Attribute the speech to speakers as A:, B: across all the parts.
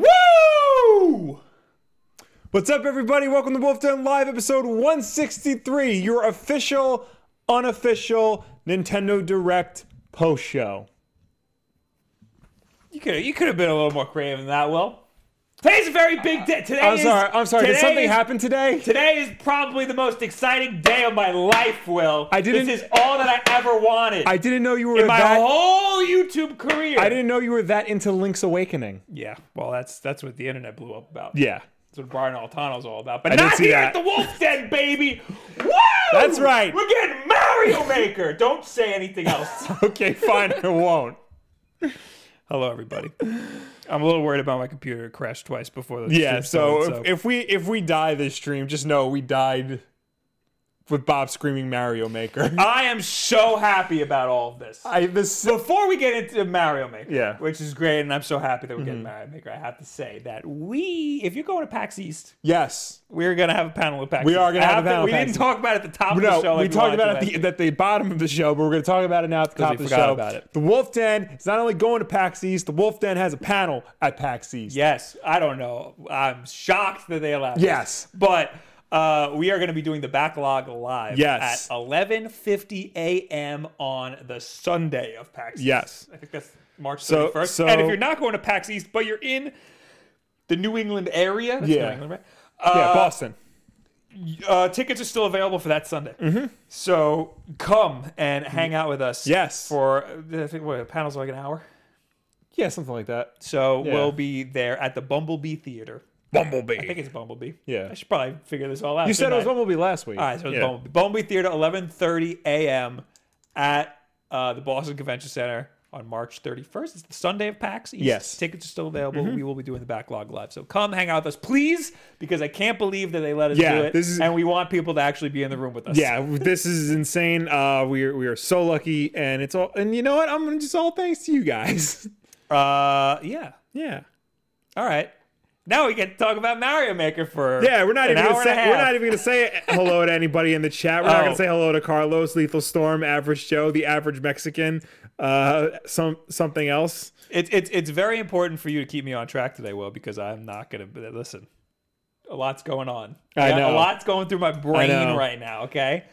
A: Woo! What's up, everybody? Welcome to Wolf Den Live, episode 163, your official, unofficial Nintendo Direct post show.
B: You could you could have been a little more creative than that, Will. Today's a very big day. Today
A: I'm
B: is-
A: sorry. I'm sorry. Did
B: today
A: something
B: is-
A: happen today?
B: Today is probably the most exciting day of my life, Will.
A: I didn't-
B: This is all that I ever wanted
A: I didn't know you were
B: in my
A: that.
B: whole YouTube career.
A: I didn't know you were that into Link's Awakening.
B: Yeah. Well, that's that's what the internet blew up about.
A: Yeah,
B: That's what Brian Altano's all about. But
A: I didn't
B: not
A: see
B: here
A: that.
B: at the Wolf Den, baby. Woo!
A: That's right.
B: We're getting Mario Maker. Don't say anything else.
A: Okay, fine. I won't.
B: Hello, everybody. I'm a little worried about my computer. It crashed twice before the
A: Yeah.
B: stream
A: So,
B: started,
A: if, if we if we die this stream, just know we died with Bob screaming Mario Maker.
B: I am so happy about all of this.
A: I this
B: Before we get into Mario Maker,
A: Yeah. Mm-hmm.
B: which is great, and I'm so happy that we're getting Mario Maker, I have to say that we, if you're going to PAX East,
A: yes.
B: we're going to have a panel of PAX
A: We are
B: East.
A: gonna
B: I
A: have a panel of
B: We
A: PAX
B: didn't
A: East.
B: talk about it at the top
A: No,
B: of the show.
A: we
B: like
A: talked
B: wanted
A: about it
B: to
A: at
B: last
A: the, at the bottom of the show, but we're going to talk about it now at the top of
B: we
A: the
B: forgot
A: show.
B: about it.
A: The Wolf Den is not only going to PAX East, the Wolf Den has a panel at PAX East.
B: Yes, I don't know. I'm shocked that they allowed.
A: Yes.
B: this. but uh, we are going to be doing the backlog live.
A: Yes.
B: at 11:50 a.m. on the Sunday of PAX. East.
A: Yes.
B: I think that's March 31st.
A: So- so-
B: and if you're not going to PAX East, but you're in the New England area, that's
A: Yeah.
B: New England, right?
A: Yeah,
B: Uh,
A: Boston.
B: uh, tickets are still available for that Sunday. So come and hang out with us.
A: Mm-hmm. Yes.
B: for I think what, the panel's like an hour.
A: Yeah, something like that.
B: So
A: Yeah.
B: we'll be there at the Bumblebee Theater. I
A: Bumblebee.
B: think it's Bumblebee.
A: Yeah.
B: I should probably figure this all out.
A: You said it was
B: Bumblebee.
A: Bumblebee last week.
B: All right, so it's
A: Yeah.
B: Bumblebee. Bumblebee Theater, 11:30 a.m. at uh, the Boston Convention Center on March 31st. It's the Sunday of PAX East.
A: Yes. Mm-hmm.
B: Tickets are still available. We will be doing the backlog live. So come hang out with us, please, because I can't believe that they let us
A: Yeah,
B: do it.
A: this is-
B: and we want people to actually be in the room with us.
A: Yeah, this is insane. Uh, we are we are so lucky, and it's all. And you know what? I'm just all thanks to you guys.
B: Uh, yeah.
A: Yeah,
B: All right. Now we get to talk about Mario Maker for
A: yeah. We're not
B: an
A: even
B: hour
A: gonna
B: and a
A: say, we're
B: half.
A: not even gonna say hello to anybody in the chat. We're not
B: Oh.
A: gonna say hello to Carlos, Lethal Storm, Average Joe, the Average Mexican, uh, some something else.
B: It's it's it's very important for you to keep me on track today, Will, because I'm not gonna listen. A lot's going on.
A: I
B: got-
A: know.
B: A lot's going through my brain
A: know.
B: right now. Okay.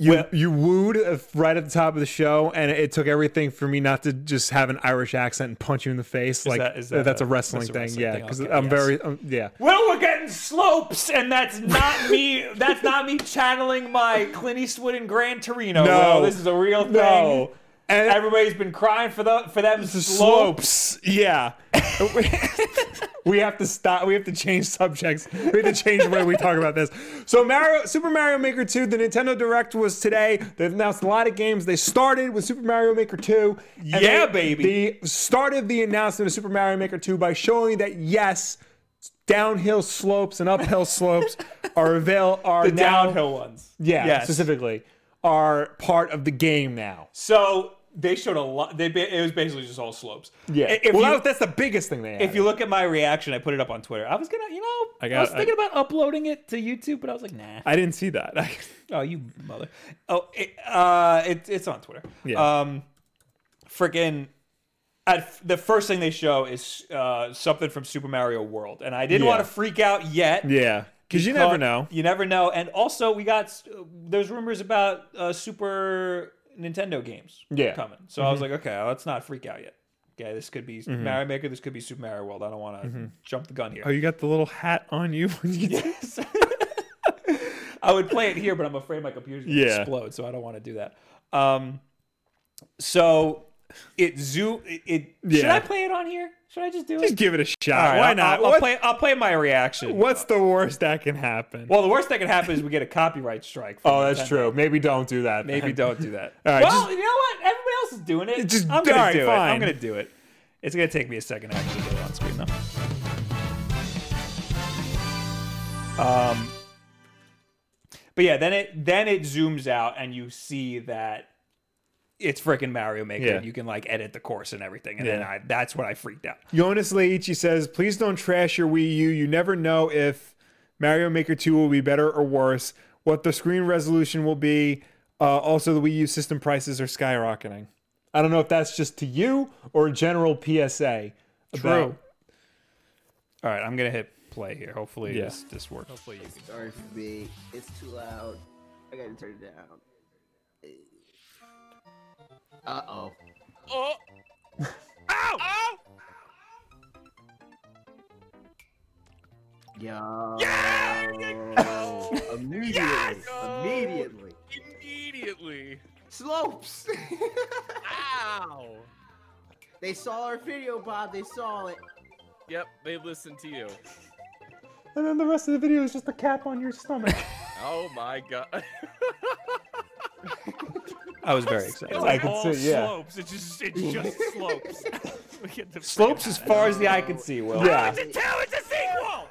A: You
B: Well-
A: you wooed uh, right at the top of the show, and it took everything for me not to just have an Irish accent and punch you in the face. like
B: that- is that
A: that's a
B: a-
A: wrestling
B: that's a
A: thing,
B: wrestling
A: yeah.
B: thing,
A: Because
B: okay,
A: I'm
B: yes.
A: very um, yeah.
B: Will, we're getting slopes, and that's not me. that's not me channeling my Clint Eastwood and Gran Torino.
A: No.
B: Will, this is a real thing.
A: No, and
B: Everybody's been crying for the for them slopes.
A: slopes, yeah. we have to stop. We have to change subjects. We have to change the way we talk about this. So Mario, Super Mario Maker 2, the Nintendo Direct was today. They've announced a lot of games. They started with Super Mario Maker 2. and
B: Yeah,
A: they-
B: baby.
A: They started the announcement of Super Mario Maker 2 by showing that yes, downhill slopes and uphill slopes are avail are
B: The
A: now,
B: downhill ones.
A: Yeah,
B: Yes.
A: specifically are part of the game now.
B: So they showed a lot. They ba- it was basically just all slopes. If
A: well, that
B: you-
A: was- that's the biggest thing they.
B: If you look at my reaction, I put it up on Twitter. I was gonna, you know, I,
A: got-
B: was thinking about uploading it to YouTube, but I was like, nah.
A: I didn't see that.
B: oh, you mother. Oh, it, uh, it, it's on Twitter.
A: Yeah.
B: Um, freaking. At the first thing they show is uh, something from Super Mario World, and I didn't
A: Yeah.
B: want to freak out yet.
A: yeah, because you never know.
B: You never know. And also, we got s- there's rumors about uh, Super Nintendo games
A: Yeah. Mm-hmm.
B: coming. So I was like, okay, let's not freak out yet. Okay, this could be Mario Maker. This could be Super Mario World. I don't want to
A: Mm-hmm.
B: jump the gun here.
A: Oh, you got the little hat on you. when you-
B: Yes. I would play it here, but I'm afraid my computer's gonna
A: Yeah.
B: explode, so I don't want to do that. Um, so it zoom it. it- Should
A: Yeah.
B: I play it on here? Should I just do
A: Just
B: it?
A: give it a shot.
B: All right,
A: Why
B: I'll-
A: not?
B: I'll, I'll
A: What-
B: play. I'll play my reaction.
A: what's the worst that can happen?
B: Well, the worst that could happen is we get a copyright strike. from
A: oh, that's
B: Nintendo.
A: true. Maybe don't do that.
B: Maybe
A: then.
B: don't do that.
A: All right,
B: well,
A: just-
B: you know what? Everybody else is doing it.
A: Just-
B: I'm gonna
A: all right,
B: do it.
A: fine.
B: I'm gonna do it. It's gonna take me a second to actually get it on screen though. Um, but yeah, then it then it zooms out and you see that it's freaking Mario Maker.
A: Yeah.
B: And you can like edit the course and everything, and then
A: Yeah.
B: I that's what I freaked out.
A: Jonas Leichi says, please don't trash your Wii U. You never know if Mario Maker 2 will be better or worse, what the screen resolution will be. Uh, also, the Wii U system prices are skyrocketing. I don't know if that's just to you or a general PSA. about-
B: True. All right, I'm gonna hit play here. Hopefully
A: Yeah.
B: this this works. Hopefully you can.
C: Sorry for me. It's too loud. I gotta turn it down. Uh oh.
B: Oh! Ow!
C: Yo.
D: Yes!
C: Immediately.
D: Yes!
C: Immediately.
D: Immediately.
C: Slopes.
D: Ow.
C: they saw our video, Bob. They saw it.
D: Yep, they listened to you.
A: And then the rest of the video is just a cap on your stomach.
D: Oh my god.
B: I was very excited.
A: I could
D: all
A: see- yeah.
D: slopes. It just it just slopes. we get the
B: Slopes as far as the eye can see. Will.
A: yeah.
D: It's a two, it's a sequel!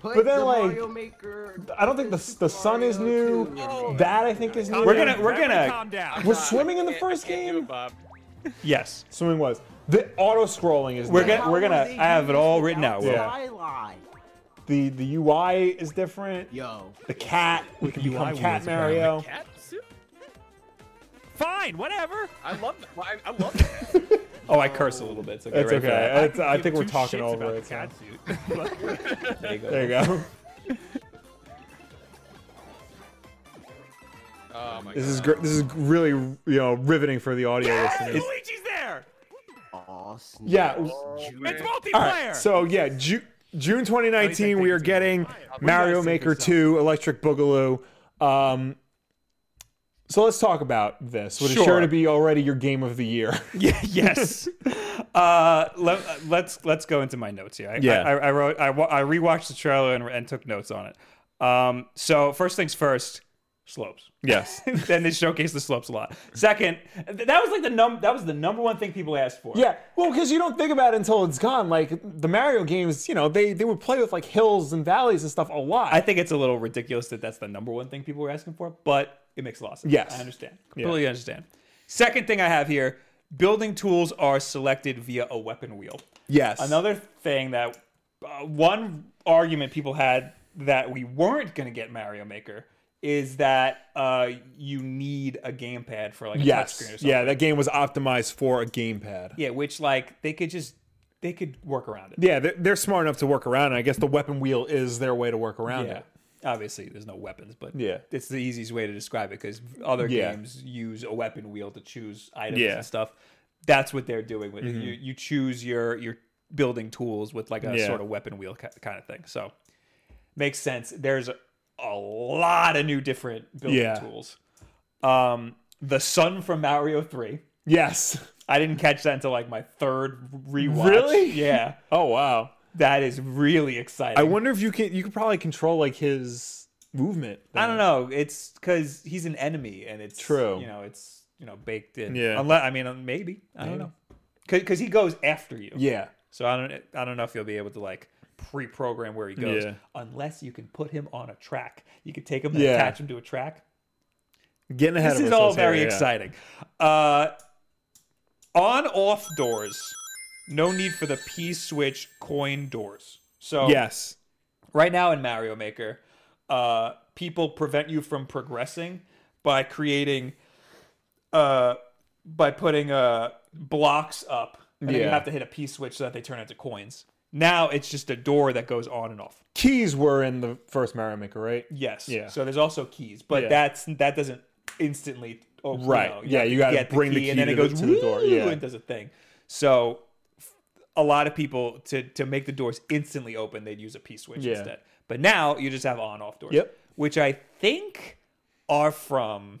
C: Put
A: But then,
C: the
A: like,
C: Mario Maker.
A: I don't think the the sun is
C: Mario
A: new.
C: 2 in there.
A: That I think is new.
B: We're gonna we're
D: Everybody
B: gonna
D: calm down.
A: We're swimming in the
D: I can't-
A: first
D: I can't do
A: game?
D: it, Bob.
B: yes.
A: Swimming was the auto scrolling is.
B: We're
A: new.
B: gonna we're
C: How
B: gonna.
C: will they
B: I have
C: do
B: it
C: this
B: all written
C: without
B: out.
A: Yeah.
B: Will.
C: Skyline?
A: the the UI is different.
C: Yo.
A: The cat we can
B: UI
A: become
B: wheels,
A: Cat
B: apparently.
A: Mario.
D: Cat soup?
B: Fine, whatever.
D: I love that. Well, I, I love that.
B: Oh, I curse a little bit. So get
A: It's
B: ready for
A: okay.
B: that.
A: It's- I
D: Give
A: think we're
D: two
A: talking
D: shits
A: over
D: about
A: it.
D: the
A: so-
D: cat suit.
B: There you go.
A: There you go.
D: oh my
A: This
D: god.
A: is gr- this is really you know riveting for the audio listeners.
D: Luigi's there!
C: Aw, snap.
A: Yeah.
D: It's
A: All
D: multiplayer!
A: right. So yeah, Ju- June 2019, we are getting
B: guys
A: Mario
B: think
A: Maker
B: yourself?
A: 2, Electric Boogaloo. Um, so let's talk about this. What is sure
B: Sure.
A: to be already your game of the year.
B: Yeah, yes. uh, let, uh, let's let's go into my notes here. I,
A: Yeah.
B: I, I wrote. I, wa- I rewatched the trailer and, and took notes on it. Um, so first things first, slopes.
A: yes.
B: then they showcased the slopes a lot. Second, th- that was like the num. That was the number one thing people asked for.
A: Yeah. Well, because you don't think about it until it's gone. Like the Mario games, you know, they they would play with like hills and valleys and stuff a lot.
B: I think it's a little ridiculous that that's the number one thing people were asking for, but it makes a lot of sense.
A: Yes.
B: I understand. Completely understand. Second thing I have here building tools are selected via a weapon wheel.
A: yes.
B: Another thing that uh, one argument people had that we weren't going to get Mario Maker is that uh, you need a gamepad for like a
A: Yes.
B: touchscreen or something.
A: Yeah. That game was optimized for a gamepad.
B: Yeah, which like they could just they could work around it.
A: Yeah, they're, they're smart enough to work around. it. I guess the weapon wheel is their way to work around
B: Yeah.
A: it.
B: Obviously, there's no weapons, but
A: Yeah.
B: it's the easiest way to describe it because other
A: Yeah.
B: games use a weapon wheel to choose items
A: Yeah. Mm-hmm.
B: and stuff. That's what they're doing with it. You, you choose your your building tools with like a
A: Yeah.
B: sort of weapon wheel ki- kind of thing. So makes sense. There's a, a lot of new different building
A: Yeah.
B: tools. Um, the sun from Mario Three.
A: Yes.
B: I didn't catch that until like my third rewatch.
A: Really?
B: Yeah,
A: Oh wow.
B: that is really exciting.
A: I wonder if you can you could probably control like his movement.
B: I don't know. It's because he's an enemy, and it's
A: True.
B: You know, it's you know baked in.
A: Yeah.
B: Unless I mean, uh, maybe I don't know. Because he goes after you.
A: Yeah.
B: So I don't. I don't know if you'll be able to like pre-program where he goes,
A: Yeah.
B: unless you can put him on a track. You can take him and
A: Yeah.
B: attach him to a track.
A: Getting ahead
B: This
A: of
B: is all
A: ourselves
B: very
A: here, yeah.
B: exciting. Uh, on-off doors. No need for the P switch coin doors. So
A: Yes.
B: right now in Mario Maker, uh, people prevent you from progressing by creating, uh, by putting uh, blocks up, and then you
A: Yeah.
B: have to hit a P switch so that they turn into coins. Now it's just a door that goes on and off.
A: Keys were in the first Mario Maker, right?
B: Yes.
A: Yeah.
B: So there's also keys, but
A: Yeah.
B: that's that doesn't instantly. Oh,
A: Right.
B: No,
A: Yeah,
B: have
A: you gotta
B: get
A: bring the
B: and
A: key
B: then it
A: to the-
B: goes
A: to the door.
B: "Woo,"
A: Yeah.
B: and does a thing. So f- a lot of people to to make the doors instantly open, they'd use a P switch
A: Yeah.
B: instead. But now you just have on off doors.
A: Yep.
B: Which I think are from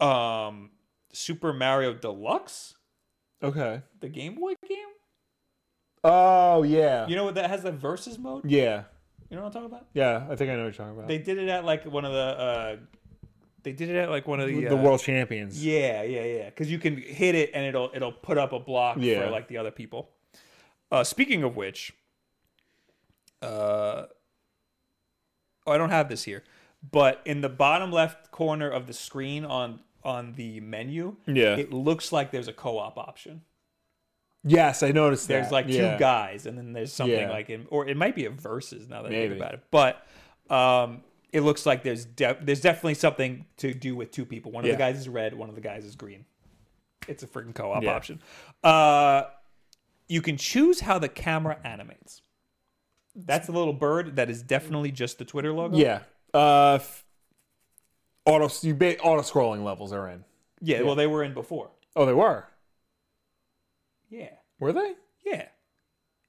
B: um Super Mario Deluxe,
A: Okay.
B: the Game Boy game.
A: Oh yeah.
B: You know what that has the versus mode?
A: yeah.
B: You know what I'm talking about?
A: Yeah. I think I know what you're talking about.
B: They did it at like one of the. uh They did it at like one of the
A: The
B: uh,
A: world champions.
B: Yeah, yeah, yeah. Because you can hit it and it'll it'll put up a block
A: Yeah.
B: for like the other people. Uh, speaking of which, uh, oh, I don't have this here, but in the bottom left corner of the screen on on the menu,
A: Yeah.
B: it looks like there's a co-op option.
A: Yes, I noticed that.
B: There's like
A: yeah.
B: two guys, and then there's something
A: Yeah.
B: like, in, or it might be a versus now that I
A: Maybe.
B: think about it. But um, it looks like there's de- there's definitely something to do with two people. One of
A: Yeah.
B: the guys is red, one of the guys is green. It's a freaking co-op
A: Yeah.
B: option. Uh, you can choose how the camera animates. That's the little bird that is definitely just the Twitter logo.
A: Yeah. Uh, f- auto you ba- auto scrolling levels are in.
B: Yeah, well, they were in before.
A: Oh, they were.
B: Yeah.
A: Were they?
B: Yeah.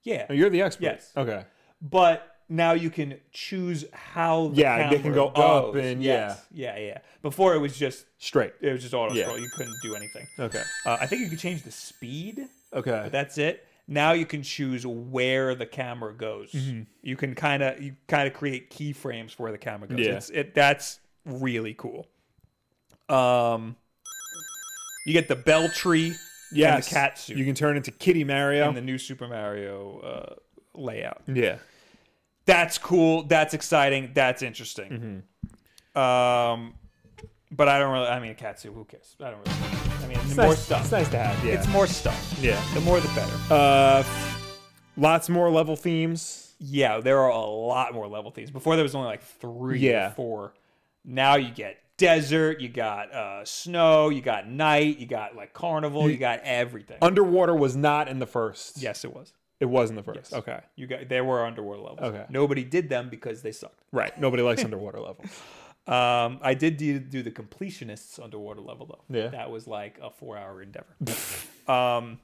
B: Yeah.
A: Oh, you're the expert.
B: Yes.
A: Okay.
B: But now you can choose how the
A: Yeah, they can
B: camera
A: go up
B: goes.
A: and-
B: Yes. Yeah, yeah. Before it was just
A: Straight.
B: it was just auto
A: Yeah.
B: scroll. You couldn't do anything.
A: Okay.
B: Uh, I think you could change the speed.
A: Okay.
B: But that's it. Now you can choose where the camera goes.
A: Mm-hmm.
B: You can kind of you kind of create keyframes for where the camera goes.
A: Yeah.
B: It's, it that's really cool. Um, you get the bell tree and
A: yes.
B: the cat suit
A: You can turn into Kitty Mario.
B: in the new Super Mario uh, layout.
A: yeah.
B: That's cool. That's exciting. That's interesting.
A: Mm-hmm.
B: Um, but I don't really. I mean, a cat suit. Who cares? I don't really. I mean, more
A: nice,
B: stuff.
A: It's nice to have. Yeah.
B: It's more stuff.
A: yeah.
B: The more, the better.
A: Uh, lots more level themes.
B: Yeah, there are a lot more level themes. Before there was only like three
A: Yeah.
B: or four. Now you get desert, you got uh, snow, you got night, you got like carnival, you got everything.
A: Underwater was not in the first.
B: yes, it was.
A: It was in the first. Okay.
B: You got there were underwater levels.
A: Okay.
B: Nobody did them because they sucked.
A: Right. Nobody likes underwater levels.
B: Um, I did do, do the completionists underwater level though.
A: Yeah.
B: That was like a four hour endeavor. um,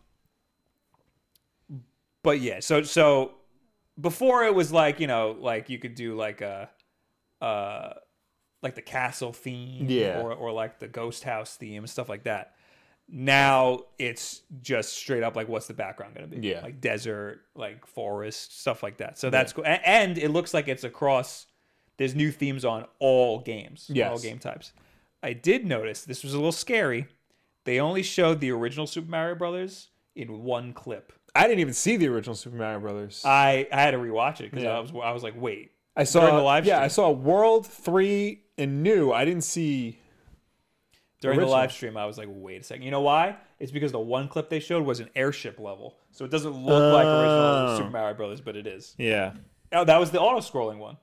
B: but yeah, so so before it was like you know like you could do like a uh like the castle theme
A: Yeah.
B: or or like the ghost house theme and stuff like that. Now it's just straight up like what's the background going to be?
A: Yeah.
B: like desert, like forest, stuff like that. So that's cool, A- and it looks like it's across. There's new themes on all games, on all
A: Yes.
B: game types. I did notice this was a little scary. They only showed the original Super Mario Brothers in one clip.
A: I didn't even see the original Super Mario Brothers.
B: I, I had to rewatch it because
A: Yeah.
B: I was I was like, wait,
A: I saw
B: during the live
A: yeah,
B: stream.
A: I saw World Three and New. I didn't see.
B: during
A: Original.
B: the live stream, I was like, wait a second. You know why? It's because the one clip they showed was an airship level, so it doesn't look like original
A: Oh.
B: Super Mario Brothers, but it is.
A: Yeah,
B: Oh, that was the auto scrolling one.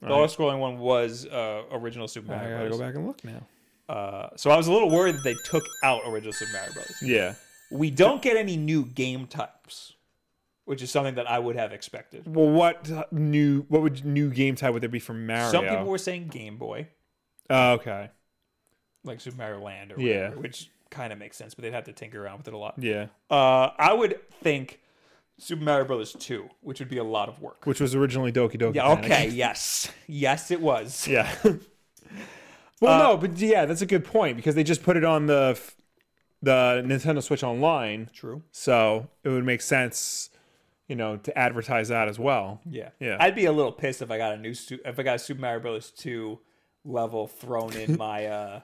B: The auto scrolling one was uh, original Super Mario Brothers.
A: back and look now.
B: Uh, so I was a little worried that they took out original Super Mario Brothers.
A: Yeah.
B: We don't get any new game types, which is something that I would have expected.
A: Well, what new? What would new game type would there be for Mario?
B: Some people were saying Game Boy,
A: Oh, okay.
B: like Super Mario Land, or
A: Yeah.
B: whatever, which kind of makes sense, but they'd have to tinker around with it a lot.
A: Yeah.
B: Uh, I would think Super Mario Brothers Two, which would be a lot of work.
A: Which was originally Doki Doki.
B: Yeah.
A: Panic.
B: Okay. yes. Yes, it was.
A: Yeah. well,
B: Uh,
A: no, but yeah, that's a good point because they just put it on the f- the Nintendo Switch Online,
B: True.
A: so it would make sense, you know, to advertise that as well.
B: Yeah.
A: Yeah.
B: I'd be a little pissed if I got a new Su- if I got a Super Mario Brothers 2 level thrown in my uh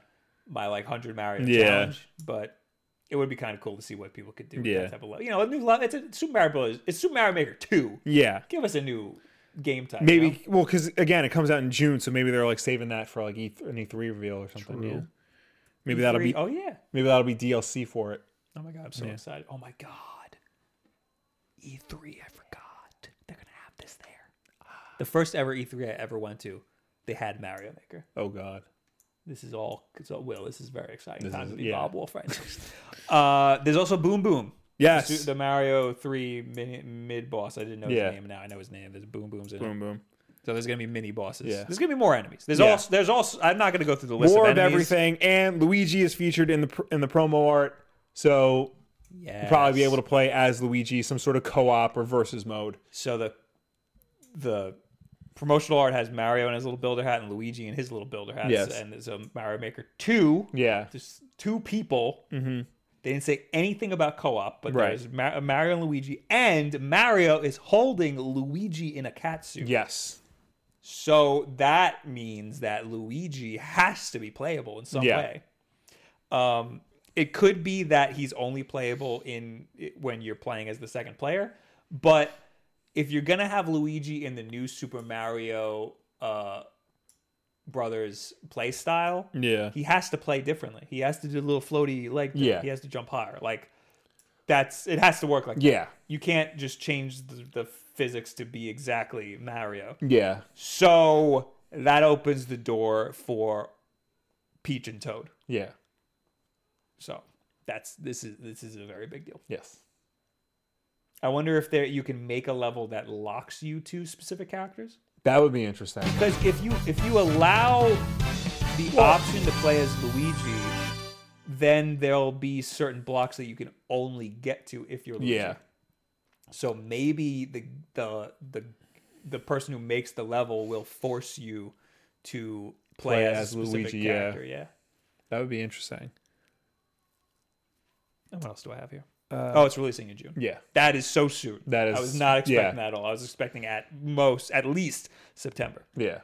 B: my like 100 Mario
A: Yeah.
B: challenge, but it would be kind of cool to see what people could do with
A: Yeah.
B: that type of level. You know, a new level. It's a Super Mario Brothers. It's Super Mario Maker 2.
A: Yeah.
B: Give us a new game type. you
A: Maybe
B: know?
A: well, because again, it comes out in June, so maybe they're like saving that for like E3, an E3 reveal or something.
B: True.
A: Yeah. Maybe that'll
B: Three-
A: be
B: Oh yeah.
A: maybe that'll be DLC for it.
B: Oh my god, I'm so excited. Oh my god. E3, I forgot. They're going to have this there. The first ever E3 I ever went to, they had Mario Maker.
A: Oh God.
B: this is all it's all will this is very exciting time
A: is-
B: to be
A: yeah.
B: Bob Wolf right now. uh, there's also Boom Boom.
A: Yes.
B: Su- the Mario three mini, mid boss. I didn't know his
A: Yeah.
B: name. Now I know his name. There's Boom Booms in it.
A: boom boom.
B: So there's gonna be mini bosses.
A: Yeah.
B: There's gonna be more enemies. There's
A: Yeah.
B: also there's also I'm not gonna go through the list
A: More
B: of,
A: of
B: enemies.
A: everything, and Luigi is featured in the pr- in the promo art, so
B: Yeah.
A: you'll probably be able to play as Luigi, some sort of co-op or versus mode.
B: So the the promotional art has Mario in his little builder hat and Luigi in his little builder hat.
A: Yes.
B: And there's a Mario Maker two.
A: Yeah.
B: There's two people. They didn't say anything about co-op, but
A: Mm-hmm. Right.
B: there's Mar- Mario and Luigi, and Mario is holding Luigi in a cat suit.
A: Yes.
B: So that means that Luigi has to be playable in some
A: Yeah.
B: way. Um, it could be that he's only playable in when you're playing as the second player, but if you're gonna have Luigi in the new Super Mario uh, Brothers play style,
A: Yeah.
B: he has to play differently. He has to do a little floaty leg. thing.
A: Yeah.
B: He has to jump higher. Like that's it has to work like that.
A: Yeah.
B: You can't just change the, the physics to be exactly Mario.
A: Yeah.
B: So that opens the door for Peach and Toad.
A: Yeah.
B: So that's this is this is a very big deal.
A: Yes.
B: I wonder if there you can make a level that locks you to specific characters.
A: That would be interesting.
B: Because if you if you allow the option to play as Luigi, then there'll be certain blocks that you can only get to if you're Luigi.
A: Yeah.
B: So maybe the the the the person who makes the level will force you to play,
A: Play
B: as,
A: as
B: a specific
A: Luigi, yeah.
B: character. Yeah.
A: That would be interesting.
B: And what else do I have here? oh, it's releasing in June.
A: Yeah.
B: That is so soon.
A: Uh, That is-
B: I was not expecting
A: yeah.
B: that at all. I was expecting at most, at least September.
A: Yeah.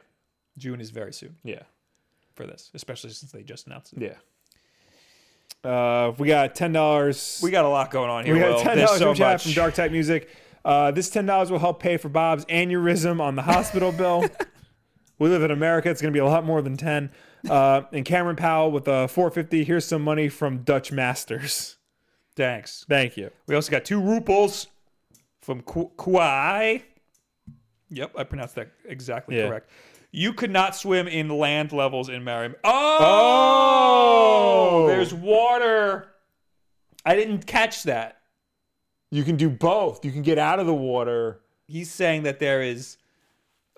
B: June is very soon
A: Yeah.
B: for this, especially since they just announced it.
A: Yeah. Uh, we got ten dollars.
B: We got a lot going on here.
A: We got
B: Will.
A: ten
B: There's
A: dollars
B: so
A: from chat
B: much.
A: from Dark Type Music. Uh, this ten dollars will help pay for Bob's aneurysm on the hospital bill. we live in America; it's going to be a lot more than ten. Uh, and Cameron Powell with uh, four fifty. Here's some money from Dutch Masters.
B: Thanks.
A: Thank you.
B: We also got two ruples from Ku- Kuai. Yep, I pronounced that exactly
A: Yeah.
B: correct. You could not swim in land levels in Mario. Oh,
A: Oh!
B: there's water. I didn't catch that.
A: You can do both. You can get out of the water.
B: He's saying that there is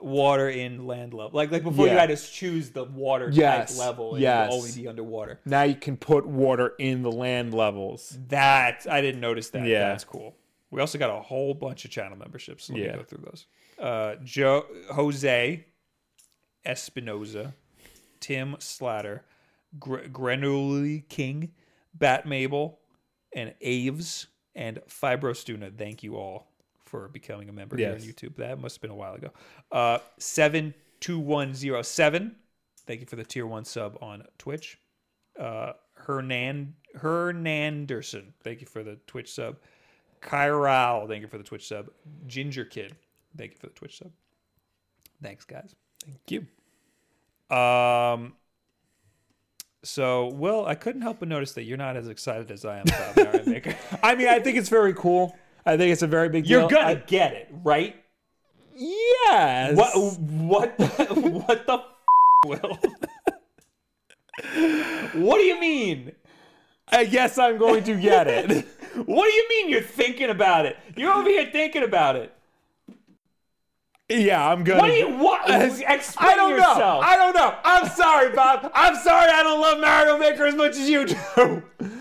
B: water in land level. Like like before you
A: Yeah.
B: had to choose the water
A: Yes,
B: type level and
A: yes.
B: it would only be underwater.
A: Now you can put water in the land levels.
B: That I didn't notice that.
A: Yeah.
B: That's cool. We also got a whole bunch of channel memberships. so Let
A: Yeah.
B: me go through those. Uh, Joe Jose Espinoza, Tim Slatter, Gr- Granuli King, Bat Mabel, and Aves and Fibrostuna. Thank you all for becoming a member
A: Yes.
B: here on YouTube. That must have been a while ago. Uh, seven two one zero seven. Thank you for the tier one sub on Twitch uh, Hernan Hernanderson. Thank you for the Twitch sub. Kyrao, thank you for the Twitch sub. Ginger Kid, thank you for the Twitch sub. Thanks, guys.
A: Thank
B: you. Um. So, Will, I couldn't help but notice that you're not as excited as I am about Mario Maker.
A: I mean, I think it's very cool. I think it's a very big
B: You're
A: deal.
B: gonna get it, right?
A: I- yes.
B: What? What? the- What the? F- Will. what do you mean?
A: I guess I'm going to get it.
B: What do you mean you're thinking about it? You're over here thinking about it.
A: yeah, I'm gonna.
B: What do you what? Explain
A: I don't
B: yourself.
A: know. I don't know. I'm sorry, Bob. I'm sorry. I don't love Mario Maker as much as you do.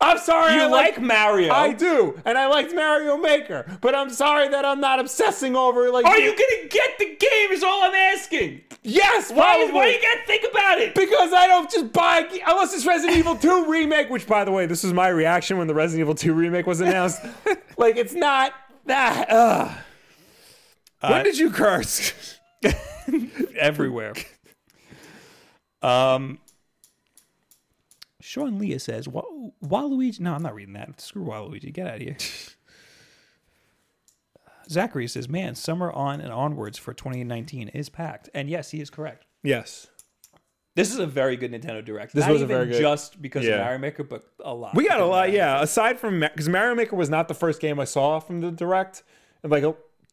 A: I'm sorry.
B: you
A: I
B: like, Mario?
A: I do, and I liked Mario Maker, but I'm sorry that I'm not obsessing over like.
B: Are you gonna get the game? Is all I'm asking.
A: Yes.
B: Why?
A: probably.
B: Why you gotta think about it?
A: Because I don't just buy unless it's Resident Evil 2 remake, which by the way, this was my reaction when the Resident Evil 2 remake was announced. like it's not that. Ugh. when did you curse?
B: Everywhere. um. Sean Leah says, "Wa- "Waluigi." No, I'm not reading that. Screw Waluigi. Get out of here. Zachary says, "Man, summer on and onwards for 2019 is packed." And yes, he is correct.
A: yes.
B: This is a very good Nintendo Direct. This
A: was a very good-
B: just because
A: Yeah.
B: of Mario Maker, but a lot.
A: We got a
B: because of
A: lot,
B: Mario
A: yeah. Aside from because Mario Maker was not the first game I saw from the direct, and like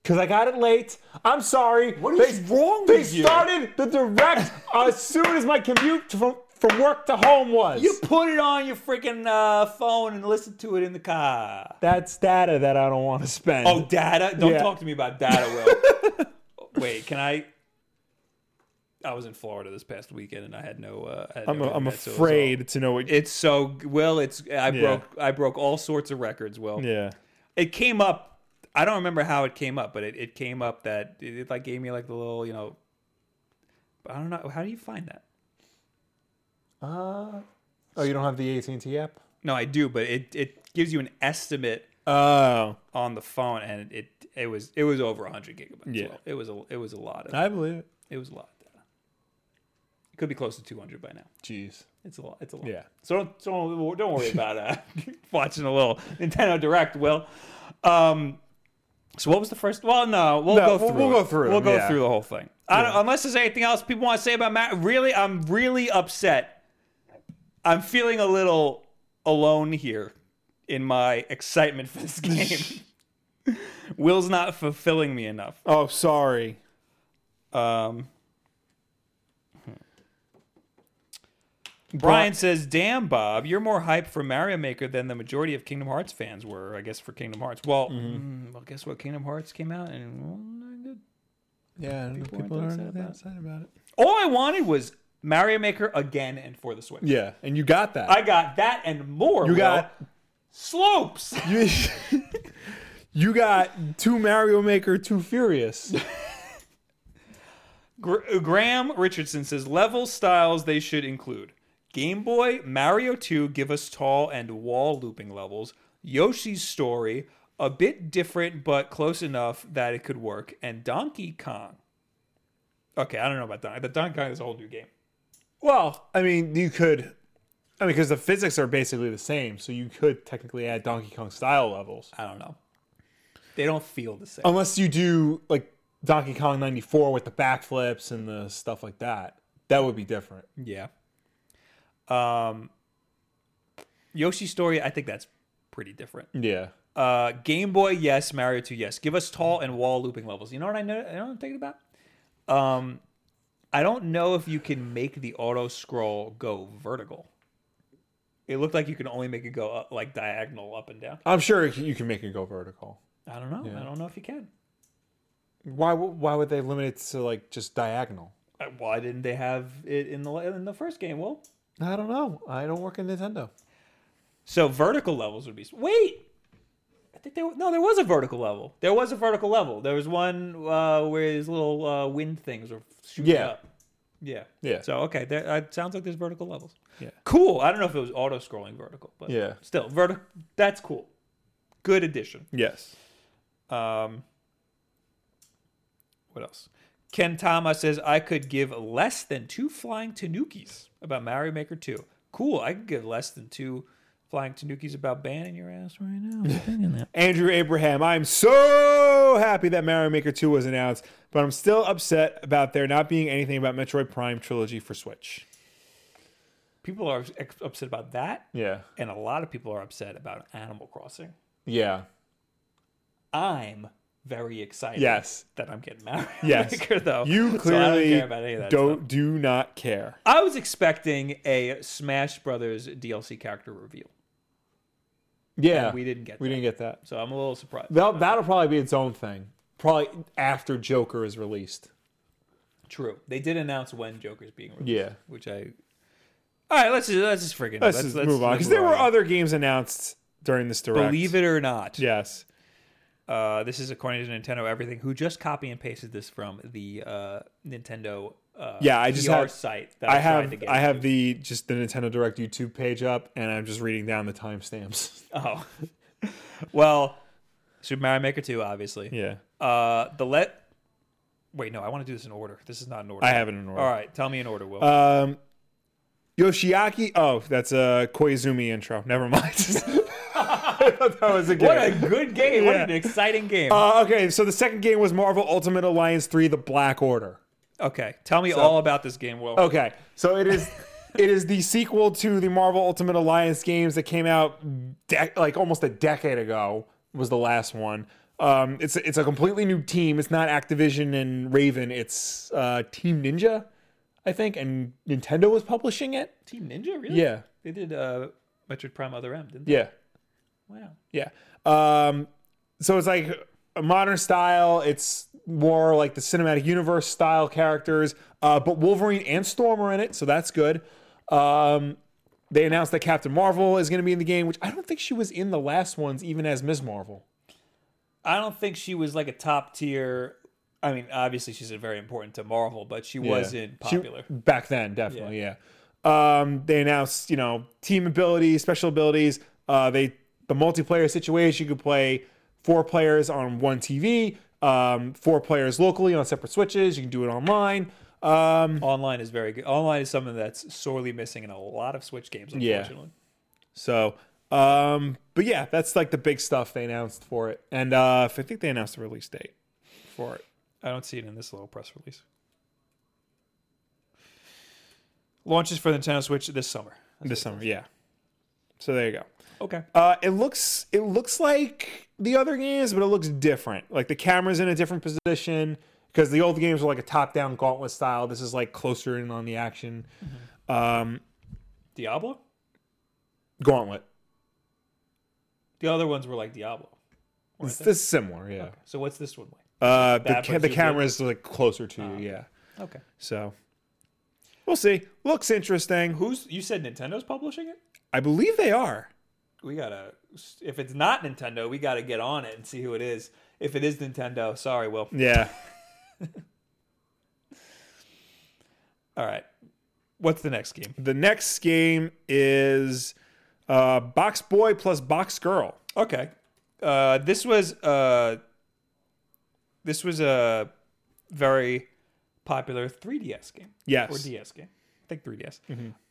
A: because I got it late. I'm sorry. What
B: is wrong
A: they
B: with you?
A: started the direct as soon as my commute from from work to home was.
B: You put it on your freaking uh, phone and listen to it in the car.
A: That's data that I don't want to spend.
B: Oh, data! Don't
A: Yeah.
B: talk to me about data, Will. Wait, can I? I was in Florida this past weekend and I had no. Uh, I had
A: I'm,
B: no
A: I'm
B: internet, so it was
A: afraid
B: all-
A: to know what.
B: It's so Will. It's I
A: Yeah.
B: broke I broke all sorts of records. Will
A: yeah.
B: it came up. I don't remember how it came up, but it, it came up that it, it like gave me like the little you know. I don't know how do you find that.
A: Uh, oh, you don't have the AT&T app?
B: No, I do, but it it gives you an estimate
A: Oh,
B: on the phone, and it it was it was over 100 gigabytes.
A: Yeah.
B: well. it was a it was a lot. Of,
A: I believe it.
B: it was a lot. Of data. It could be close to 200 by now.
A: Jeez.
B: It's a lot. It's a lot.
A: Yeah.
B: So don't don't, don't worry about uh, watching a little Nintendo Direct. Will. Um, so what was the first? Well, no, we'll
A: No,
B: go
A: we'll-
B: through.
A: we'll
B: it.
A: go through
B: We'll
A: them,
B: go
A: yeah.
B: through the whole thing. I don't, unless there's anything else people want to say about Matt. Really, I'm really upset. I'm feeling a little alone here in my excitement for this game. Will's not fulfilling me enough.
A: Oh, sorry.
B: Um, Brian says, "Damn, Bob, you're more hype for Mario Maker than the majority of Kingdom Hearts fans were. I guess for Kingdom Hearts. Well,
A: Mm-hmm.
B: mm, well, guess what? Kingdom Hearts came out and well, not good.
A: Yeah, people,
B: people aren't
A: aren't
B: that
A: excited about it.
B: all I wanted was Mario Maker again and for the Switch.
A: Yeah, and you got that.
B: I got that and more.
A: you
B: bro.
A: got
B: slopes.
A: you, you got two Mario Maker, two Furious.
B: Gr- Graham Richardson says level styles they should include Game Boy, Mario 2 give us tall and wall looping levels, Yoshi's Story, a bit different but close enough that it could work, and Donkey Kong. Okay, I don't know about Donkey. The Donkey Kong is a whole new game.
A: Well, I mean, you could. I mean, because the physics are basically the same, so you could technically add Donkey Kong style levels,
B: I don't know. They don't feel the same.
A: unless you do like Donkey Kong '94 with the backflips and the stuff like that. That would be different.
B: Yeah. Um Yoshi's Story, I think that's pretty different.
A: Yeah.
B: Uh, Game Boy, yes. Mario 2, yes. Give us tall and wall looping levels. You know what I know? You know what I'm thinking about? Um, I don't know if you can make the auto scroll go vertical. It looked like you can only make it go up, like diagonal up and down.
A: I'm sure you can make it go vertical.
B: I don't know. I don't know if you can.
A: Why? w- Why would they limit it to like just diagonal?
B: Uh, Why didn't they have it in the in the first game? Well,
A: I don't know. I don't work in Nintendo.
B: so vertical levels would be. Wait, I think there no, there was a vertical level. There was a vertical level. There was one uh, where these little uh, wind things were shooting
A: Yeah.
B: up. Yeah.
A: Yeah.
B: So okay, there uh, it sounds like there's vertical levels.
A: Yeah.
B: Cool. I don't know if it was auto scrolling vertical, but
A: Yeah.
B: still vertical. That's cool. Good addition.
A: Yes.
B: Um, what else? Ken Tama says I could give less than two flying Tanukis about Mario Maker Two. Cool. I could give less than two flying Tanukis about banning your ass right now. I'm banning that.
A: Andrew Abraham, I'm so happy that Mario Maker 2 was announced, but I'm still upset about there not being anything about Metroid Prime trilogy for Switch.
B: People are ex- upset about that,
A: Yeah.
B: and a lot of people are upset about Animal Crossing.
A: Yeah.
B: I'm very excited.
A: Yes.
B: that I'm getting married.
A: Yes.
B: Maker, though.
A: You
B: so I don't
A: clearly
B: care about any of that
A: don't
B: stuff.
A: do not care.
B: I was expecting a Smash Brothers DLC character reveal,
A: Yeah.
B: we didn't get
A: We
B: that.
A: didn't get that.
B: so I'm a little surprised.
A: That'll, that'll probably be its own thing. Probably after Joker is released.
B: True, they did announce when Joker's being released.
A: Yeah.
B: which I. All right, let's just let's just freaking
A: Let's, just move on because there were other games announced during this direct.
B: Believe it or not,
A: Yes.
B: uh, this is according to Nintendo Everything, who just copy and pasted this from the uh, Nintendo. Uh,
A: Yeah, I just
B: PR
A: have-
B: site that I,
A: I
B: tried
A: have
B: to get.
A: I have the just the Nintendo Direct YouTube page up, and I'm just reading down the timestamps.
B: Oh, well, Super Mario Maker Two, obviously.
A: Yeah,
B: Uh, the let. Wait, no, I want to do this in order. This is not in order.
A: I have it in order.
B: All right, tell me in order, Will.
A: Um, Yoshiaki. Oh, that's a Koizumi intro. Never mind. I thought that was a game.
B: what a good game! What
A: Yeah.
B: an exciting game.
A: uh, okay, so the second game was Marvel Ultimate Alliance 3 The Black Order.
B: okay, tell me all about this game, Will.
A: Okay, so it is it is the sequel to the Marvel Ultimate Alliance games that came out de- like almost a decade ago was the last one. Um, it's a- it's a completely new team. It's not Activision and Raven. It's uh, Team Ninja, I think, and Nintendo was publishing it.
B: Team Ninja, really?
A: Yeah,
B: they did uh, Metroid Prime Other M, didn't they?
A: yeah.
B: Wow.
A: Yeah. Um, so it's like a modern style. It's more like the cinematic universe style characters. Uh, but Wolverine and Storm are in it, so that's good. Um, they announced that Captain Marvel is going to be in the game, which I don't think she was in the last ones, even as Ms. Marvel.
B: I don't think she was like a top tier. I mean, obviously she's very important to Marvel, but she wasn't
A: She-
B: popular.
A: back then, definitely, yeah. Um, they announced, you know, team abilities, special abilities. Uh, they the multiplayer situation you could play four players on one TV, um, four players locally on separate switches. You can do it online. Um,
B: Online is very good. Online is something that's sorely missing in a lot of Switch games,
A: Yeah.
B: unfortunately.
A: so, um, but yeah, that's like the big stuff they announced for it, and uh, I think they announced the release date for it.
B: I don't see it in this little press release. Launches for Nintendo Switch this summer.
A: This summer, yeah. So there you go.
B: Okay.
A: Uh, it looks it looks like the other games, but it looks different. Like the camera's in a different position because the old games were like a top-down gauntlet style. This is like closer in on the action. Um,
B: Diablo.
A: Gauntlet.
B: The other ones were like Diablo.
A: It's this is similar, yeah.
B: So what's this one like?
A: Uh, the
B: That
A: ca- the
B: particular-
A: camera's like closer to you, yeah.
B: Oh, Okay.
A: So we'll see. Looks interesting.
B: Who's you said Nintendo's publishing it?
A: I believe they are.
B: We gotta. If it's not Nintendo, we gotta get on it and see who it is. If it is Nintendo, sorry, Will.
A: Yeah.
B: All right. What's the next game?
A: The next game is uh, Box Boy plus Box Girl.
B: Okay. Uh, this was uh, this was a very popular 3DS game.
A: Yes.
B: Or DS game. I think 3DS.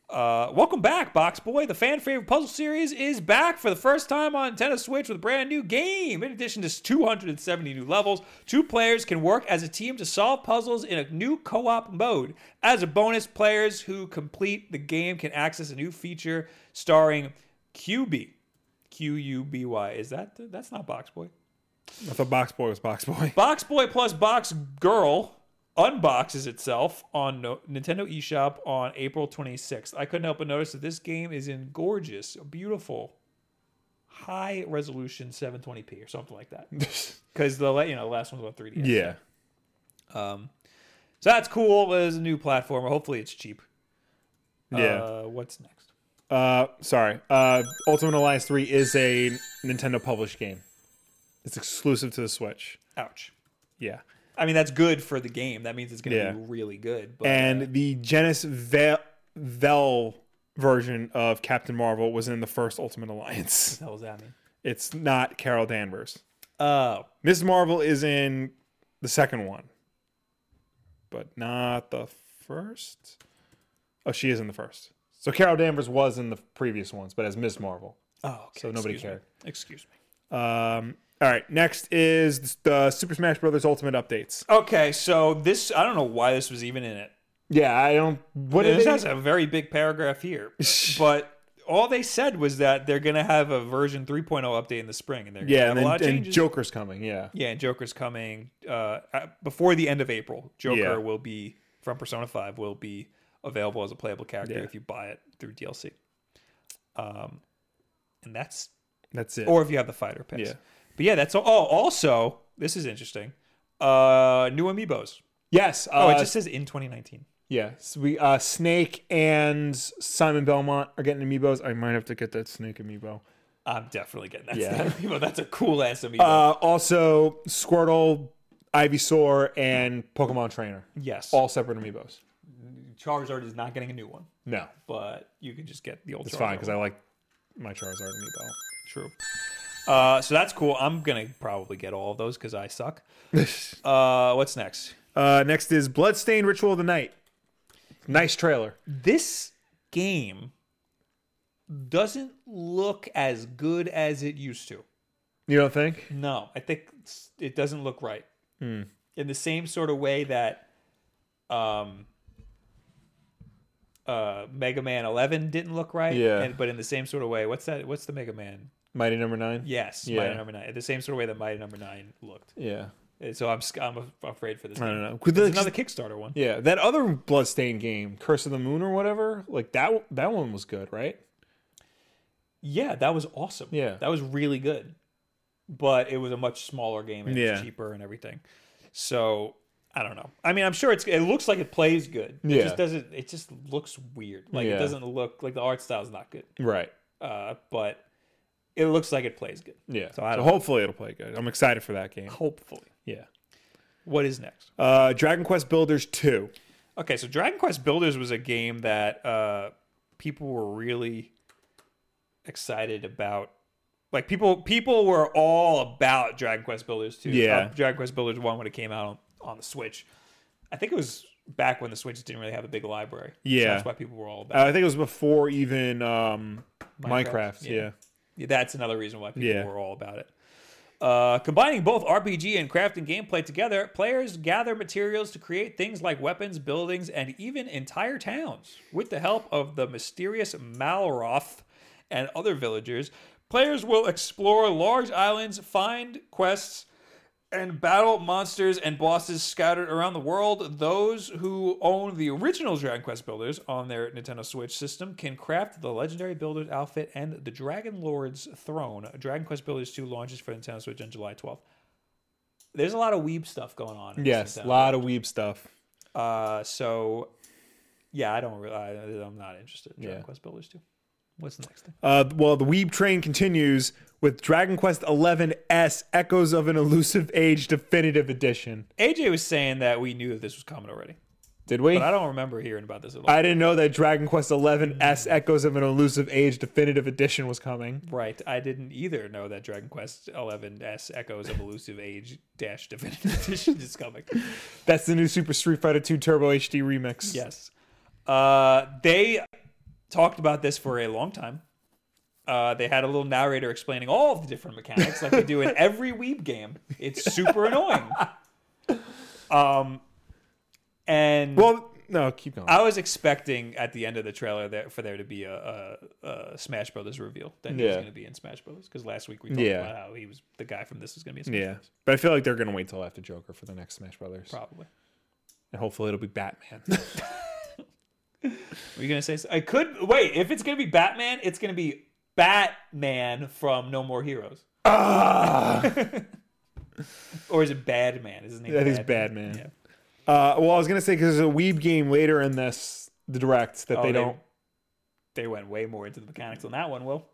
B: Uh, welcome back, Box Boy. The fan favorite puzzle series is back for the first time on Nintendo Switch with a brand new game. In addition to 270 new levels, two players can work as a team to solve puzzles in a new co op mode. As a bonus, players who complete the game can access a new feature starring QB. Q U B Y. Is that that's not Box Boy?
A: I thought Box Boy was Box Boy.
B: Box Boy plus Box Girl unboxes itself on no- Nintendo eShop on April 26th. I couldn't help but notice that this game is in gorgeous, beautiful, high resolution 720p or something like that. Because the la- you know the last one's on 3D.
A: yeah.
B: Um, so that's cool. There's a new platform. Hopefully it's cheap.
A: Yeah.
B: Uh, what's next?
A: Uh, sorry. Uh, Ultimate Alliance 3 is a Nintendo published game. It's exclusive to the Switch.
B: Ouch.
A: Yeah.
B: I mean that's good for the game. That means it's going to
A: Yeah.
B: be really good. But
A: And the Genesis Vel, Vel version of Captain Marvel was in the first Ultimate Alliance.
B: the hell does that mean?
A: It's not Carol Danvers.
B: Oh,
A: Ms. Marvel is in the second one, but not the first. Oh, she is in the first. So Carol Danvers was in the previous ones, but as Ms. Marvel.
B: oh, okay.
A: So nobody
B: Excuse
A: cared.
B: Me. Excuse me.
A: Um, all right, next is the Super Smash Brothers Ultimate updates.
B: Okay, so this I don't know why this was even in it.
A: Yeah, I don't. What did
B: This
A: they-
B: has a very big paragraph here, but all they said was that they're gonna have a version 3.0 update in the spring, and they're gonna
A: Yeah,
B: have
A: and,
B: a lot
A: then,
B: of
A: and
B: changes.
A: Joker's coming. Yeah,
B: yeah, and Joker's coming uh, at- before the end of April. Joker
A: Yeah.
B: will be from Persona 5 will be available as a playable character
A: Yeah.
B: if you buy it through DLC. Um, and that's
A: that's it.
B: or if you have the fighter pass.
A: Yeah.
B: But yeah, that's all. Oh, also this is interesting. Uh, new amiibos.
A: yes. Uh,
B: Oh, it just says in 2019.
A: yeah. So we uh, Snake and Simon Belmont are getting amiibos. I might have to get that Snake amiibo.
B: I'm definitely getting that.
A: Yeah.
B: Yeah. Amiibo. That's a cool ass E amiibo.
A: Uh, also, Squirtle, Ivysaur, and Pokemon Trainer.
B: yes.
A: All separate amiibos.
B: Charizard is not getting a new one,
A: No,
B: but you can just get the old.
A: it's fine because I like my Charizard amiibo.
B: true. Uh, so that's cool. I'm gonna probably get all of those because I suck. uh, what's next?
A: Uh, next is Bloodstained Ritual of the Night. Nice trailer.
B: This game doesn't look as good as it used to.
A: You don't think?
B: No, I think it's- it doesn't look right.
A: Hmm.
B: In the same sort of way that um uh Mega Man 11 didn't look right.
A: Yeah.
B: And, but in the same sort of way, what's that what's the Mega Man?
A: Mighty Number Nine.
B: Yes,
A: Yeah.
B: Mighty Number 9. The same sort of way that Mighty Number 9 looked.
A: Yeah.
B: And So I'm sc- I'm af- afraid for this.
A: I
B: game.
A: don't know.
B: There's another Kickstarter one.
A: yeah, that other Bloodstained game, Curse of the Moon or whatever, like that that one was good, right?
B: Yeah, that was awesome.
A: Yeah.
B: That was really good. But it was a much smaller game and it was
A: Yeah.
B: cheaper and everything. So I don't know. I mean, I'm sure it's it looks like it plays good. It
A: Yeah.
B: just doesn't it just looks weird. Like
A: Yeah.
B: it doesn't look like the art style's not good.
A: Right.
B: Uh but it looks like it plays good.
A: Yeah.
B: So I
A: so
B: don't
A: hopefully it'll play good. I'm excited for that game.
B: hopefully.
A: Yeah.
B: What is next?
A: Uh, Dragon Quest Builders 2.
B: Okay, so Dragon Quest Builders was a game that uh, people were really excited about. Like people, people were all about Dragon Quest Builders too.
A: Yeah.
B: uh, Dragon Quest Builders one when it came out on, on the Switch. I think it was back when the Switch didn't really have a big library. So
A: Yeah.
B: that's why people were all about.
A: Uh, I think it was before even um, Minecraft.
B: Minecraft,
A: Yeah.
B: yeah. Yeah, that's another reason why people
A: Yeah.
B: were all about it. Uh, combining both RPG and crafting gameplay together, players gather materials to create things like weapons, buildings, and even entire towns. With the help of the mysterious Malroth and other villagers, players will explore large islands, find quests, and battle monsters and bosses scattered around the world. Those who own the original Dragon Quest builders on their Nintendo Switch system can craft the legendary builder's outfit and the Dragon Lord's throne. Dragon Quest Builders 2 launches for Nintendo Switch on July 12th. There's a lot of weeb stuff going on. in this
A: Yes, a
B: Nintendo.
A: lot of weeb stuff.
B: Uh, so yeah, I don't. re- I, I'm not interested. in Dragon
A: Yeah.
B: Quest Builders 2. What's the next thing?
A: Uh, well, the Weeb train continues with Dragon Quest XI S Echoes of an Elusive Age Definitive Edition.
B: AJ was saying that we knew that this was coming already,
A: Did we?
B: but I don't remember hearing about this at all.
A: I didn't know that Dragon Quest XI S Echoes of an Elusive Age Definitive Edition was coming.
B: Right, I didn't either know that Dragon Quest Eleven S Echoes of Elusive Age Dash Definitive Edition is coming.
A: That's the new Super Street Fighter II Turbo HD remix.
B: Yes, uh, they talked about this for a long time. Uh, they had a little narrator explaining all of the different mechanics, like they do in every Weeb game. It's super annoying. Um, and
A: Well, no, keep going.
B: I was expecting at the end of the trailer that for there to be a, a, a Smash Brothers reveal that he was
A: Yeah.
B: going to be in Smash Brothers because last week we talked
A: Yeah.
B: about how he was the guy from this was going to be in Smash
A: yeah,
B: Brothers.
A: but I feel like they're gonna wait till after Joker for the next Smash Brothers,
B: Probably.
A: and hopefully it'll be Batman.
B: Were you going to say? so- I could wait. If it's going to be Batman, it's going to be Batman from No More Heroes,
A: Ah!
B: or is it Badman? Is his name?
A: That is Badman. Uh, well, I was gonna say because there's a Weeb game later in this the direct that
B: Oh,
A: they don't.
B: They went way more into the mechanics on that one. Will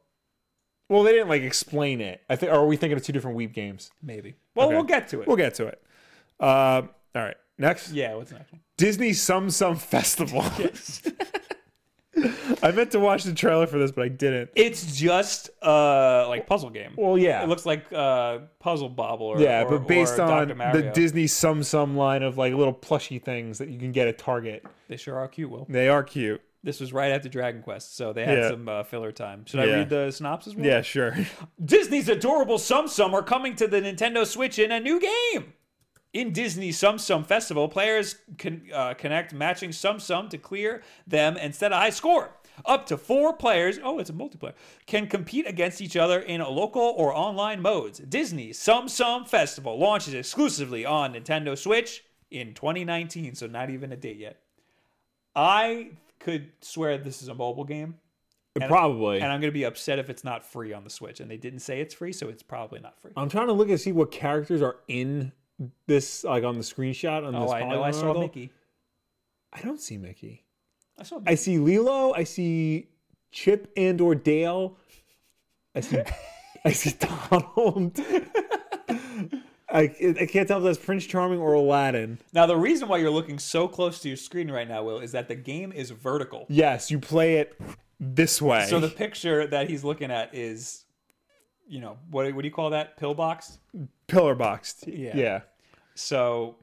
A: Well, they didn't like explain it. I think. Or are we thinking of two different Weeb games?
B: maybe. Well,
A: Okay.
B: we'll get to it.
A: We'll get to it. Uh, all right. Next,
B: yeah, what's next? one?
A: Disney Sum Sum Festival. I meant to watch the trailer for this, but I didn't.
B: It's just uh like puzzle game.
A: Well, yeah,
B: It looks like uh, Puzzle Bobble or
A: yeah,
B: or-
A: but based
B: or
A: on
B: Dr. Mario.
A: the Disney Sum Sum line of like little plushy things that you can get at Target,
B: they sure are cute. Will
A: they are cute.
B: this was right after Dragon Quest, so they had
A: Yeah.
B: some uh, filler time. Should I
A: Yeah.
B: read the synopsis? Will?
A: Yeah, sure.
B: Disney's adorable Sum Sum are coming to the Nintendo Switch in a new game. In Disney Sum Sum Festival, players can uh, connect matching Sum Sum to clear them and set a high score. Up to four players, oh, it's a multiplayer, can compete against each other in local or online modes. Disney Sum Sum Festival launches exclusively on Nintendo Switch in 2019, so not even a date yet. I could swear this is a mobile game.
A: Probably.
B: And I'm going to be upset if it's not free on the Switch. And they didn't say it's free, so it's probably not free.
A: I'm trying to look and see what characters are in this, like on the screenshot on
B: oh,
A: this.
B: I know. I
A: Polygon
B: saw
A: article.
B: Mickey.
A: I don't see Mickey.
B: I saw Mickey.
A: I see Lilo. I see Chip and or Dale. I see. I see Donald. I, I can't tell if that's Prince Charming or Aladdin.
B: Now, the reason why you're looking so close to your screen right now, Will, is that the game is vertical.
A: Yes, you play it this way.
B: So the picture that he's looking at is, you know, what, what do you call that? Pillbox?
A: pillar boxed. Yeah. Yeah.
B: So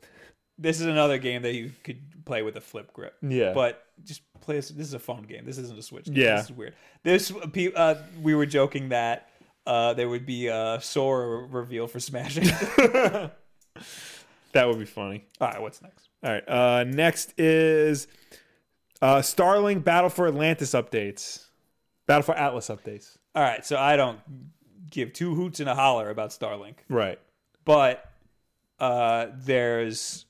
B: this is another game that you could play with a flip grip.
A: Yeah.
B: But just play this. This is a phone game. This isn't a Switch. Game.
A: Yeah.
B: This is weird. This pe- uh, we were joking that uh, there would be a Sora reveal for Smash. All
A: That would be funny.
B: right, what's next?
A: All right. Uh, next is uh, Starling Battle for Atlantis updates. Battle for Atlas updates.
B: All right, so I don't give two hoots and a holler about Starlink,
A: Right.
B: but uh, there's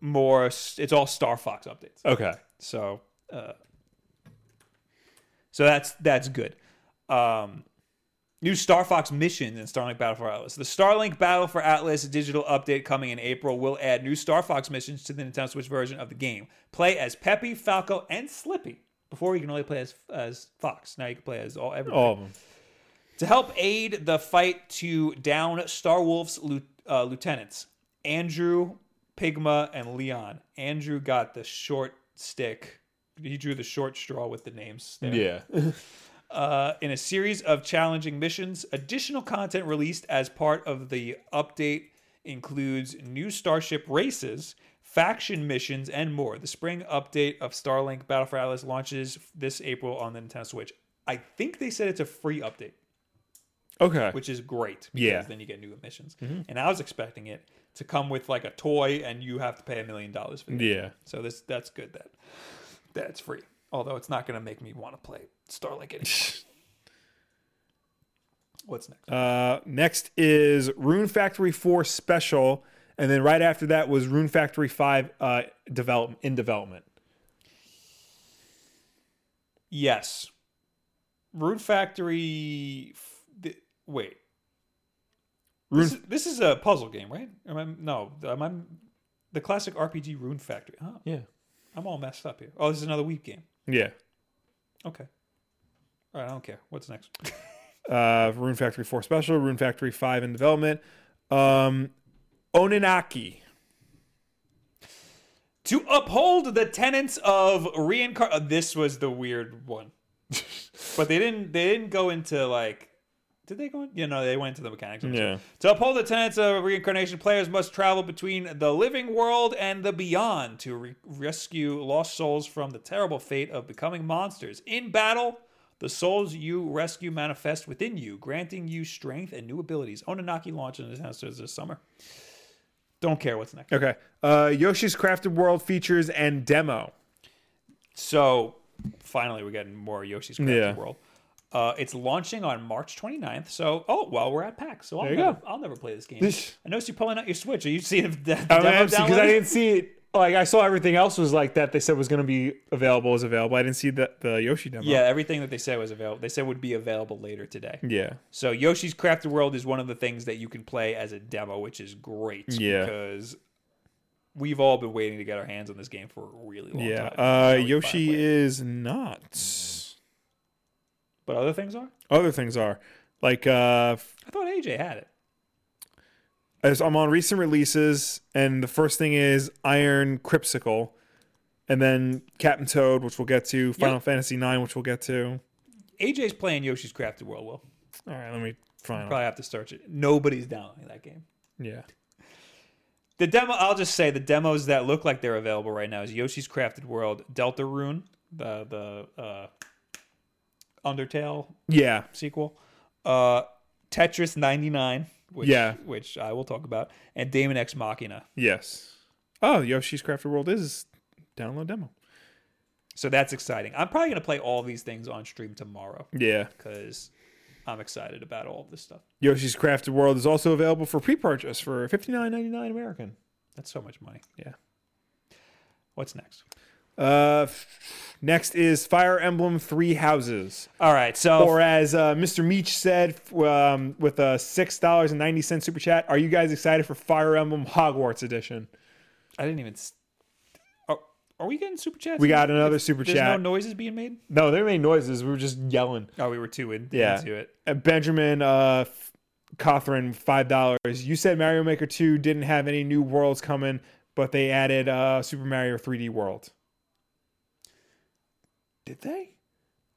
B: more. It's all Star Fox updates.
A: Okay.
B: So, uh, so that's that's good. Um, new Star Fox missions in Starlink Battle for Atlas. The Starlink Battle for Atlas digital update coming in April will add new Star Fox missions to the Nintendo Switch version of the game. Play as Peppy, Falco, and Slippy. Before you can only play as as Fox. Now you can play as all everyone.
A: All of them.
B: To help aid the fight to down Star Wolf's lieu- uh, lieutenants, Andrew, Pigma, and Leon. Andrew got the short stick. He drew the short straw with the names. There.
A: Yeah.
B: Uh, in a series of challenging missions, additional content released as part of the update includes new starship races, faction missions, and more. The spring update of Starlink Battle for Atlas launches this April on the Nintendo Switch. I think they said it's a free update
A: Okay.
B: which is great. because
A: Yeah. Mm-hmm.
B: Then you get new missions, and I was expecting it to come with like a toy, and you have to pay a million dollars for that.
A: yeah.
B: So this that's good that that's free. Although it's not going to make me want to play Starlink anymore. What's next?
A: Uh, next is Rune Factory 4 Special, and then right after that was Rune Factory 5 uh, development in development.
B: yes. Rune Factory. f- th- wait.
A: Rune,
B: This is, this is a puzzle game, right? Am I, no, am I, the classic RPG Rune Factory. Huh,
A: yeah,
B: I'm all messed up here. Oh, this is another Weep game.
A: yeah.
B: Okay. All right, I don't care. What's next?
A: Uh, Rune Factory 4 Special, Rune Factory 5 in development. Um, Oninaki.
B: to uphold the tenets of reincar. uh, This was the weird one, but they didn't. They didn't go into like. Did they go? In? You know, they went into the mechanics. of it.
A: Yeah.
B: To uphold the tenets of reincarnation, players must travel between the living world and the beyond to re- rescue lost souls from the terrible fate of becoming monsters. In battle, the souls you rescue manifest within you, granting you strength and new abilities. Onanaki launched in Nintendo this summer. Don't care what's next.
A: Okay. Uh, Yoshi's Crafted World features and demo.
B: So finally, we're getting more Yoshi's Crafted
A: Yeah.
B: World. Uh, it's launching on March 29th. So, oh, well, we're at PAX. So I'll,
A: There you
B: never,
A: go.
B: I'll never play this game.
A: This-
B: I noticed you pulling out your Switch. Are you seeing if the
A: I
B: demo
A: because I
B: downloaded?
A: didn't see it. Like I saw everything else was like that. They said was going to be available is available. I didn't see the the Yoshi demo.
B: Yeah, everything that they said was available. They said would be available later today.
A: Yeah.
B: So Yoshi's Crafted World is one of the things that you can play as a demo, which is great.
A: Yeah.
B: Because we've all been waiting to get our hands on this game for a really long
A: Yeah.
B: time.
A: Uh,
B: Now we
A: Yoshi
B: finally-
A: is not.
B: But other things are?
A: Other things are like uh,
B: I thought AJ had it.
A: as I'm on recent releases, and the first thing is Iron Cripsicle, and then Captain Toad, which we'll get to. Final Fantasy IX, which we'll get to.
B: AJ's playing Yoshi's Crafted World, Will.
A: All right, let me find.
B: Probably have to search it. Nobody's downloading that game.
A: Yeah.
B: The demo, I'll just say the demos that look like they're available right now is Yoshi's Crafted World, Delta Rune, the the uh, Undertale
A: Yeah.
B: sequel, uh, Tetris 99, which,
A: Yeah.
B: which I will talk about, and Damon X Machina.
A: Yes. Oh, Yoshi's Crafted World is download demo.
B: So that's exciting. I'm probably going to play all these things on stream tomorrow
A: Yeah.
B: because I'm excited about all of this stuff.
A: Yoshi's Crafted World is also available for pre-purchase for fifty nine ninety nine American.
B: That's so much money.
A: Yeah.
B: What's next?
A: Uh, f- next is Fire Emblem Three Houses,
B: All right. So
A: or as uh, Mr. Meech said f- um, with a six dollars and ninety cent super chat. Are you guys excited for Fire Emblem Hogwarts edition?
B: I didn't even. s are, are we getting super chats?
A: We got another super
B: There's
A: chat.
B: no noises being made.
A: No, they made noises. We were just yelling.
B: Oh, we were too in,
A: Yeah.
B: into it.
A: Uh, Benjamin uh, F- Cothran, five dollars. You said Mario Maker Two didn't have any new worlds coming, but they added uh, Super Mario 3D World.
B: Did they?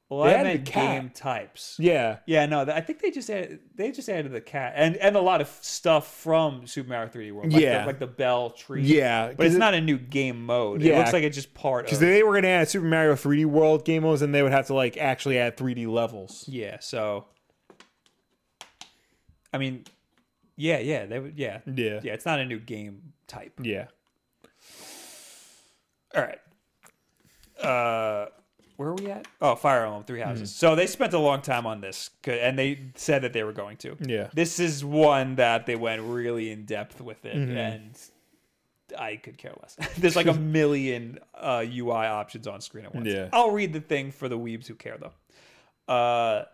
B: Well,
A: They
B: I
A: added
B: meant
A: the cat.
B: game types.
A: Yeah,
B: Yeah, no, th- I think they just added, they just added the cat and and a lot of stuff from Super Mario 3D World. Like
A: Yeah.
B: the, like the bell tree.
A: yeah,
B: but it's not a new game mode. It
A: Yeah.
B: looks like it's just part of.
A: Because they were going to add Super Mario 3D World game modes, and they would have to like actually add 3D levels.
B: yeah, so. I mean, yeah, yeah, they would, yeah,
A: Yeah.
B: yeah. It's not a new game type.
A: Yeah.
B: All right. Uh, where are we at? Oh, Fire Emblem Three Houses.
A: Hmm.
B: So they spent a long time on this, c- and they said that they were going to.
A: Yeah.
B: This is one that they went really in depth with it,
A: Mm-hmm.
B: and I could care less. There's like a million uh, UI options on screen at once.
A: Yeah.
B: I'll read the thing for the weebs who care though. Uh,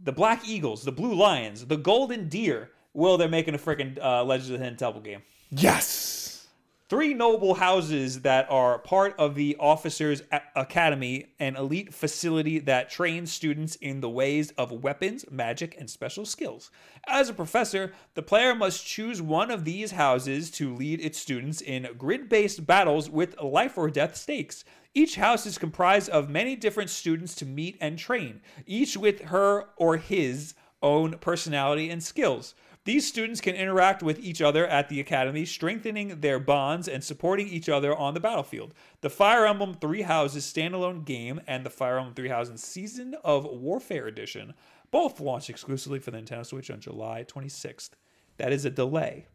B: the Black Eagles, the Blue Lions, the Golden Deer. Well, they're making a freaking uh, Legends of the Hidden Temple game
A: Yes.
B: three noble houses that are part of the officers A- academy an elite facility that trains students in the ways of weapons magic and special skills as a professor the player must choose one of these houses to lead its students in grid-based battles with life or death stakes each house is comprised of many different students to meet and train each with her or his own personality and skills these students can interact with each other at the academy, strengthening their bonds and supporting each other on the battlefield. The Fire Emblem Three Houses standalone game and the Fire Emblem Three Houses Season of Warfare Edition both launched exclusively for the Nintendo Switch on July 26th. That is a delay.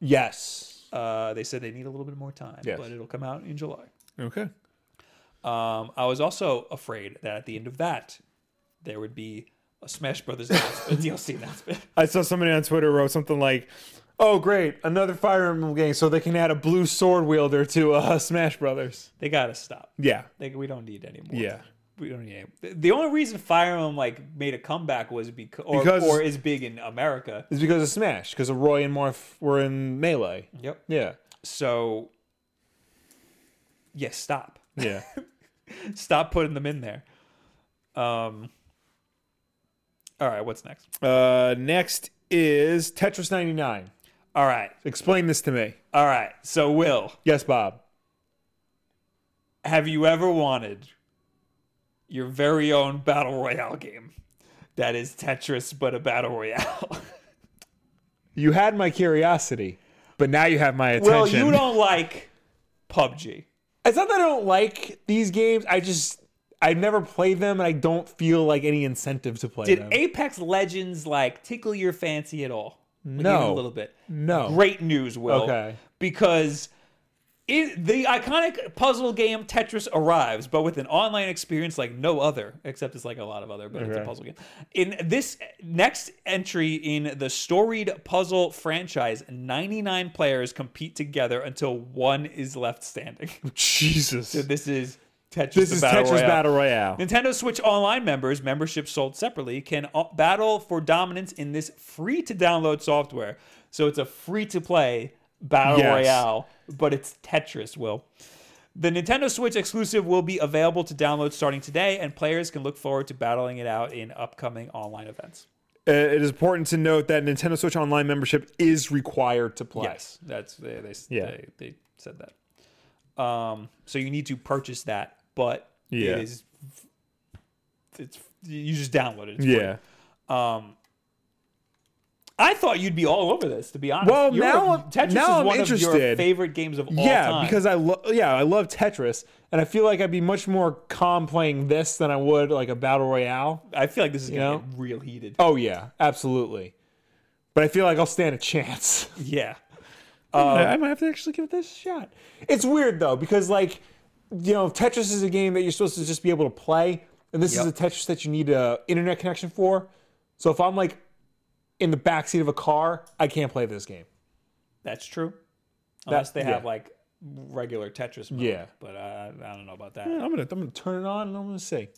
A: Yes.
B: Uh, they said they need a little bit more time,
A: Yes.
B: but it'll come out in July.
A: Okay.
B: Um, I was also afraid that at the end of that, there would be a Smash Brothers announcement, DLC announcement.
A: I saw somebody on Twitter wrote something like, "Oh, great, another Fire Emblem game, so they can add a blue sword wielder to uh, Smash Brothers."
B: They gotta stop.
A: Yeah,
B: Like we don't need any more.
A: yeah.
B: we don't need any. The- The only reason Fire Emblem like made a comeback was because or,
A: Because-
B: or is big in America.
A: It's because of Smash, because Roy and Morph were in Melee.
B: Yep.
A: Yeah,
B: So yes, stop.
A: yeah.
B: Stop putting them in there. Um All right, what's next?
A: uh, next is Tetris 99.
B: All right.
A: Explain this to me.
B: All right. So Will,
A: Yes, Bob.
B: have you ever wanted your very own battle royale game? That is Tetris but a battle royale.
A: You had my curiosity, but now you have my attention.
B: Well, you don't like PUBG.
A: It's not that I don't like these games. I just I've never played them, and I don't feel like any incentive to play
B: Did
A: them.
B: Apex Legends like tickle your fancy at all? Like,
A: No.
B: even a little bit.
A: no.
B: Great news, Will.
A: Okay.
B: because it, the iconic puzzle game Tetris arrives, but with an online experience like no other, except it's like a lot of other, but it's a
A: Okay.
B: puzzle game. In this next entry in the storied puzzle franchise, 99 players compete together until one is left standing.
A: Jesus.
B: So this is Tetris.
A: This
B: the
A: is
B: Battle
A: Tetris
B: Royale.
A: Battle Royale.
B: Nintendo Switch Online members, membership sold separately, can o- battle for dominance in this free to download software. So it's a free to play battle
A: Yes.
B: royale, but it's Tetris, Will. The Nintendo Switch exclusive will be available to download starting today, and players can look forward to battling it out in upcoming online events.
A: Uh, it is important to note that Nintendo Switch Online membership is required to play.
B: Yes, that's they they,
A: Yeah.
B: they they said that. Um, so you need to purchase that, but
A: Yeah.
B: it is it's you just download it. It's free.
A: Yeah.
B: Um, I thought you'd be all over this, to be honest.
A: Well,
B: You're-
A: now-
B: Tetris
A: now
B: is
A: I'm
B: one of your
A: interested.
B: favorite games of all
A: Yeah,
B: time.
A: because I love yeah, I love Tetris and I feel like I'd be much more calm playing this than I would like a battle royale.
B: I feel like this is gonna
A: know?
B: get real heated.
A: Oh yeah, absolutely. But I feel like I'll stand a chance.
B: Yeah,
A: I might have to actually give this a shot. Um, It's weird though because like you know Tetris is a game that you're supposed to just be able to play, and this
B: Yep.
A: is a Tetris that you need a internet connection for. So if I'm like in the backseat of a car, I can't play this game.
B: that's true. Unless they
A: yeah.
B: have like regular Tetris. Mode,
A: Yeah.
B: but I, I don't know about that.
A: I'm gonna I'm gonna turn it on and I'm gonna see.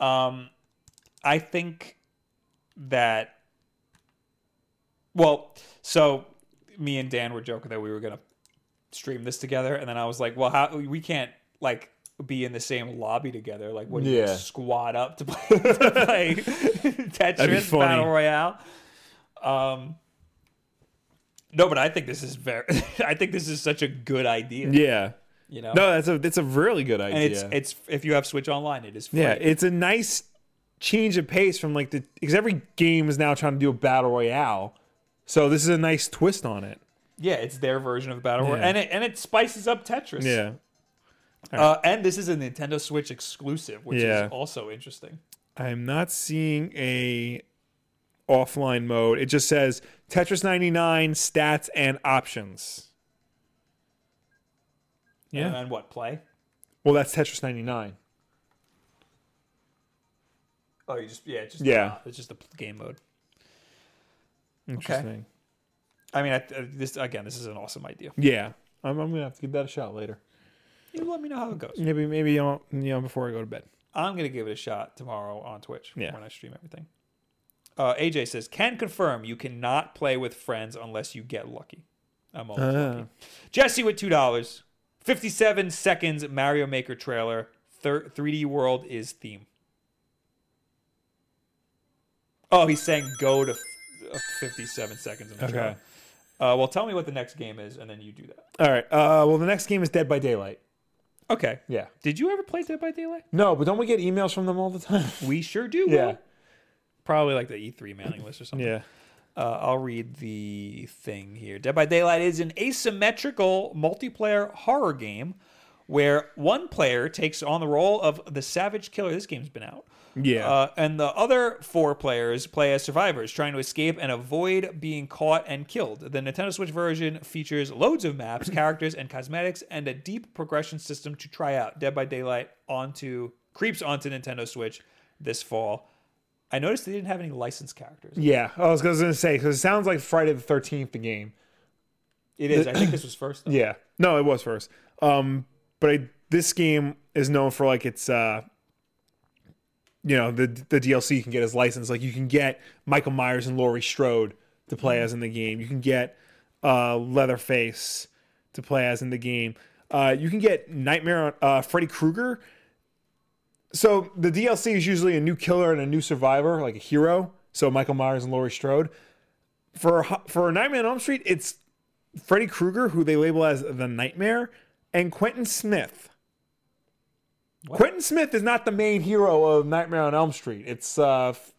B: Um, I think that. Well, so me and Dan were joking that we were gonna stream this together, and then I was like, "Well, how we can't like be in the same lobby together? Like, what? do You
A: Yeah.
B: gonna squat up to play, to play Tetris
A: funny.
B: Battle Royale." Um. No, but I think this is very. I think this is such a good idea.
A: Yeah.
B: You know,
A: No, that's a that's a really good idea.
B: and it's it's if you have Switch Online, it is free.
A: yeah, it's a nice change of pace from like the because every game is now trying to do a battle royale. So this is a nice twist on it.
B: Yeah, it's their version of Battle Royale,
A: Yeah.
B: and it and it spices up Tetris. uh, and this is a Nintendo Switch exclusive, which
A: Yeah.
B: is also interesting.
A: I'm not seeing a offline mode. It just says Tetris 99 stats and options. Yeah.
B: and then what play?
A: Well, that's Tetris 99.
B: Oh, you just yeah, it's just
A: Yeah.
B: it's just the game mode.
A: Interesting.
B: I mean, I, I- this again, this is an awesome idea.
A: Yeah. I'm, I'm gonna have to give that a shot later.
B: You let me know how it goes.
A: Maybe maybe you know, you know before I go to bed.
B: I'm gonna give it a shot tomorrow on Twitch
A: Yeah.
B: when I stream everything. Uh, AJ says, "Can confirm you cannot play with friends unless you get lucky." I'm
A: Ah.
B: always lucky. Jesse with two dollars, fifty-seven seconds. Mario Maker trailer. Thir- 3D World is theme. Oh, he's saying go to f- uh, 57 seconds. In the
A: Okay.
B: trailer. Uh, well, tell me what the next game is, and then you do that.
A: All right. Uh, well, the next game is Dead by Daylight.
B: Okay.
A: Yeah.
B: Did you ever play Dead by Daylight?
A: No, but don't we get emails from them all the time?
B: We sure do.
A: Yeah.
B: Will. Probably like the E3 mailing list or something.
A: Yeah.
B: Uh, I'll read the thing here. Dead by Daylight is an asymmetrical multiplayer horror game where one player takes on the role of the savage killer. This game's been out.
A: Yeah.
B: Uh, and the other four players play as survivors, trying to escape and avoid being caught and killed. The Nintendo Switch version features loads of maps, characters, and cosmetics, and a deep progression system to try out. Dead by Daylight onto creeps onto Nintendo Switch this fall. I noticed they didn't have any licensed characters.
A: Yeah, I was gonna say because it sounds like Friday the Thirteenth, the game.
B: It is. I think this was first. Though.
A: Yeah, no, it was first. Um, but I, this game is known for like its, uh, you know, the the DLC you can get as license. Like you can get Michael Myers and Laurie Strode to play
B: Mm-hmm.
A: as in the game. You can get uh, Leatherface to play as in the game. Uh, you can get Nightmare on uh, Freddy Krueger. So the DLC is usually a new killer and a new survivor, like a hero. So Michael Myers and Laurie Strode. For for Nightmare on Elm Street, it's Freddy Krueger, who they label as the Nightmare, and Quentin Smith. Quentin Smith is not the main hero of Nightmare on Elm Street. It's uh, f-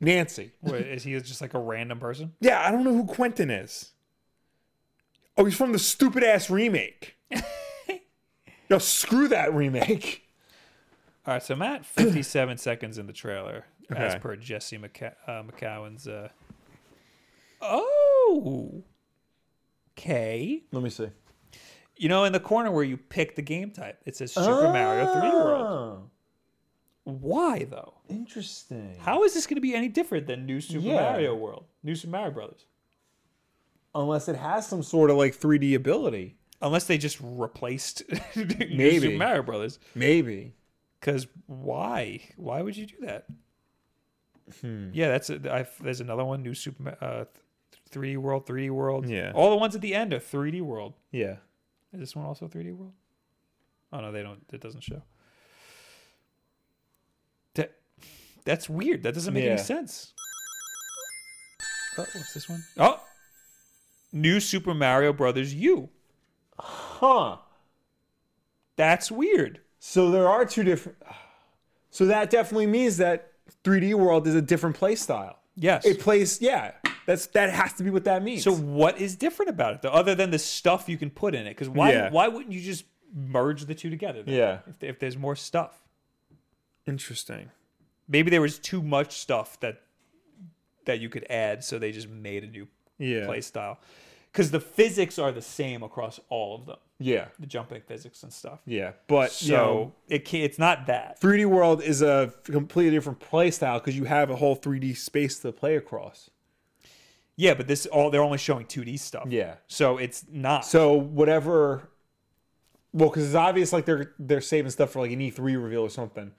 A: Nancy.
B: Wait, is he just like a random person?
A: Yeah, I don't know who Quentin is. Oh, he's from the stupid ass remake. Yo, screw that remake.
B: All right, so I'm at 57 seconds in the trailer, as
A: Okay.
B: per Jesse McCa- uh, McCowan's. Uh... Oh, okay.
A: Let me see.
B: You know, in the corner where you pick the game type, it says
A: Oh.
B: Super Mario 3D World. Why though?
A: Ah, Interesting.
B: How is this going to be any different than New Super
A: Yeah.
B: Mario World, New Super Mario Brothers?
A: Unless it has some sort of like 3D ability.
B: Unless they just replaced New
A: Maybe.
B: Super Mario Brothers.
A: Maybe.
B: Because why? Why would you do that?
A: Hmm.
B: Yeah, that's a, I've, there's another one, New Super Ma- uh, th- 3D World, 3D World.
A: Yeah.
B: all the ones at the end are 3D World.
A: Yeah.
B: Is this one also 3D World? Oh no, they don't. It doesn't show. That that's weird. That doesn't make
A: Yeah.
B: any sense. Oh, what's this one? Oh, New Super Mario Brothers U.
A: Huh.
B: That's weird.
A: So there are two different. So that definitely means that 3D World is a different play style.
B: Yes.
A: It plays, yeah. That's that has to be what that means.
B: So what is different about it though, other than the stuff you can put in it? Because why
A: Yeah.
B: why wouldn't you just merge the two together? then,
A: Yeah.
B: If, if there's more stuff,
A: interesting.
B: maybe there was too much stuff that that you could add, so they just made a new
A: Yeah.
B: play style. Because the physics are the same across all of them,
A: Yeah.
B: the jumping physics and stuff.
A: Yeah. But
B: So
A: you know,
B: it can, it's not that.
A: 3D World is a completely different play style because you have a whole 3D space to play across.
B: Yeah, but this all they're only showing 2D stuff.
A: Yeah.
B: So it's not.
A: So whatever, well, because it's obvious like they're they're saving stuff for like an E3 reveal or something.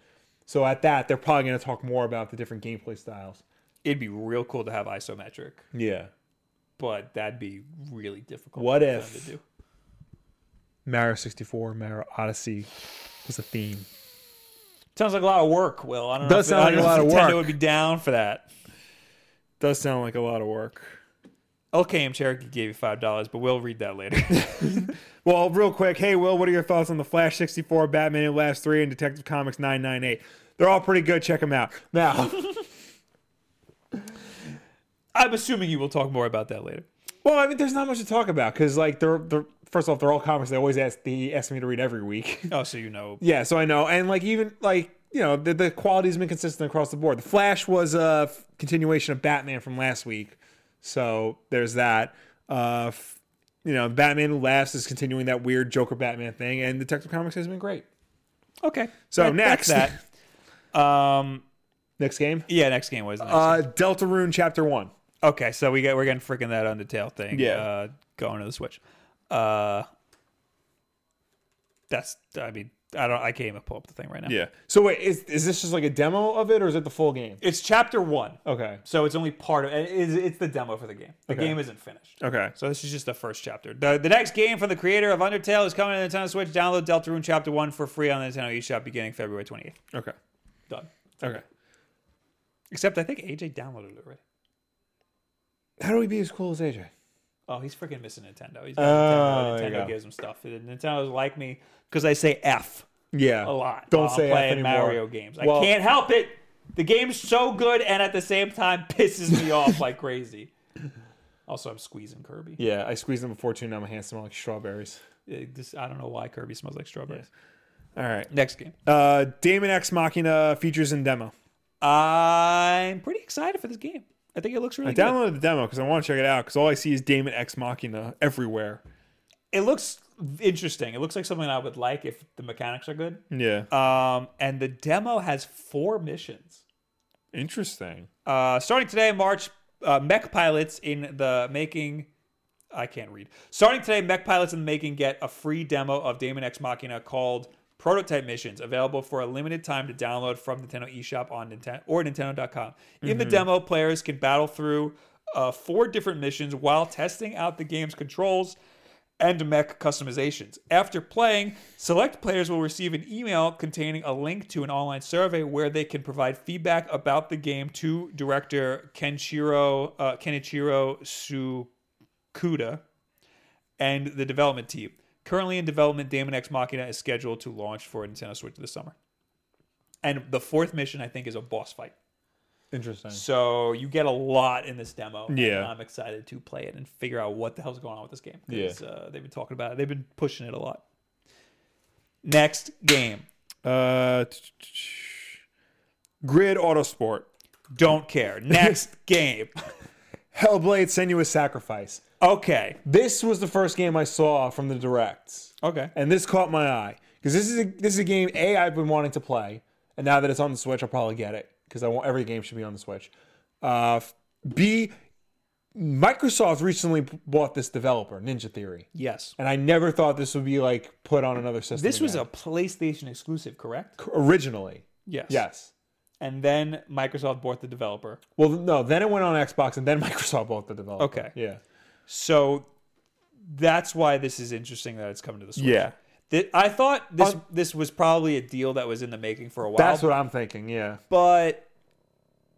A: So at that, they're probably going to talk more about the different gameplay styles.
B: It'd be real cool to have isometric,
A: Yeah.
B: but that'd be really difficult.
A: What
B: for them
A: if-
B: to do.
A: Mario 64, Mario Odyssey was a theme.
B: Sounds like a lot of work, Will. I don't
A: Does
B: know. if- I
A: sound
B: don't
A: like a
B: know if
A: lot of
B: Nintendo
A: work.
B: would be down for that.
A: Does sound like a lot of work.
B: LKM Cherokee gave you five dollars, but we'll read that later.
A: Well, real quick, hey Will, what are your thoughts on the Flash 64, Batman and Last 3, and Detective Comics 998? They're all pretty good. Check them out. Now,
B: I'm assuming you will talk more about that later.
A: well, I mean, there's not much to talk about because, like, they're, they're first off, they're all comics. They always ask they ask me to read every week.
B: Oh, so you know.
A: yeah, so I know, and like even like you know the, the quality's been consistent across the board. The Flash was a f- continuation of Batman from last week, so there's that. Uh, f- you know, Batman Who Laughs is continuing that weird Joker Batman thing, and Detective Comics has been great.
B: Okay.
A: So
B: that's
A: next.
B: that. Um.
A: Next game,
B: Yeah. Next game was. Next
A: uh, Deltarune Chapter One.
B: Okay, so we got we're getting freaking that Undertale thing.
A: Yeah.
B: uh, going to the Switch. Uh, that's. I mean, I don't. I can't even pull up the thing right now.
A: So wait, is is this just like a demo of it, or is it the full game?
B: It's chapter one,
A: Okay.
B: so it's only part of. It is. It's the demo for the game. The
A: Okay.
B: game isn't finished.
A: Okay.
B: So this is just the first chapter. The, the next game from the creator of Undertale is coming to Nintendo Switch. Download Deltarune Chapter 1 for free on the Nintendo eShop beginning February 28th.
A: Okay.
B: Done.
A: Okay.
B: Except I think AJ downloaded it already.
A: How do we be as cool as AJ?
B: Oh, he's freaking missing Nintendo. He's
A: Oh,
B: not
A: there you go.
B: Nintendo. Nintendo gives him stuff. Nintendo's like me because I say F
A: Yeah.
B: a lot.
A: Don't
B: while I'm
A: say F
B: playing
A: anymore.
B: Mario games.
A: Well-
B: I can't help it. The game's so good and at the same time pisses me off like crazy. Also, I'm squeezing Kirby.
A: Yeah, I squeezed them before too. Now my hands smell like strawberries.
B: Uh, This, I don't know why Kirby smells like strawberries.
A: All right.
B: Next game.
A: Uh, Damon X Machina features in demo.
B: I'm pretty excited for this game. I think it looks really
A: I
B: good.
A: downloaded the demo because I want to check it out because all I see is Damon X Machina everywhere.
B: it looks interesting. It looks like something I would like if
A: Hmm. Uh,
B: the mechanics are good.
A: Yeah.
B: Um, and the demo has four missions.
A: Interesting.
B: Uh, starting today, March, uh, mech pilots in the making. I can't read. Starting today, mech pilots in the making get a free demo of Daemon X Machina called Prototype Missions, available for a limited time to download from Nintendo eShop on Nintendo or Nintendo.com. In the demo, players can battle through uh, four different missions while testing out the game's controls and mech customizations. After playing, select players will receive an email containing a link to an online survey where they can provide feedback about the game to director Kenshiro uh, Kenichiro Tsukuda and the development team. Currently in development, Daemon X Machina is scheduled to launch for Nintendo Switch this summer. And the fourth mission, I think, is a boss fight.
A: Interesting.
B: So you get a lot in this demo. and
A: Yeah.
B: I'm excited to play it and figure out what the hell's going on with this game. 'cause,
A: Yeah.
B: uh, they've been talking about it. They've been pushing it a lot. Next game.
A: Uh, t- t- t- Grid Autosport.
B: Don't care. Next game.
A: Hellblade: Senua's Sacrifice.
B: Okay.
A: This was the first game I saw from the direct.
B: Okay.
A: and this caught my eye because this is a, this is a game a I've been wanting to play, and now that it's on the Switch, I'll probably get it because I want every game should be on the Switch. Uh, f- B, Microsoft recently p- bought this developer, Ninja Theory,
B: Yes.
A: and I never thought this would be like put on another system.
B: This was a
A: again.
B: PlayStation exclusive, correct?
A: originally
B: Yes.
A: yes.
B: And then Microsoft bought the developer.
A: Well, no, then it went on Xbox, and then Microsoft bought the developer.
B: Okay.
A: yeah,
B: So that's why this is interesting that it's coming to the Switch.
A: Yeah.
B: Th- I thought this
A: On-
B: this was probably a deal that was in the making for a while.
A: that's what I'm thinking. Yeah,
B: but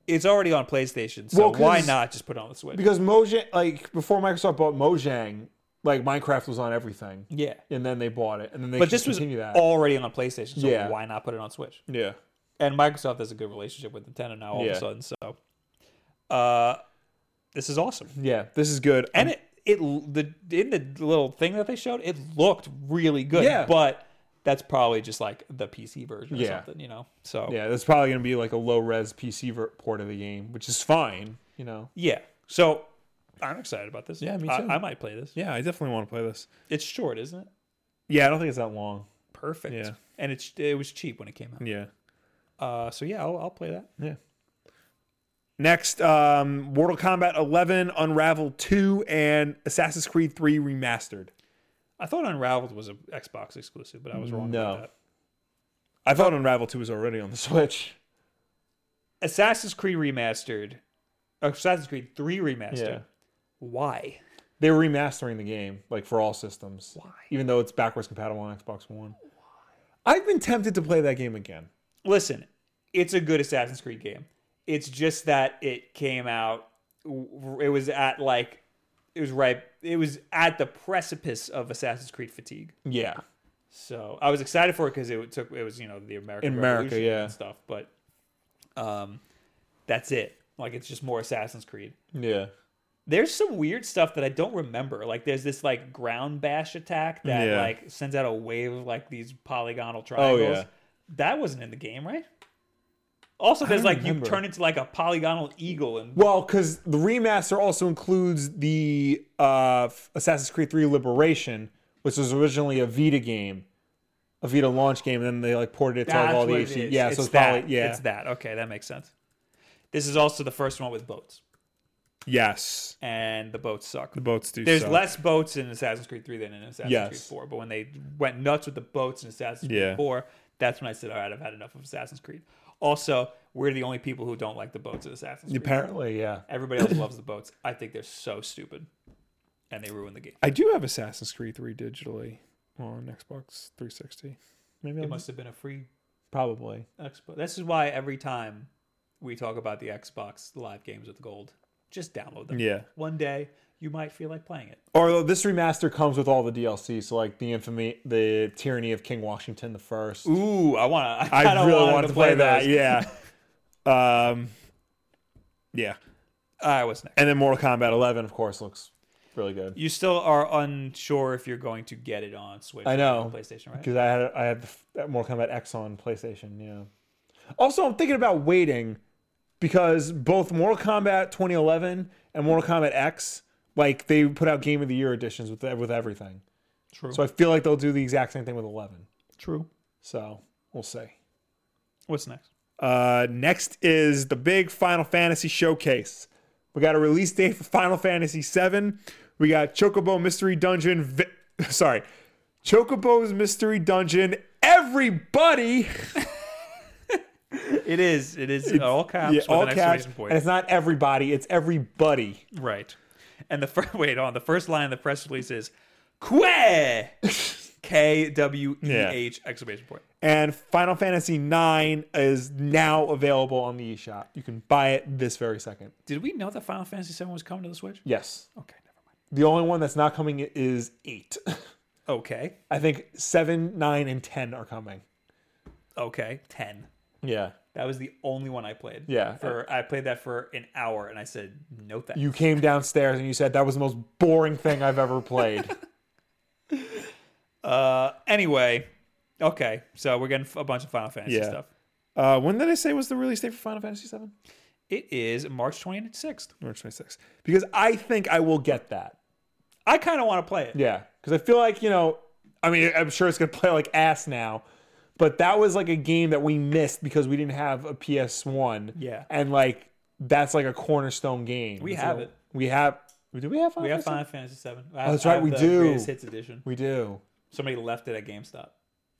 B: it's already on PlayStation, so
A: Well, 'cause-
B: why not just put it on the Switch?
A: because Mojang, like before Microsoft bought Mojang, like Minecraft was on everything.
B: yeah.
A: and then they bought it, and then they
B: But this was
A: continue that.
B: already on PlayStation, so
A: Yeah.
B: why not put it on Switch?
A: yeah,
B: And Microsoft has a good relationship with Nintendo now all of
A: Yeah.
B: a sudden, so uh this is awesome.
A: yeah. This is good.
B: And it it l- the in the little thing that they showed, it looked really good.
A: Yeah.
B: But that's probably just like the PC version or
A: Yeah.
B: something, you know. So
A: yeah, that's probably gonna be like a low res PC ver- port of the game, which is fine. You know.
B: yeah. So I'm excited about this.
A: Yeah, me too.
B: I, I might play this.
A: Yeah, I definitely want to play this.
B: It's short, isn't it?
A: Yeah, I don't think it's that long.
B: Perfect.
A: Yeah.
B: And it's it was cheap when it came out.
A: Yeah,
B: Uh, so yeah, I'll, I'll play that.
A: yeah. Next, um, Mortal Kombat 11, Unravel 2, and Assassin's Creed 3 remastered.
B: I thought Unraveled was an Xbox exclusive, but I was wrong
A: No.
B: about that.
A: I thought Unravel 2 was already on the Switch.
B: Assassin's Creed remastered, Assassin's Creed Three remastered.
A: Yeah.
B: Why?
A: They were remastering the game, like for all systems.
B: Why?
A: Even though it's backwards compatible on Xbox One. I've been tempted to play that game again.
B: Listen, it's a good Assassin's Creed game. It's just that it came out. It was at like, it was right. It was at the precipice of Assassin's Creed fatigue.
A: Yeah.
B: So I was excited for it because it took it was you know the American
A: In America,
B: Revolution
A: yeah.
B: and stuff, but um, that's it. Like it's just more Assassin's Creed.
A: Yeah.
B: There's some weird stuff that I don't remember. Like there's this like ground bash attack that
A: Yeah. Oh,
B: like sends out a wave of like these polygonal triangles.
A: yeah.
B: That wasn't in the game, right? Also, there's
A: don't
B: like
A: remember.
B: you turn into like a polygonal eagle and
A: Well, because the remaster also includes the uh, f- Assassin's Creed 3 Liberation, which was originally a Vita game, a Vita launch game, and then they like ported it to like, all the
B: what it
A: HD.
B: is.
A: Yeah,
B: it's
A: so it's
B: that.
A: probably yeah.
B: it's that. Okay, that makes sense. This is also the first one with boats,
A: Yes,
B: and the boats suck.
A: boats do.
B: There's less boats in Assassin's Creed 3 than in Assassin's
A: Yes.
B: Creed 4. But when they went nuts with the boats in Assassin's
A: Yeah.
B: Creed 4, that's when I said, all right, I've had enough of Assassin's Creed. Also, we're the only people who don't like the boats in Assassin's Creed.
A: Apparently, yeah.
B: Everybody else loves the boats. I think they're so stupid. And they ruin the game.
A: I do have Assassin's Creed 3 digitally on Xbox 360. Maybe
B: It must have been a free
A: probably.
B: Xbox. This is why every time we talk about the Xbox live games with gold, just download them.
A: Yeah.
B: One day, you might feel like playing it.
A: Or this remaster comes with all the DLC, so like the infamy, the tyranny of King Washington the First.
B: Ooh, I want to. I,
A: I
B: kinda
A: really
B: wanted
A: wanted to play, that.
B: those.
A: Yeah. um, yeah.
B: All right, what's next?
A: And then Mortal Kombat 11, of course, looks really good
B: You still are unsure if you're going to get it on Switch.
A: I know.
B: or PlayStation, right?
A: because I had I had the f- Mortal Kombat X on PlayStation. Yeah. Also, I'm thinking about waiting because both Mortal Kombat 2011 and Mortal Kombat X, like they put out Game of the Year editions with with everything.
B: True.
A: So I feel like they'll do the exact same thing with 11.
B: True.
A: So we'll see.
B: What's next?
A: Uh, next is the big Final Fantasy showcase. We got a release date for Final Fantasy VII. We got Chocobo Mystery Dungeon. Vi- Sorry, Chocobo's Mystery Dungeon. Everybody,
B: It is. It is all caps.
A: yeah,
B: with
A: all
B: an
A: caps,
B: exclamation point.
A: and it's not everybody. It's everybody.
B: Right. And the first wait on the first line of the press release is "Que," K W E H exclamation point.
A: And Final Fantasy IX is now available on the eShop. You can buy it this very second.
B: Did we know that Final Fantasy VII was coming to the Switch?
A: Yes.
B: Okay, never
A: The only one that's not coming is eight.
B: mind. Okay,
A: I think seven, nine, and ten are coming.
B: okay, ten.
A: Yeah.
B: That was the only one I played.
A: Yeah.
B: For I played that for an hour and I said no thanks.
A: You came downstairs and you said that was the most boring thing I've ever played.
B: uh, anyway, okay. So we're getting a bunch of Final Fantasy
A: Yeah.
B: stuff.
A: uh, when did I say was the release date for Final Fantasy VII?
B: It is March twenty sixth.
A: March 26th. Because I think I will get that.
B: I kind of want to play it.
A: Yeah, because I feel like you know, I mean, I'm sure it's gonna play like ass now, but that was like a game that we missed because we didn't have a PS One.
B: Yeah.
A: and like that's like a cornerstone game.
B: We
A: It's
B: have
A: like-
B: it.
A: We have. Do we have? Final
B: We have
A: Fantasy?
B: Final Fantasy VII.
A: that's right, we do.
B: Greatest Hits edition.
A: We do.
B: Somebody left it at GameStop.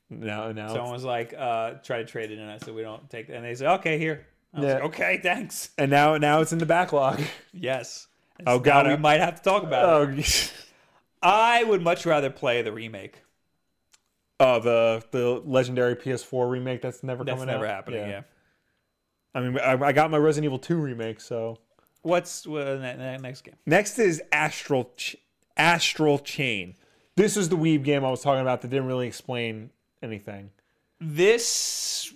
A: No, no.
B: Someone was like, uh, try to trade it, and I said, we don't take that. And they said, okay, here. I was
A: Yeah.
B: like, okay, thanks.
A: and now, now it's in the backlog.
B: Yes. And
A: Oh,
B: so
A: God,
B: now
A: I-
B: We might have to talk about it.
A: Oh,
B: I would much rather play the remake.
A: oh, the the legendary PS4 remake that's never
B: That's
A: coming out.
B: never happening, yeah.
A: I mean, I, I got my Resident Evil 2 remake, so
B: What's uh, ne- ne- next game?
A: Next is Astral Ch- Astral Chain. This is the weeb game I was talking about that didn't really explain anything.
B: This.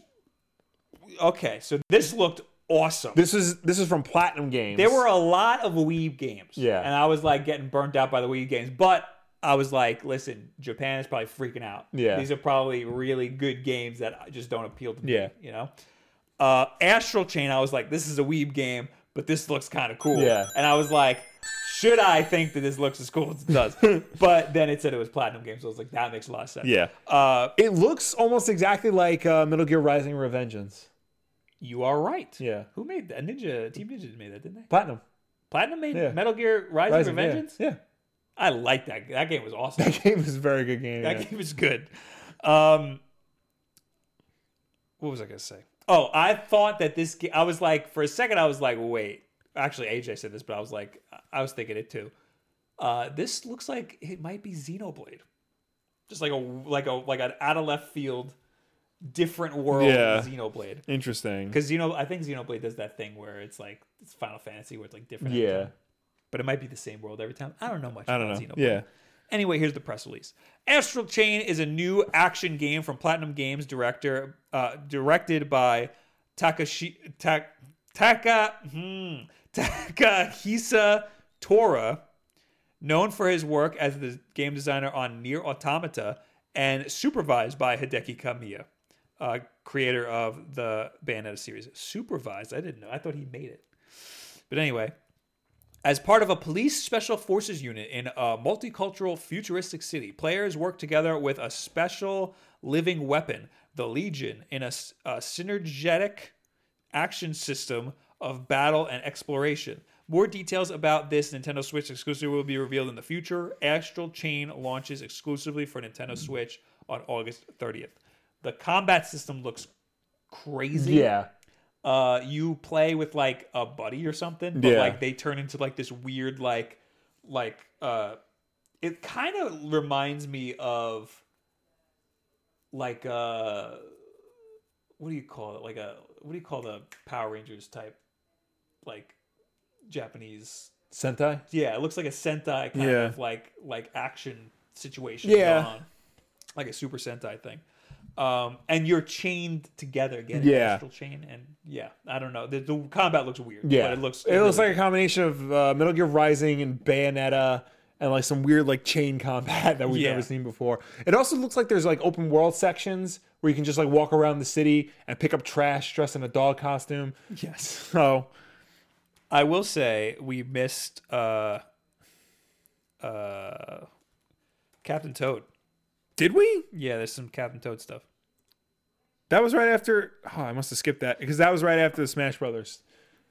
B: Okay, so this looked awesome.
A: This is this is from Platinum Games.
B: there were a lot of Weeb games.
A: Yeah.
B: And I was like getting burnt out by the Weeb games. But I was like, listen, Japan is probably freaking out.
A: Yeah.
B: These are probably really good games that just don't appeal to me.
A: Yeah.
B: You know? Uh, Astral Chain, I was like, this is a Weeb game, but this looks kind of cool.
A: Yeah.
B: And I was like, should I think that this looks as cool as it does? but then it said it was Platinum Games, so I was like, that makes a lot of sense.
A: yeah.
B: Uh,
A: It looks almost exactly like uh, Metal Gear Rising: Revengeance.
B: you are right.
A: Yeah.
B: Who made that? Ninja Team Ninja made that, didn't they?
A: Platinum
B: Platinum made
A: Yeah.
B: Metal Gear Rising,
A: Rising yeah.
B: Revengeance.
A: Yeah.
B: I like that. That game was awesome.
A: That game is a very good game.
B: That
A: yeah.
B: game was good. Um, what was I gonna say? Oh, I thought that this. Ga- I was like, for a second, I was like, wait. Actually, AJ said this, but I was like, I was thinking it too. Uh, this looks like it might be Xenoblade, just like a like a like an out of left field, different world
A: Yeah.
B: Xenoblade.
A: Interesting.
B: Because you know, I think Xenoblade does that thing where it's like it's Final Fantasy, where it's like different. every
A: Yeah.
B: time. but it might be the same world every time. I don't know much.
A: I don't
B: about
A: know.
B: Xenoblade.
A: Yeah.
B: Anyway, here's the press release. Astral Chain is a new action game from Platinum Games director, uh, directed by Takashi Ta- Taka hmm, Takahisa Tora, known for his work as the game designer on Near Automata, and supervised by Hideki Kamiya, uh, creator of the Bayonetta series. Supervised? I didn't know. I thought he made it. But anyway, as part of a police special forces unit in a multicultural futuristic city, players work together with a special living weapon, the Legion, in a, s- a synergetic action system of battle and exploration. More details about this Nintendo Switch exclusive will be revealed in the future. Astral Chain launches exclusively for Nintendo Switch on August 30th. The combat system looks crazy
A: Yeah.
B: uh you play with like a buddy or something but
A: Yeah.
B: like they turn into like this weird like like uh it kind of reminds me of like uh what do you call it like a what do you call the power rangers type like japanese
A: Sentai.
B: yeah it looks like a sentai kind
A: Yeah.
B: of like like action situation
A: Yeah.
B: going on. like a super sentai thing um and you're chained together getting
A: Yeah.
B: astral chain and yeah i don't know the, the combat looks weird
A: Yeah.
B: but it looks
A: It looks like a combination of uh, Metal Gear Rising and Bayonetta. And like some weird like chain combat that we've
B: Yeah.
A: never seen before. It also looks like there's like open world sections where you can just like walk around the city and pick up trash dressed in a dog costume.
B: yes
A: So
B: i will say we missed uh uh captain toad
A: did we?
B: yeah there's some captain toad stuff
A: That was right after. Oh, I must have skipped that because that was right after the Smash Brothers.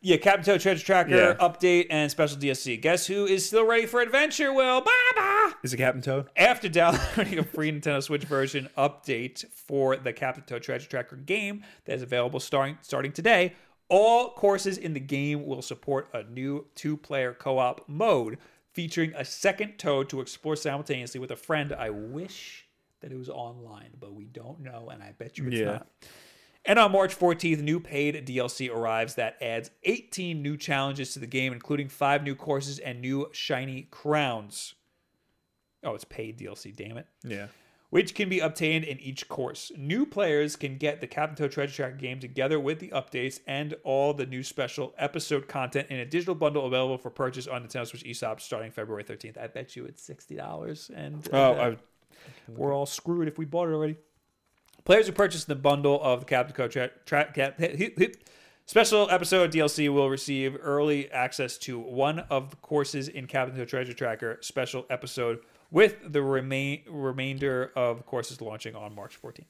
B: Yeah, Captain Toad Treasure Tracker
A: Yeah.
B: update and special DLC. Guess who is still ready for adventure? Will Baba.
A: Is it Captain Toad?
B: After downloading a free Nintendo Switch version update for the Captain Toad Treasure Tracker game that is available starting starting today, all courses in the game will support a new two-player co-op mode featuring a second toad to explore simultaneously with a friend. I wish that it was online, but we don't know, and I bet you it's
A: Yeah.
B: not. And on March 14th, new paid DLC arrives that adds 18 new challenges to the game, including five new courses and new shiny crowns. Oh, it's paid DLC, damn it.
A: Yeah.
B: Which can be obtained in each course. New players can get the Captain Toad Treasure Tracker game together with the updates and all the new special episode content in a digital bundle available for purchase on Nintendo Switch E eShop starting February 13th. I bet you it's $60. And uh,
A: Oh, I,
B: we're all screwed if we bought it already. Players who purchase the bundle of the Captain Code tra- tra- cap- hip- hip- hip- special episode DLC will receive early access to one of the courses in Captain Code Treasure Tracker special episode, with the remain remainder of courses launching on March 14th.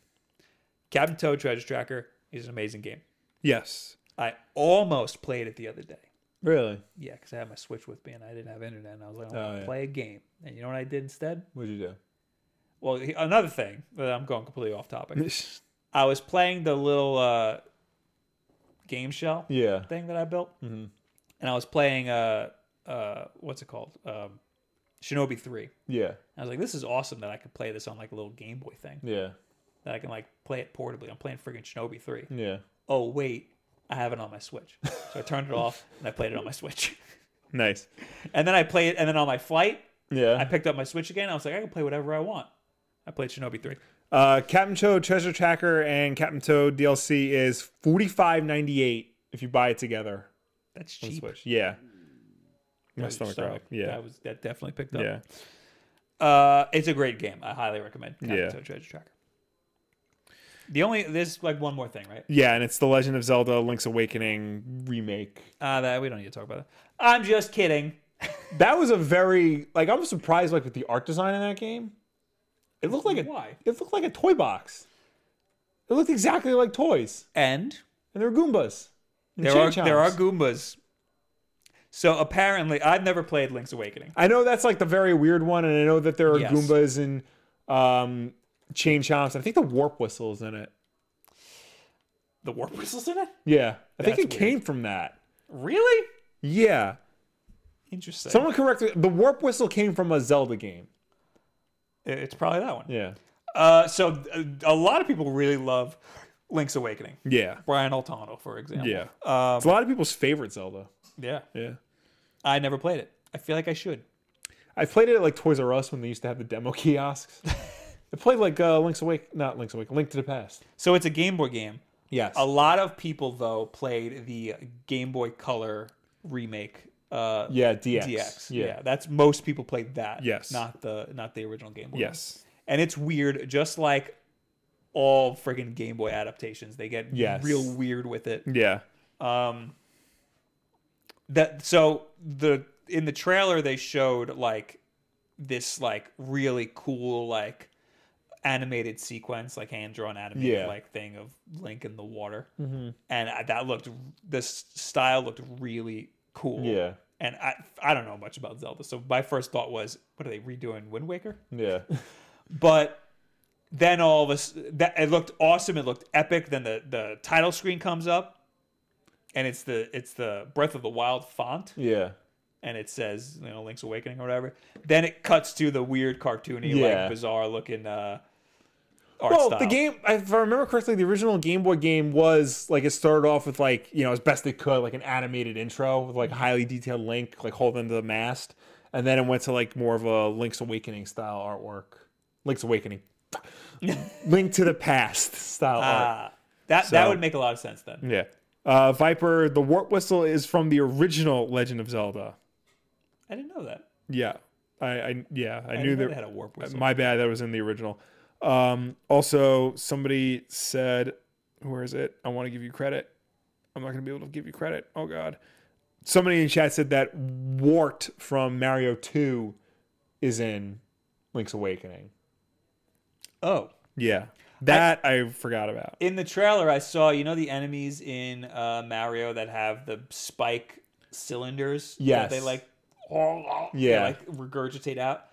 B: Captain Toad Treasure Tracker is an amazing game.
A: yes.
B: I almost played it the other day.
A: Really?
B: Yeah, because I had my Switch with me and I didn't have internet, and I was like, I
A: Oh,
B: want to
A: yeah.
B: play a game. And you know what I did instead?
A: What'd you
B: Well, he- another thing that I'm going completely off topic.
A: do?
B: I was playing the little uh, game shell
A: yeah. Mm-hmm.
B: thing that I built, and I was playing uh, uh, what's it called? Um, Shinobi Three.
A: Yeah.
B: I was like, this is awesome that I could play this on like a little Game Boy thing
A: Yeah.
B: that I can like play it portably. I'm playing friggin' Shinobi Three.
A: Yeah.
B: Oh wait, I have it on my Switch, so I turned it off and I played it on my Switch.
A: Nice.
B: and then I played, and then on my flight, I
A: Yeah.
B: picked up my Switch again. I was like, I can play whatever I want. I played Shinobi Three.
A: Uh, Captain Toad Treasure Tracker and Captain Toad DLC is forty five ninety eight if you buy it together.
B: That's
A: on
B: cheap.
A: Switch. Yeah. My
B: That was
A: stomach growled.
B: stomach-
A: Yeah.
B: that was that definitely picked up.
A: Yeah.
B: Uh, it's a great game. I highly recommend. Captain
A: Yeah.
B: Toad Treasure Tracker. The only there's like one more thing, right?
A: Yeah, and it's the Legend of Zelda: Link's Awakening remake.
B: Uh, that we don't need to talk about that. I'm just kidding.
A: That was a very like I'm surprised like with the art design in that game. It looked like a
B: Why?
A: it looked like a toy box. It looked exactly like toys,
B: And
A: and they were Goombas. and
B: there are
A: Chin-Chows.
B: there are Goombas. So apparently, I've never played Link's Awakening.
A: I know that's like the very weird one, and I know that there are
B: Yes.
A: Goombas and um, chain chomps. I think the warp whistle is in it.
B: The warp whistles in it?
A: Yeah, I think it
B: That's weird.
A: came from that.
B: Really?
A: Yeah,
B: Interesting.
A: someone correct The warp whistle came from a Zelda game.
B: It- it's probably that one.
A: Yeah,
B: Uh, so uh, a lot of people really love Link's Awakening.
A: yeah,
B: Brian Altano, for example.
A: yeah.
B: Um,
A: it's a lot of people's favorite Zelda.
B: yeah.
A: Yeah.
B: I never played it. I feel like I should.
A: I played it at like Toys R Us when they used to have the demo kiosks. I played like uh, Link's Awake, not Link's Awake, Link to the Past.
B: So it's a Game Boy game.
A: Yes.
B: A lot of people though played the Game Boy Color remake. Uh,
A: yeah, DX.
B: DX.
A: Yeah.
B: Yeah. that's most people played that.
A: Yes.
B: not the not the original Game Boy.
A: Yes.
B: and it's weird. Just like all friggin' Game Boy adaptations, they get
A: Yes.
B: real weird with it.
A: Yeah.
B: Um, that so the in the trailer they showed like this like really cool like animated sequence like hand drawn animated
A: Yeah. Mm-hmm.
B: like thing of Link in the water, and I, that looked this style looked really cool.
A: Yeah.
B: and I I don't know much about Zelda, so my first thought was, what are they redoing Wind Waker?
A: Yeah.
B: but then all of us that it looked awesome it looked epic then the the title screen comes up and it's the it's the breath of the wild font
A: Yeah.
B: and it says you know link's awakening or whatever then it cuts to the weird cartoony
A: Yeah.
B: like bizarre looking uh art
A: Well,
B: style.
A: the game, if I remember correctly, the original Game Boy game was like it started off with like you know as best they could, like an animated intro with
B: Mm-hmm.
A: like highly detailed Link like holding the mast, and then it went to like more of a Link's Awakening style artwork. Link's Awakening, Link to the Past style art.
B: Ah, that that
A: So-
B: would make a lot of sense then
A: Yeah. Uh, Viper, the warp whistle is from the original Legend of Zelda.
B: i didn't know that
A: Yeah. I, I yeah, I,
B: i
A: knew
B: knew they had
A: that.
B: a warp whistle
A: My bad, that was in the original. Um, also, somebody said, where is it? I want to give you credit. I'm not going to be able to give you credit. Oh, God. Somebody in chat said that Wart from Mario 2 is in Link's Awakening.
B: oh
A: Yeah. That I, forgot about.
B: in the trailer i saw you know the enemies in uh mario that have the spike cylinders
A: Yes.
B: that they like they,
A: Yeah.
B: like regurgitate out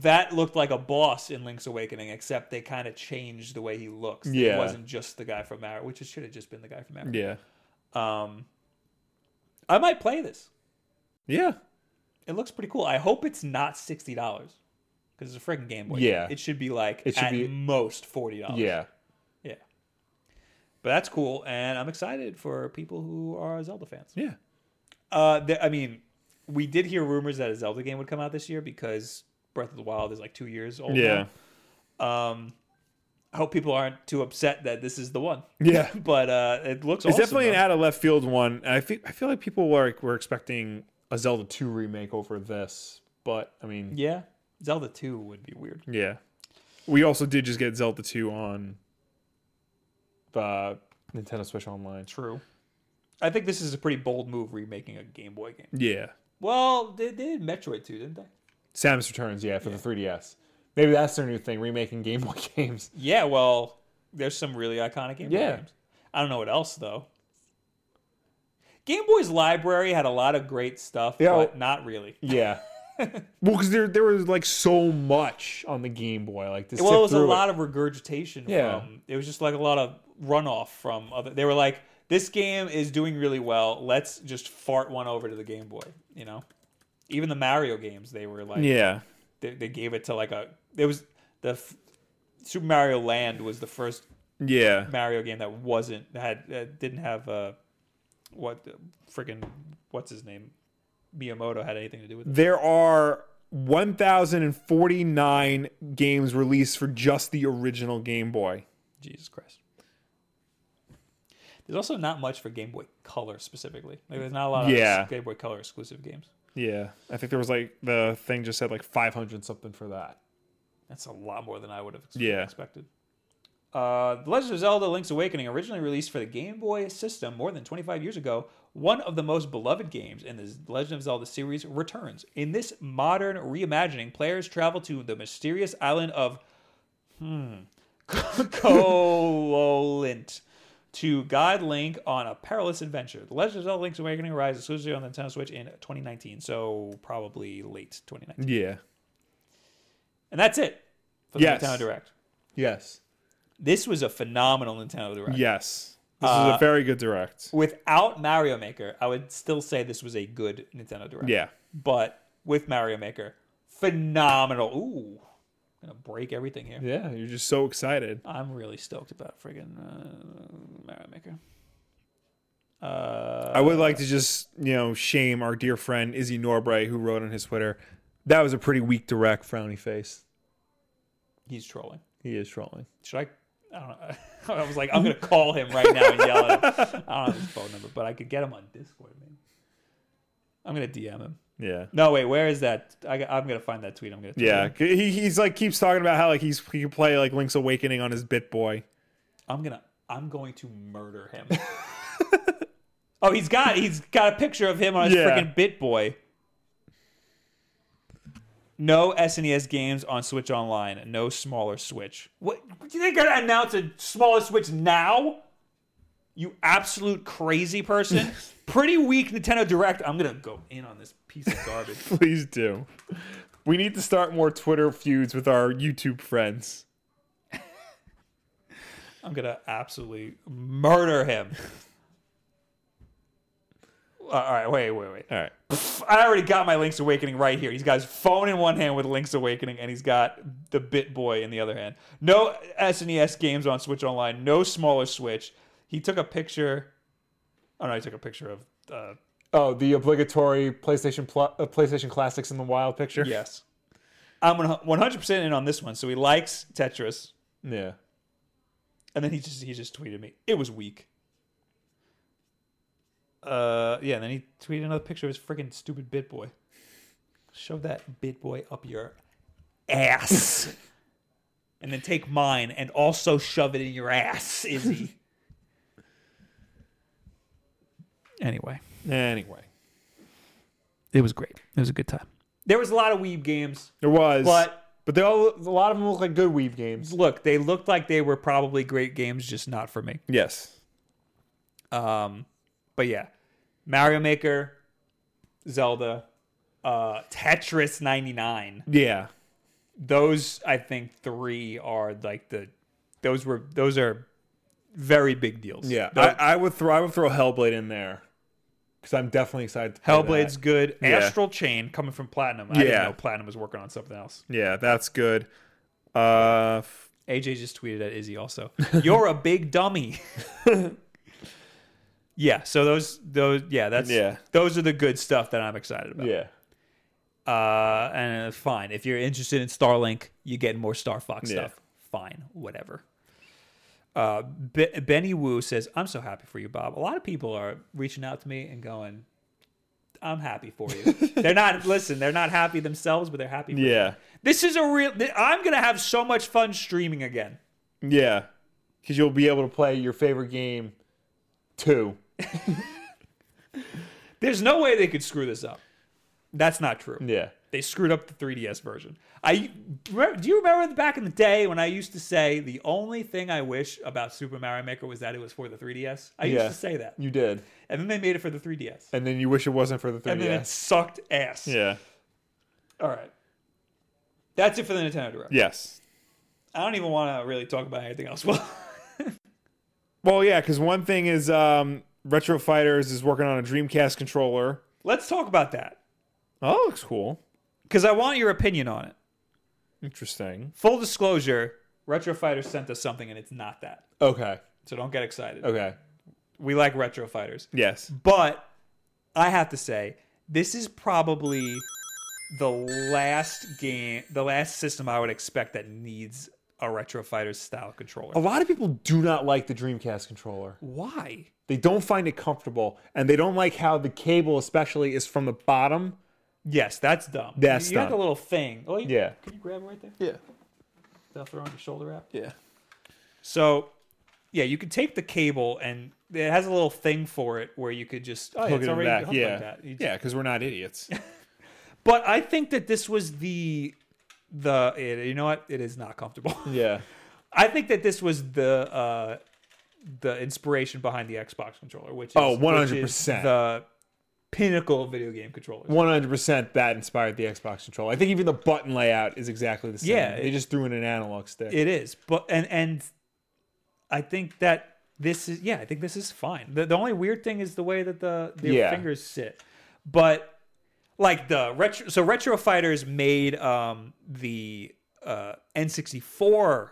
B: that looked like a boss in link's awakening except they kind of changed the way he looks
A: Yeah.
B: it wasn't just the guy from mario which it should have just been the guy from mario
A: Yeah.
B: um i might play this
A: Yeah.
B: it looks pretty cool i hope it's not $60 because it's a freaking game boy
A: Yeah.
B: it should be like
A: It should
B: at
A: be-
B: most $40
A: Yeah.
B: yeah. But that's cool, and I'm excited for people who are Zelda fans.
A: Yeah.
B: Uh, th- I mean, we did hear rumors that a Zelda game would come out this year because Breath of the Wild is like two years old.
A: Yeah.
B: Now. Um, I hope people aren't too upset that this is the one.
A: Yeah.
B: but uh, it looks
A: It's
B: awesome,
A: definitely an
B: though.
A: out of left field one. I feel I feel like people were like, were expecting a Zelda 2 remake over this, but I mean,
B: yeah. Zelda two would be weird.
A: yeah. We also did just get Zelda 2 on uh, Nintendo Switch Online.
B: True. I think this is a pretty bold move remaking a Game Boy game.
A: Yeah.
B: Well, they, they did Metroid two, didn't they?
A: Samus Returns, yeah, for the 3DS. Maybe that's their new thing, remaking Game Boy games.
B: Yeah, well, there's some really iconic Game Boy
A: Yeah.
B: games. I don't know what else though. Game Boy's library had a lot of great stuff,
A: Yeah.
B: but not really.
A: Yeah. well, because there there was like so much on the Game Boy, like to
B: Well, it
A: sift
B: was a
A: through
B: lot of regurgitation.
A: Yeah.
B: From, it was just like a lot of runoff from other. They were like, "This game is doing really well. Let's just fart one over to the Game Boy." You know, even the Mario games, they were like,
A: Yeah.
B: they, they gave it to like a. There was the f- Super Mario Land was the first
A: Yeah.
B: Mario game that wasn't had uh, didn't have uh, what uh, freaking what's his name Miyamoto had anything to do with it.
A: There are 1,049 games released for just the original Game Boy.
B: Jesus Christ. There's also not much for Game Boy Color specifically. Like, there's not a lot of
A: Yeah.
B: Game Boy Color exclusive games.
A: Yeah. I think there was like the thing just said like 500 something for that.
B: That's a lot more than I would have ex-
A: Yeah.
B: expected. Uh, the Legend of Zelda: Link's Awakening, originally released for the Game Boy system more than 25 years ago, one of the most beloved games in the Legend of Zelda series returns. In this modern reimagining, players travel to the mysterious island of hmm, Kololint to guide Link on a perilous adventure. The Legend of Zelda: Link's Awakening arrives exclusively on the Nintendo Switch in 2019, so probably late 2019.
A: Yeah.
B: And that's it for the
A: Yes.
B: Nintendo Direct.
A: Yes.
B: This was a phenomenal Nintendo Direct.
A: Yes. This is a
B: Uh,
A: very good direct.
B: Without Mario Maker, I would still say this was a good Nintendo Direct.
A: Yeah.
B: But with Mario Maker, phenomenal. Ooh. Gonna break everything here.
A: Yeah. You're just so excited.
B: I'm really stoked about friggin' uh, Mario Maker. Uh,
A: I would like to just, you know, shame our dear friend Izzy Norbre, who wrote on his Twitter, that was a pretty weak direct frowny face.
B: he's trolling.
A: He is trolling.
B: Should I? I don't know. I was like, I'm gonna call him right now and yell at him. I don't have his phone number, but I could get him on Discord. Maybe I'm gonna DM him.
A: Yeah.
B: No, wait, where is that? I, am gonna find that tweet. I'm gonna. tweet
A: Yeah.
B: it.
A: He, he's like keeps talking about how like he's he can play like Link's Awakening on his Bit Boy.
B: I'm gonna. I'm going to murder him. oh, he's got. He's got a picture of him on his
A: Yeah.
B: freaking Bit Boy. No SNES games on Switch Online. No smaller Switch. What? They're gonna announce a smaller Switch now? You absolute crazy person. Pretty weak Nintendo Direct. I'm gonna go in on this piece of garbage.
A: Please do. We need to start more Twitter feuds with our YouTube friends.
B: I'm gonna absolutely murder him. Uh, All right, wait, wait, wait.
A: All right.
B: I already got my Link's Awakening right here. He's got his phone in one hand with Link's Awakening, and he's got the Bit Boy in the other hand. No SNES games on Switch Online. No smaller Switch. He took a picture. Oh no, he took a picture of. Uh,
A: Oh, the obligatory PlayStation pl- uh, PlayStation classics in the wild picture.
B: yes, I'm 100 percent in on this one. So he likes Tetris,
A: Yeah.
B: and then he just he just tweeted me. It was weak. Uh, yeah, and then he tweeted another picture of his freaking stupid Bit Boy. Shove that Bit Boy up your ass. and then take mine and also shove it in your ass, Izzy. anyway,
A: Anyway,
B: it was great. It was a good time. There was a lot of weeb games,
A: there was
B: but
A: But they all a lot of them look like good Weave games.
B: Look, they looked like they were probably great games, just not for me.
A: Yes.
B: Um, but yeah, Mario Maker, Zelda, uh, Tetris 99.
A: Yeah.
B: Those I think three are like the those were those are very big deals.
A: Yeah.
B: Tho-
A: I, I would throw I would throw Hellblade in there because I'm definitely excited. To play
B: Hellblade's
A: that.
B: good.
A: Yeah.
B: Astral Chain coming from Platinum. I didn't
A: Yeah.
B: know Platinum was working on something else.
A: Yeah, that's good. Uh, f-
B: AJ just tweeted at Izzy also. You're a big dummy. yeah, so those those yeah, that's
A: Yeah.
B: those are the good stuff that I'm excited about.
A: yeah.
B: Uh, and it's fine. If you're interested in Starlink, you get more Star Fox
A: Yeah.
B: stuff. Fine, whatever. Uh, Be- Benny Wu says, "I'm so happy for you, Bob. A lot of people are reaching out to me and going." I'm happy for you. they're not listen. They're not happy themselves, but they're happy. For you.
A: Yeah.
B: This is a real. th- I'm gonna have so much fun streaming again.
A: Yeah. Because you'll be able to play your favorite game too.
B: There's no way they could screw this up. That's not true.
A: Yeah.
B: They screwed up the 3DS version. I remember, do you remember the- back in the day when I used to say the only thing I wish about Super Mario Maker was that it was for the 3DS? I
A: Yeah.
B: used to say that.
A: You did.
B: And then they made it for the 3DS.
A: And then you wish it wasn't for the 3DS.
B: And then it sucked ass.
A: yeah.
B: All right. That's it for the Nintendo Direct.
A: Yes.
B: I don't even want to really talk about anything else. Well,
A: Well, yeah, because one thing is um, Retro Fighters is working on a Dreamcast controller.
B: let's talk about that
A: Oh, looks cool.
B: because I want your opinion on it.
A: Interesting.
B: Full disclosure Retro Fighters sent us something and it's not that.
A: Okay.
B: So don't get excited.
A: Okay.
B: We like Retro Fighters.
A: Yes.
B: But I have to say, this is probably the last game, the last system I would expect that needs a Retro Fighters style controller.
A: A lot of people do not like the Dreamcast controller.
B: Why?
A: They don't find it comfortable, and they don't like how the cable, especially, is from the bottom.
B: Yes, that's dumb.
A: That's
B: you, you got the
A: dumb.
B: little thing. Oh, you-
A: Yeah.
B: Can you grab it right there?
A: Yeah.
B: They'll throw on your shoulder wrap.
A: Yeah.
B: So, yeah, you could take the cable and it has a little thing for it where you could just oh, yeah,
A: Hook it
B: it's
A: in the
B: already
A: back.
B: hooked
A: Yeah.
B: like that. You just-
A: yeah, because we're not idiots.
B: But I think that this was the the it, you know what? It is not comfortable.
A: yeah.
B: I think that this was the uh, the inspiration behind the Xbox controller, which is,
A: Oh,
B: which is
A: 100%.
B: the pinnacle of video game controllers.
A: 100% that inspired the Xbox controller. I think even the button layout is exactly the same.
B: Yeah,
A: They
B: it-
A: just threw in an analog stick.
B: It is, but and and I think that this is yeah, I think this is fine. The the only weird thing is the way that the the
A: Yeah.
B: fingers sit, but like the retro so retro fighters made um the uh n64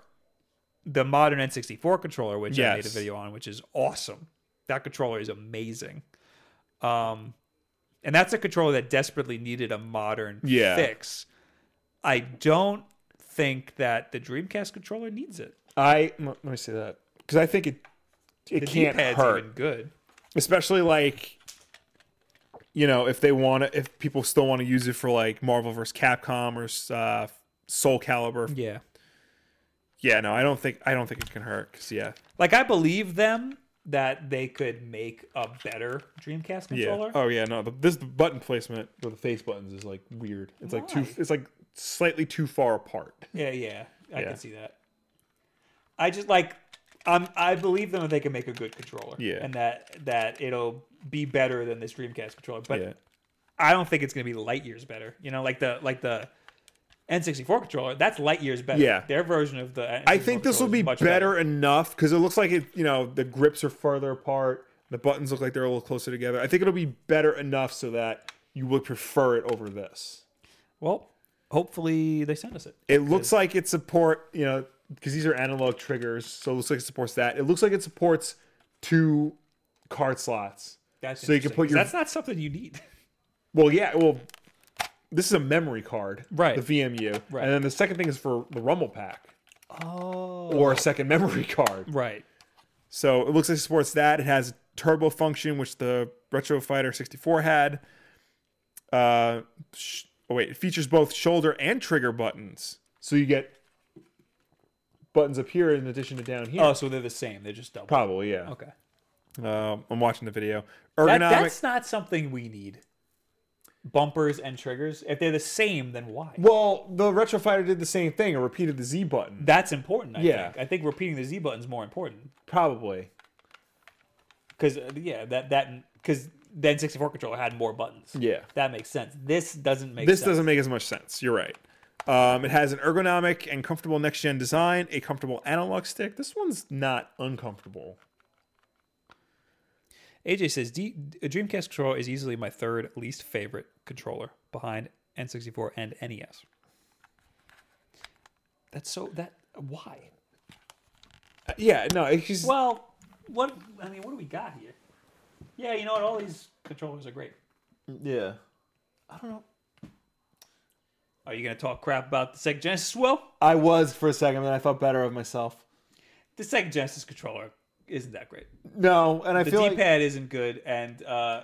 B: the modern n64 controller which i made a
A: Yes.
B: video on which is awesome that controller is amazing um and that's a controller that desperately needed a modern
A: Yeah.
B: fix i don't think that the dreamcast controller needs it
A: I m- let me see that because I think it it
B: the
A: can't
B: d-pad's
A: hurt,
B: even good
A: especially like you know if they want to, if people still want to use it for like Marvel vs. Capcom or uh, Soul Calibur.
B: yeah
A: Yeah, no, I don't think I don't think it can hurt because yeah,
B: like i believe them that they could make a better dreamcast controller
A: yeah. Oh yeah, no, the, this button placement for the face buttons is like weird. It's like too
B: Why?
A: it's like slightly too far apart.
B: Yeah, yeah, I
A: Yeah.
B: can see that. I just like I'm I believe them that they can make a good controller.
A: Yeah.
B: and that that it'll be better than this Dreamcast controller. But
A: yeah,
B: I don't think it's gonna be light years better. You know, like the like the N64 controller. That's light years better.
A: Yeah.
B: their version of the.
A: I
B: N64
A: think this will
B: controller is
A: be
B: much
A: better, enough because it looks like it. You know, the grips are farther apart. The buttons look like they're a little closer together. I think it'll be better enough so that you would prefer it over this.
B: Well, hopefully they send us it.
A: It looks like it support. You know, because these are analog triggers, so it looks like it supports that. It looks like it supports two card slots.
B: That's
A: so you can
B: interesting,
A: put
B: 'cause
A: your-
B: That's not something you need.
A: Well, yeah. Well, this is a memory card,
B: Right.
A: The VMU,
B: Right.
A: And then the second thing is for the Rumble Pack
B: Oh,
A: or a second memory card.
B: right.
A: So it looks like it supports that. It has turbo function, which the Retro Fighter 64 had. Uh, sh- oh wait, it features both shoulder and trigger buttons. So you get buttons up here in addition to down here.
B: Oh, so they're the same. They're just double.
A: Probably, yeah.
B: Okay.
A: Um, I'm watching the video.
B: That,
A: Ergonomic.
B: that's not something we need. bumpers and triggers? If they're the same, then why?
A: Well, the Retro Fighter did the same thing. It repeated the Z button.
B: That's important. I
A: Yeah.
B: think. I think repeating the Z button is more important
A: Probably.
B: because yeah, that that because the N64 controller had more buttons.
A: Yeah.
B: that makes sense. This doesn't make
A: This
B: sense.
A: doesn't make as much sense. You're right. Um, it has an ergonomic and comfortable next gen design, a comfortable analog stick. This one's not uncomfortable.
B: AJ says D- a Dreamcast controller is easily my third least favorite controller behind N64 and NES. That's so that why?
A: Uh, yeah, no, it's just,
B: Well, what I mean, what do we got here? Yeah, you know what? All these controllers are great.
A: yeah.
B: I don't know. Are you gonna talk crap about the Sega Genesis? Well,
A: I was for a second, then I felt better of myself.
B: the Sega Genesis controller isn't that great.
A: No, and I
B: The
A: feel
B: D-pad isn't good, and uh,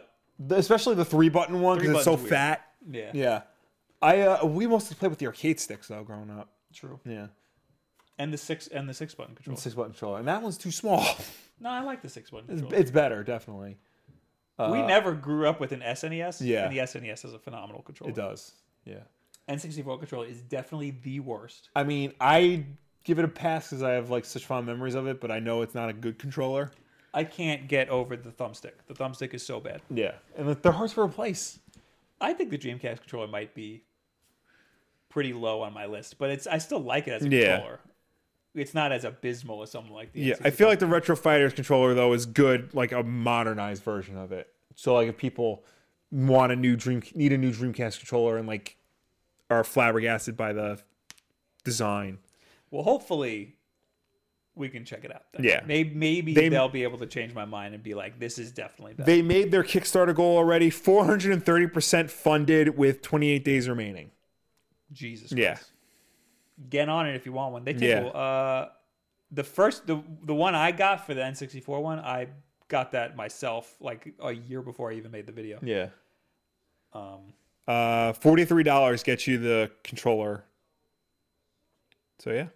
A: like especially the three button one because
B: Three
A: it's so
B: button's weird.
A: fat.
B: yeah,
A: Yeah, I uh, we mostly played with the arcade sticks though growing up.
B: true.
A: Yeah,
B: And the six and the six button controller.
A: six button controller, and that one's too small.
B: No, I like the six button
A: It's,
B: controller.
A: it's better, definitely.
B: we never grew up with an SNES.
A: Uh, Yeah.
B: And the SNES is a phenomenal controller.
A: It does. Yeah,
B: N64 controller is definitely the worst.
A: I mean, I give it a pass because I have like such fond memories of it, but I know it's not a good controller.
B: I can't get over the thumbstick. The thumbstick is so bad.
A: Yeah, and they're hard to replace.
B: I think the Dreamcast controller might be pretty low on my list, but it's I still like it as a
A: Yeah.
B: controller. It's not as abysmal as something like the
A: Yeah,
B: N64.
A: I feel like the Retro Fighters controller though is good, like a modernized version of it. So like if people want a new Dream, need a new Dreamcast controller, and like are flabbergasted by the design.
B: Well, hopefully we can check it out. Then.
A: Yeah.
B: Maybe, maybe
A: They-
B: they, will be able to change my mind and be like, this is definitely better.
A: They made their Kickstarter goal already, four hundred and thirty percent funded with twenty eight days remaining.
B: Jesus Christ.
A: Yeah.
B: Get on it if you want one. They take
A: Yeah.
B: uh the first the the one I got for the N64 one, I got that myself like a year before I even made the video.
A: Yeah,
B: Um
A: uh, forty three dollars gets you the controller. So yeah,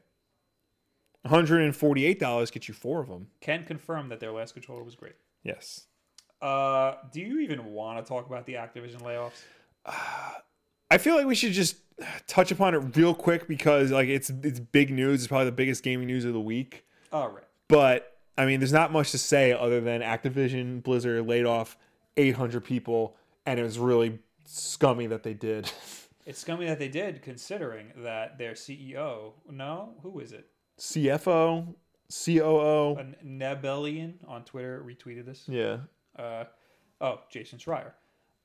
A: one hundred and forty eight dollars gets you four of them.
B: can confirm that their last controller was great.
A: Yes.
B: Uh do you even want to talk about the Activision layoffs?
A: I feel like we should just touch upon it real quick because like it's it's big news. It's probably the biggest gaming news of the week.
B: All right.
A: But I mean, there's not much to say other than Activision Blizzard laid off 800 people, and it was really scummy that they did.
B: It's scummy that they did considering that their CEO, no, who is it?
A: CFO, COO,
B: A Nebelian on Twitter retweeted this.
A: yeah,
B: uh, oh, Jason Schreier,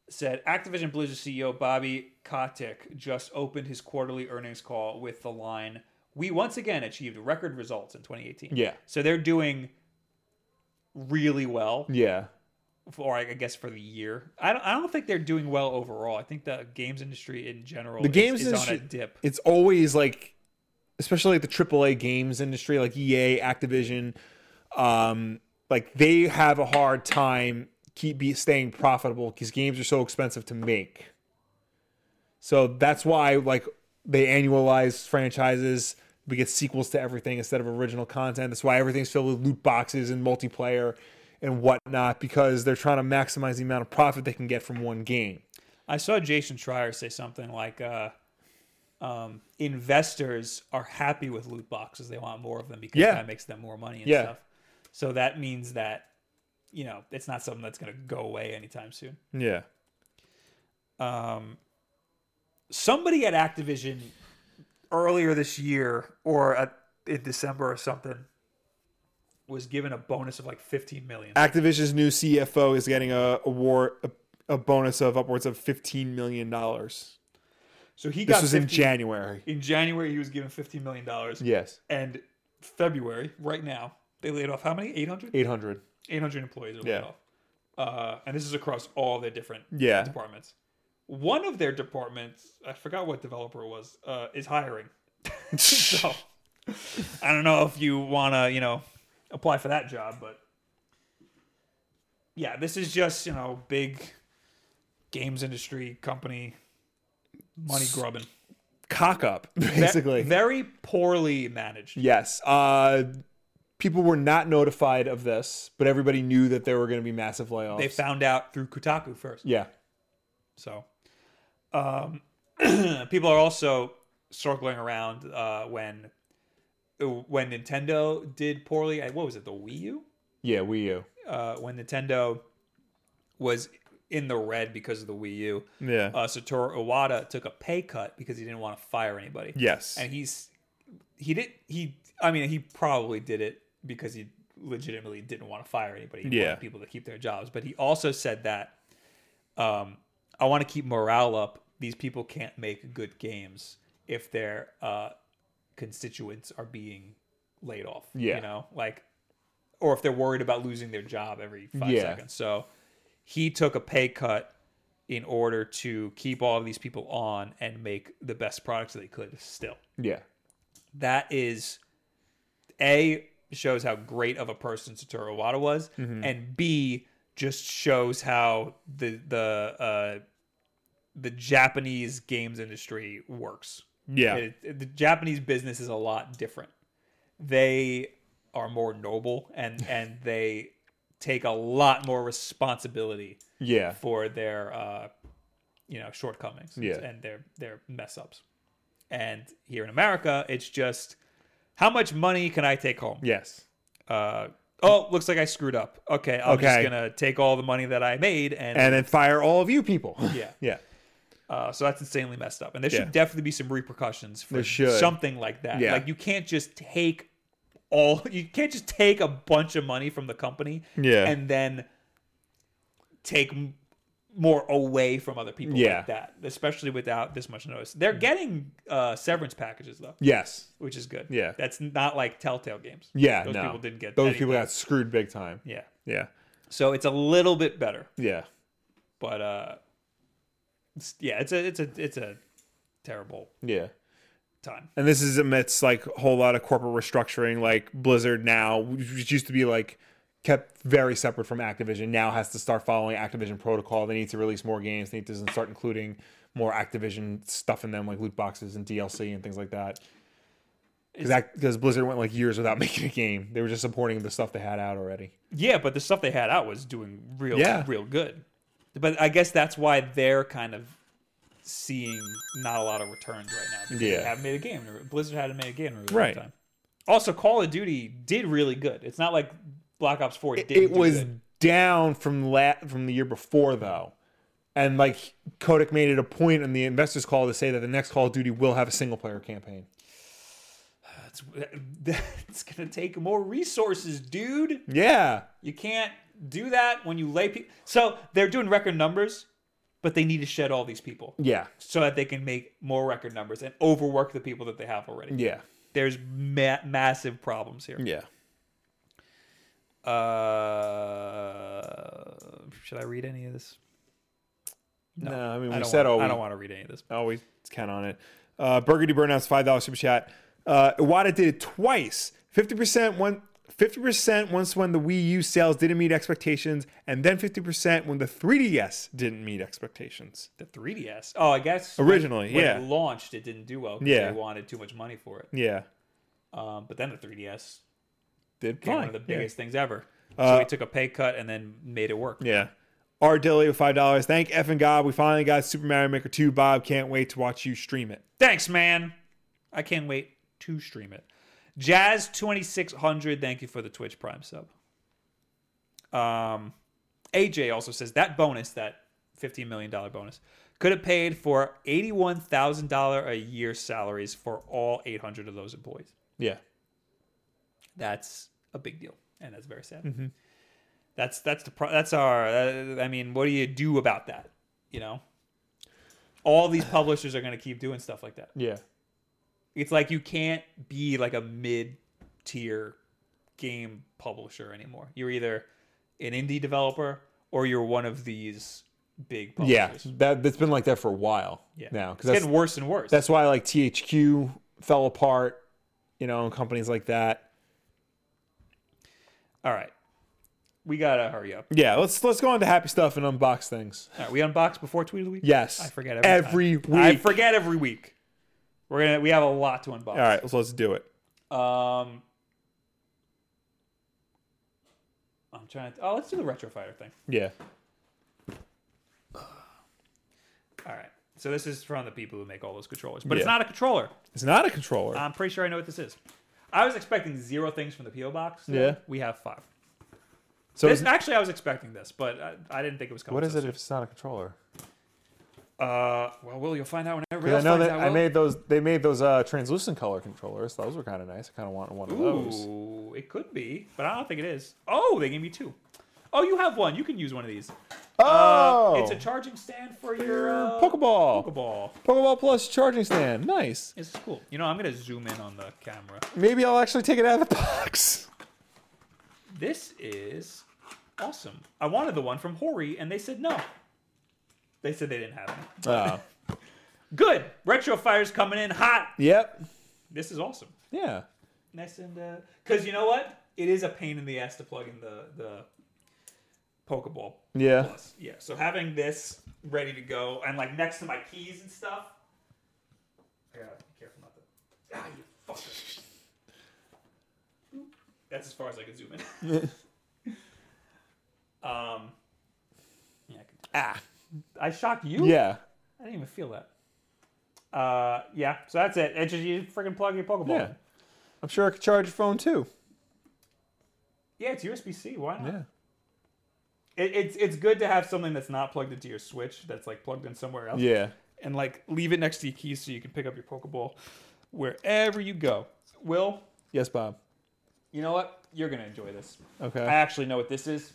B: said Activision Blizzard CEO Bobby Kotick just opened his quarterly earnings call with the line, We once again achieved record results in 2018.
A: Yeah.
B: So they're doing really well,
A: yeah,
B: for, I guess, for the year. I don't, I don't think they're doing well overall. I think the games industry in general
A: The
B: is,
A: games
B: is on
A: industry-
B: a dip.
A: it's always like especially like the AAA games industry like EA, Activision um like they have a hard time keep be staying profitable cuz games are so expensive to make. So that's why like they annualize franchises, we get sequels to everything instead of original content. That's why everything's filled with loot boxes and multiplayer and whatnot because they're trying to maximize the amount of profit they can get from one game.
B: I saw Jason Schreier say something like, uh, um, investors are happy with loot boxes. They want more of them because
A: Yeah.
B: that makes them more money and
A: Yeah.
B: stuff. So that means that, you know, it's not something that's going to go away anytime soon.
A: Yeah.
B: Um, somebody at Activision earlier this year or at, in December or something was given a bonus of like 15 million.
A: Activision's new CFO is getting a award a, a bonus of upwards of fifteen million dollars.
B: So he
A: This
B: got
A: was
B: 15,
A: in January.
B: in January, he was given 15 million dollars.
A: Yes,
B: and February, right now, they laid off how many? 800?
A: eight hundred.
B: 800 employees are laid
A: Yeah.
B: off. Uh, and this is across all their different
A: Yeah.
B: departments. One of their departments, I forgot what developer it was, uh, is hiring. so I don't know if you want to, you know, apply for that job, but yeah, this is just, you know, big games industry company money grubbing.
A: Cock up, basically.
B: Ve- very poorly managed.
A: yes. Uh, people were not notified of this, but everybody knew that there were going to be massive layoffs.
B: They found out through Kotaku first.
A: yeah.
B: So, Um, people are also circling around uh, when when Nintendo did poorly. At, what was it? The Wii U.
A: Yeah, Wii U.
B: Uh, when Nintendo was in the red because of the Wii U,
A: Yeah.
B: uh, Satoru Iwata took a pay cut because he didn't want to fire anybody.
A: yes.
B: and he's he did he. I mean, he probably did it because he legitimately didn't want to fire anybody. He wanted
A: Yeah.
B: people to keep their jobs, but he also said that um, I want to keep morale up. These people can't make good games if their uh, constituents are being laid off.
A: Yeah.
B: you know, like or if they're worried about losing their job every five
A: Yeah.
B: seconds. So he took a pay cut in order to keep all of these people on and make the best products that they could still.
A: yeah.
B: That is A shows how great of a person Satoru Iwata was and B just shows how the the uh the Japanese games industry works.
A: Yeah.
B: It- it- the Japanese business is a lot different. They are more noble and and they take a lot more responsibility
A: yeah.
B: for their uh, you know shortcomings
A: Yeah.
B: and their their mess ups. And here in America, it's just how much money can I take home?
A: Yes.
B: Uh, oh, looks like I screwed up. Okay, I'm just
A: Okay.
B: gonna take all the money that I made and,
A: And then fire all of you people.
B: yeah.
A: yeah.
B: Uh, so that's insanely messed up, and there
A: Yeah.
B: should definitely be some repercussions for
A: There should.
B: something like that.
A: Yeah.
B: Like you can't just take all, you can't just take a bunch of money from the company,
A: Yeah.
B: and then take m- more away from other people
A: Yeah.
B: like that, especially without this much notice. They're getting uh, severance packages though,
A: Yes.
B: which is good.
A: Yeah.
B: that's not like Telltale games.
A: Yeah.
B: those
A: no.
B: people didn't get
A: Those
B: anything.
A: people got screwed big time.
B: yeah.
A: Yeah.
B: So it's a little bit better,
A: Yeah.
B: but uh, it's- yeah, it's a it's a it's a terrible
A: Yeah.
B: time.
A: And this is amidst like a whole lot of corporate restructuring, like Blizzard now, which used to be like kept very separate from Activision, now has to start following Activision protocol. They need to release more games. They need to start including more Activision stuff in them, like loot boxes and DLC and things like that. Because Blizzard went like years without making a game. They were just supporting the stuff they had out already.
B: Yeah, but the stuff they had out was doing real,
A: Yeah.
B: real good. But I guess that's why they're kind of seeing not a lot of returns right now. because
A: Yeah.
B: they haven't made a game. in a- Blizzard hadn't made a game in a really
A: Right.
B: long time. Also, Call of Duty did really good. It's not like Black Ops Four didn't.
A: it
B: do
A: was
B: good.
A: down from la- from the year before though and like kodak made it a point in the investors call to say that the next call of duty will have a single player campaign
B: It's, it's gonna take more resources, dude.
A: yeah
B: You can't do that when you lay people. So they're doing record numbers, but they need to shed all these people
A: yeah
B: so that they can make more record numbers and overwork the people that they have already.
A: yeah
B: there's ma- massive problems here.
A: yeah
B: Uh, should I read any of this?
A: no, i mean
B: I
A: we
B: don't
A: said
B: wanna-
A: oh
B: I
A: we
B: don't want to read any of this.
A: always count on it. Uh, Burgundy Burnout's five dollar super chat. Uh, Iwata did it twice. Fifty percent one. 50% once when the Wii U sales didn't meet expectations, and then 50% when the 3DS didn't meet expectations.
B: The 3DS. Oh, I guess when-
A: Originally,
B: when
A: yeah.
B: it launched, it didn't do well. 'cause
A: Yeah.
B: they wanted too much money for it.
A: Yeah.
B: Um, but then the 3DS
A: Did
B: became one
A: fine.
B: of the
A: Yeah. Uh,
B: biggest things ever. So we took a pay cut and then made it work.
A: Yeah. R Dilly with five dollars. Thank F and God. We finally got Super Mario Maker 2. Bob, can't wait to watch you stream it.
B: Thanks, man. I can't wait to stream it. Jazz twenty six hundred. Thank you for the Twitch Prime sub. Um, AJ also says that bonus, that fifteen million dollar bonus, could have paid for eighty one thousand dollar a year salaries for all eight hundred of those employees.
A: Yeah.
B: That's a big deal, and that's very sad. That's that's the pro- that's our. Uh, I mean, what do you do about that? You know, all these publishers are going to keep doing stuff like that.
A: Yeah.
B: It's like you can't be like a mid tier game publisher anymore. You're either an indie developer or you're one of these big
A: Yeah.
B: publishers.
A: That that's been like that for a while now.
B: It's
A: Because that's
B: getting worse and worse.
A: that's why like THQ fell apart, you know, and companies like that.
B: All right. We gotta hurry up.
A: Yeah, let's let's go on to happy stuff and unbox things.
B: All right, we unbox before tweet of the week.
A: Yes.
B: I forget every,
A: every
B: time.
A: week.
B: I forget every week. We're gonna we have a lot to unbox.
A: All right, so let's do it.
B: Um, I'm trying to. Oh, let's do the retro fighter thing.
A: Yeah.
B: All right. So this is from the people who make all those controllers, but it's
A: Yeah.
B: not a controller.
A: It's not a controller.
B: I'm pretty sure I know what this is. I was expecting zero things from the PO box.
A: Yeah.
B: we have five.
A: so
B: This,
A: it's,
B: actually, I was expecting this, but I, I didn't think it was coming.
A: what is
B: so
A: it if it's not a controller?
B: soon. Uh, well, Will, you'll find out when everybody
A: Because I
B: else
A: know
B: finds
A: that
B: out.
A: I
B: Will.
A: made those. They made those uh, translucent color controllers. Those were kind of nice. I kind of want one of those.
B: Ooh, it could be, but I don't think it is. Oh, they gave me two. Oh, you have one. You can use one of these.
A: Oh,
B: Uh, it's a charging stand for your uh,
A: Pokeball.
B: Pokeball.
A: Pokeball Plus charging stand. Nice.
B: This is cool. You know, I'm gonna zoom in on the camera.
A: Maybe I'll actually take it out of the box.
B: This is awesome. I wanted the one from Hori, and they said no. They said they didn't have it.
A: Oh.
B: Good. Retro Fire's coming in hot.
A: yep.
B: This is awesome.
A: Yeah.
B: Nice and uh, because you know what? It is a pain in the ass to plug in the the Pokeball
A: Yeah.
B: Plus. Yeah. So having this ready to go and like next to my keys and stuff. I gotta be careful not to. Ah, you fucker. That's as far as I can zoom in. um. Yeah. I, could-
A: Ah.
B: I shocked you.
A: Yeah.
B: I didn't even feel that. Uh, yeah. So that's it. It's just you freaking plug your Pokeball.
A: Yeah. I'm sure I could charge your phone too.
B: Yeah, it's USB C. Why not?
A: Yeah.
B: It, it's it's good to have something that's not plugged into your Switch, that's like plugged in somewhere else,
A: Yeah.
B: and like leave it next to your keys so you can pick up your Pokeball wherever you go. Will,
A: Yes, Bob.
B: you know what? You're gonna enjoy this. I
A: Okay.
B: actually know what this is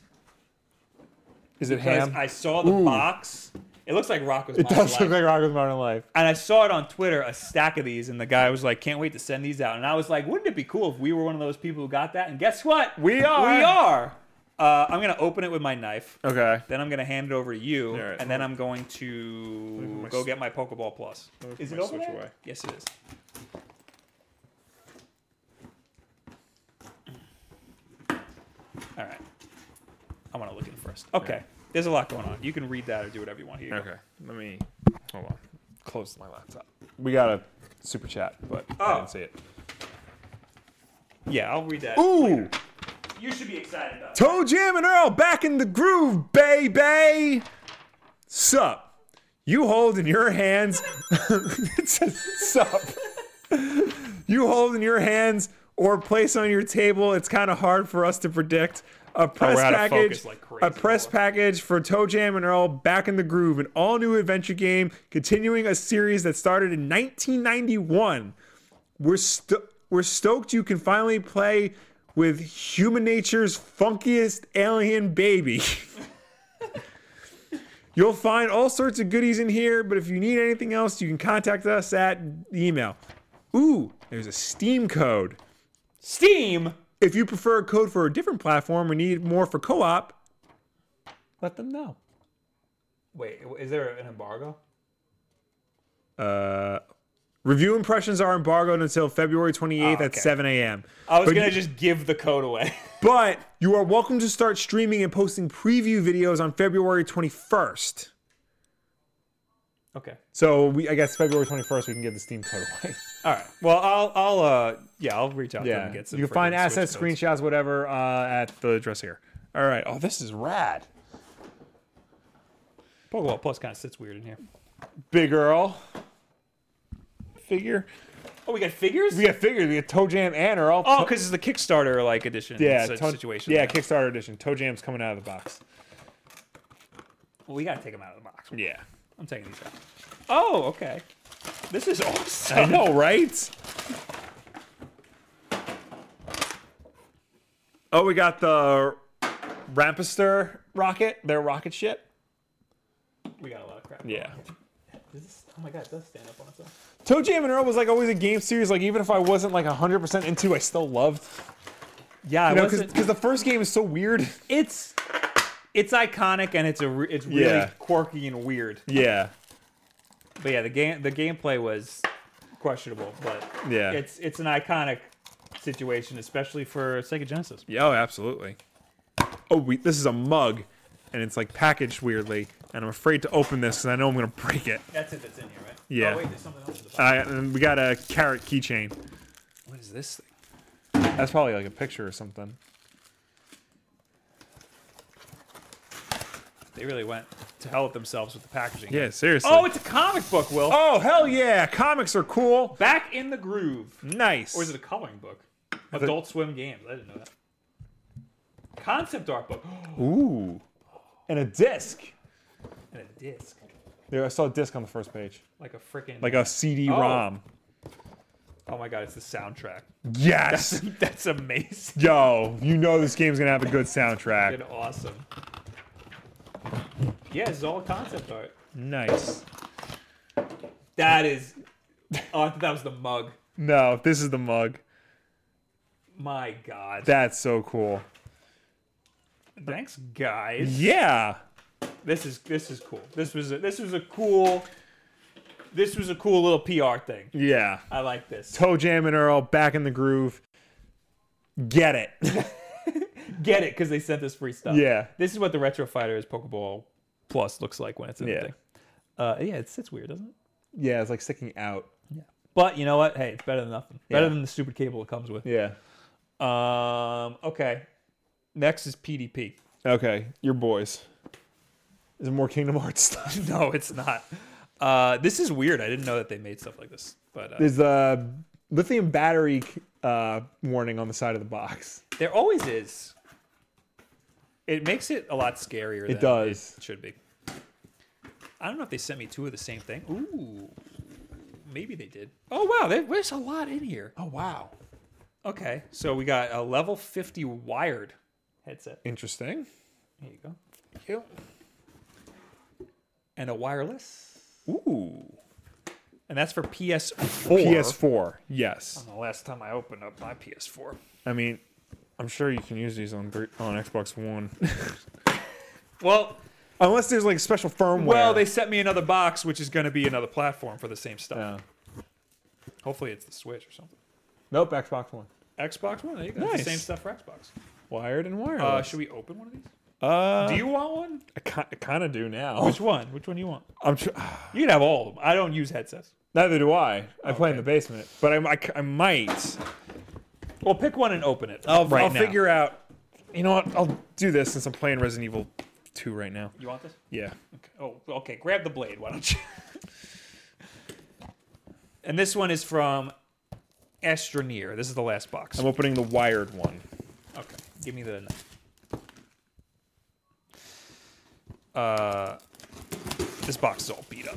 A: Is it
B: because
A: ham?
B: I saw the
A: Ooh.
B: box. It looks like Rocco's
A: it
B: Modern
A: does
B: Life.
A: look like Rock with Modern Life.
B: and I saw it on Twitter, a stack of these, and the guy was like, "Can't wait to send these out." And I was like, "Wouldn't it be cool if we were one of those people who got that?" And guess what?
A: We are.
B: We are. Uh, I'm gonna open it with my knife.
A: Okay.
B: Then I'm gonna hand it over to you,
A: All right.
B: and then I'm going to
A: my
B: go
A: s-
B: get my Pokeball Plus.
A: me put
B: Is it
A: my
B: over
A: Switch
B: there?
A: away.
B: Yes, it is. All right. I want to look in first. Okay. There's a lot going on. You can read that or do whatever you want. Here. you go.
A: Let me hold on. Close my laptop. We got a super chat, but I
B: Oh.
A: didn't see it.
B: Yeah, I'll read that.
A: Ooh.
B: You should be excited about. it.
A: Toe Jam and Earl back in the groove, baby. Sup? You hold in your hands. it says sup. You hold in your hands or place on your table. It's kind of hard for us to predict. A press
B: Oh, out of
A: package,
B: focus like
A: a
B: crazy.
A: press package for Toe Jam and Earl back in the groove, an all-new adventure game continuing a series that started in 1991. We're sto- we're stoked you can finally play with human nature's funkiest alien baby. You'll find all sorts of goodies in here, but if you need anything else, you can contact us at the email. Ooh, there's a Steam code.
B: Steam.
A: If you prefer a code for a different platform or need more for co-op, let them know.
B: Wait, is there an embargo?
A: Uh, review impressions are embargoed until February 28th
B: Ah,
A: at
B: okay.
A: 7 a.m.
B: I was
A: But
B: gonna
A: you-
B: just give the code away.
A: But you are welcome to start streaming and posting preview videos on February 21st.
B: okay.
A: So we, I guess February 21st, we can give the Steam code away.
B: All right. Well, I'll I'll uh yeah I'll reach out to him and get some.
A: you can find
B: freaking
A: assets,
B: Switch codes.
A: screenshots, whatever uh, at the address here. All right. Oh, this is rad.
B: Pokeball Plus kind of sits weird in here.
A: Big Earl figure.
B: Oh, we got figures.
A: We got figures. We got Toe Jam and Earl.
B: oh, because it's the Kickstarter like edition.
A: yeah,
B: such
A: Toe-
B: situation.
A: Yeah, Kickstarter edition. Toe Jam's coming out of the box.
B: Well, we gotta take them out of the box.
A: Yeah.
B: I'm taking these out. Oh, okay. This is awesome.
A: I know, right? Oh, we got the Rampister rocket, their rocket ship.
B: We got a lot of crap.
A: Yeah.
B: Is this- oh my god, it does stand up on its own.
A: Toe Jam and Earl was like always a game series. Like even if I wasn't like 100% into, I still loved.
B: Yeah, I
A: You know,
B: wasn't-
A: because the first game is so weird.
B: it's it's iconic and it's a re- it's really
A: Yeah.
B: quirky and weird.
A: Yeah.
B: But yeah, the game the gameplay was questionable, but
A: Yeah.
B: it's it's an iconic situation, especially for Sega Genesis.
A: Yeah. Oh, absolutely. Oh, we, this is a mug, and it's like packaged weirdly, and I'm afraid to open this because I know I'm gonna break it.
B: That's it. That's in here, right?
A: Yeah.
B: Oh, wait, there's something else in the box.
A: I, and we got a carrot keychain.
B: what is this thing?
A: That's probably like a picture or something.
B: They really went to hell with themselves with the packaging.
A: Yeah, seriously.
B: Oh, it's a comic book, Will.
A: Oh, hell yeah! Comics are cool.
B: Back in the groove.
A: Nice.
B: Or is it a coloring book? Adult Swim games. I didn't know that. Concept art book
A: Ooh. And a disc.
B: and a disc,
A: There, I saw a disc on the first page,
B: like a freaking
A: like a CD-ROM.
B: Oh my god, it's the soundtrack.
A: Yes.
B: That's amazing
A: Yo, you know this game's gonna have a good soundtrack.
B: and awesome. Yeah, it's all concept art.
A: Nice.
B: That is. Oh, I thought that was the mug.
A: No, this is the mug.
B: My god.
A: That's so cool.
B: Thanks, guys.
A: Yeah.
B: This is this is cool. This was a, this was a cool. This was a cool little PR thing.
A: Yeah.
B: I like this.
A: Toe Jam and Earl back in the groove. Get it.
B: Get it because they sent us free stuff.
A: Yeah.
B: This is what the Retro Fighters Pokeball Plus looks like when it's in
A: Yeah.
B: the thing. Uh, yeah, it's it's weird, doesn't it?
A: yeah, it's like sticking out.
B: But you know what? Hey, it's better than nothing.
A: Yeah.
B: Better than the stupid cable it comes with.
A: Yeah.
B: Um. Okay. Next is PDP.
A: Okay, your boys. Is it more Kingdom Hearts stuff?
B: no, it's not. Uh, this is weird. I didn't know that they made stuff like this. But uh,
A: There's a lithium battery uh, warning on the side of the box.
B: there always is. It makes it a lot scarier. than
A: does.
B: It should be. I don't know if they sent me two of the same thing. Ooh. Maybe they did. Oh wow, there- there's a lot in here.
A: Oh wow.
B: Okay, so we got a level 50 wired headset.
A: Interesting.
B: There you go. And a wireless.
A: Ooh.
B: And that's for PS4.
A: PS4. Yes.
B: The last time I opened up my PS4.
A: I mean, I'm sure you can use these on thir- on Xbox One,
B: Well,
A: unless there's like special firmware.
B: well, they sent me another box, which is going to be another platform for the same stuff.
A: Yeah.
B: Hopefully, it's the Switch or something.
A: Nope, Xbox One.
B: Xbox One. There you go. It's
A: Nice.
B: the same stuff for Xbox.
A: Wired and wireless.
B: Uh, should we open one of these?
A: Uh,
B: Do you want one?
A: I kind of do now.
B: Which one? Which one do you want?
A: I'm tr-
B: You can have all of them. I don't use headsets.
A: Neither do I. I play in
B: Okay.
A: the basement, but I, I c- I might.
B: Well, pick one and open it. I'll,
A: I'll figure out. You know what? I'll do this since I'm playing Resident Evil 2 right now.
B: You want this?
A: Yeah.
B: Oh, okay. Grab the blade. Why don't you? and this one is from Astroneer. This is the last box.
A: I'm opening the wired one.
B: Okay, give me the knife. Uh, this box is all beat up.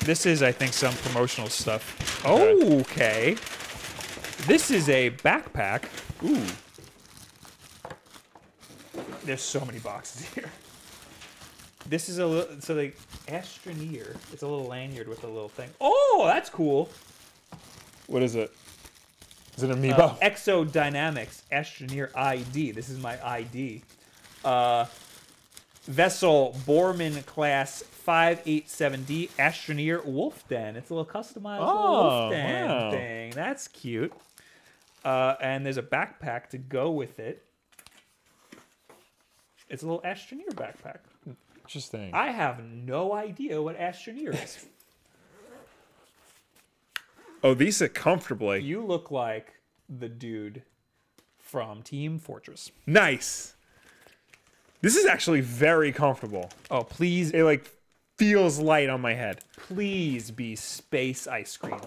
B: This is, I think, some promotional stuff. Okay. This is a backpack.
A: Ooh.
B: There's so many boxes here. This is a little so like astroneer. It's a little lanyard with a little thing. Oh, that's cool.
A: What is it? Is it an
B: Uh,
A: amiibo?
B: Exodynamics astroneer ID. This is my ID. Uh, vessel Borman class 587D astroneer wolf den. It's a little customized little
A: Oh,
B: wolf den
A: wow.
B: thing. That's cute. Uh, and there's a backpack to go with it. It's a little astroneer backpack.
A: Interesting.
B: I have no idea what astroneer is.
A: oh, these sit comfortably.
B: you look like the dude from Team Fortress.
A: Nice. This is actually very comfortable.
B: Oh, please,
A: It like feels light on my head.
B: please be space ice cream.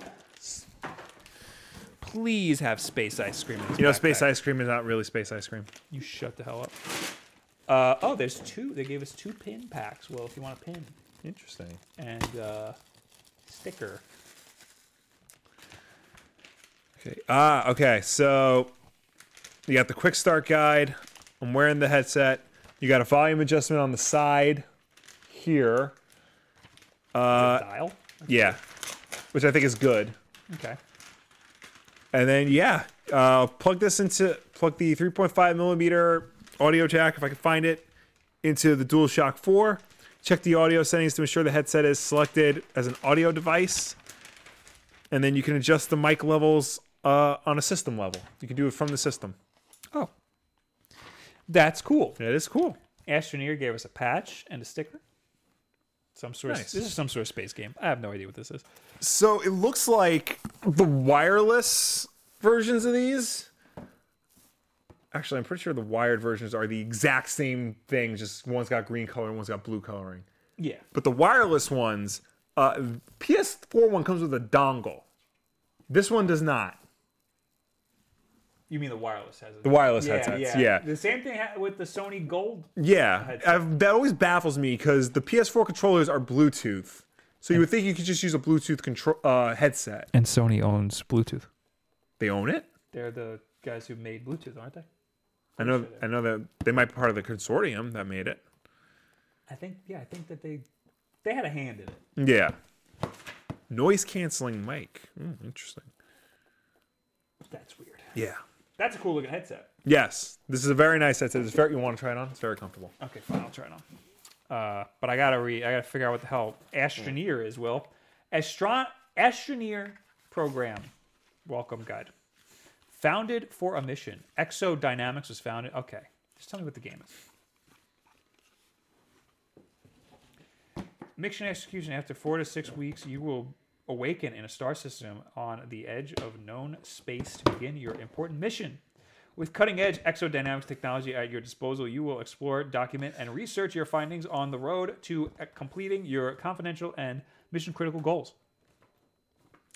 B: Please have space ice cream. In this
A: You know,
B: backpack.
A: space ice cream is not really space ice cream.
B: You shut the hell up. Uh, oh, there's two. They gave us two pin packs. Well, if you want a pin
A: Interesting.
B: and uh, sticker.
A: Okay. Ah, okay. So you got the quick start guide. I'm wearing the headset. You got a volume adjustment on the side here.
B: Uh, dial.
A: Yeah. Which I think is good.
B: Okay.
A: And then yeah, uh, plug this into plug the 3.5 millimeter audio jack if I can find it into the DualShock 4. Check the audio settings to ensure the headset is selected as an audio device, and then you can adjust the mic levels uh, on a system level. You can do it from the system.
B: Oh, that's cool.
A: It is cool.
B: Astroneer gave us a patch and a sticker. Some sort. Of,
E: Nice.
B: this is some sort of space game. I have no idea what this is.
A: So it looks like the wireless versions of these. Actually, I'm pretty sure the wired versions are the exact same thing. Just one's got green color and one's got blue coloring.
B: Yeah.
A: But the wireless ones, uh, PS4 one comes with a dongle. This one does not.
B: You mean the wireless has
A: The wireless headsets, yeah.
B: The same thing ha- with the Sony Gold.
A: Yeah, I've, that always baffles me because the PS4 controllers are Bluetooth, so you would think you could just use a Bluetooth control uh, headset.
B: And Sony owns Bluetooth.
A: They own it.
B: They're the guys who made Bluetooth, aren't they?
A: I know. I know that they might be part of the consortium that made it.
B: I think. Yeah, I think that they they had a hand in it.
A: Yeah. Noise canceling mic. Mm, interesting.
B: That's weird.
A: Yeah.
B: That's a cool looking headset.
A: Yes, this is a very nice headset. It's very. You want to try it on? It's very comfortable.
B: Okay, fine. I'll try it on. Uh, but I gotta re. I gotta figure out what the hell Astroneer is. Will Astron Astroneer program welcome guide founded for a mission. Exo Dynamics was founded. Okay, just tell me what the game is. Mission execution. After four to six weeks, you will awaken in a star system on the edge of known space to begin your important mission. With cutting edge exodynamics technology at your disposal, you will explore, document, and research your findings on the road to uh, completing your confidential and mission critical goals.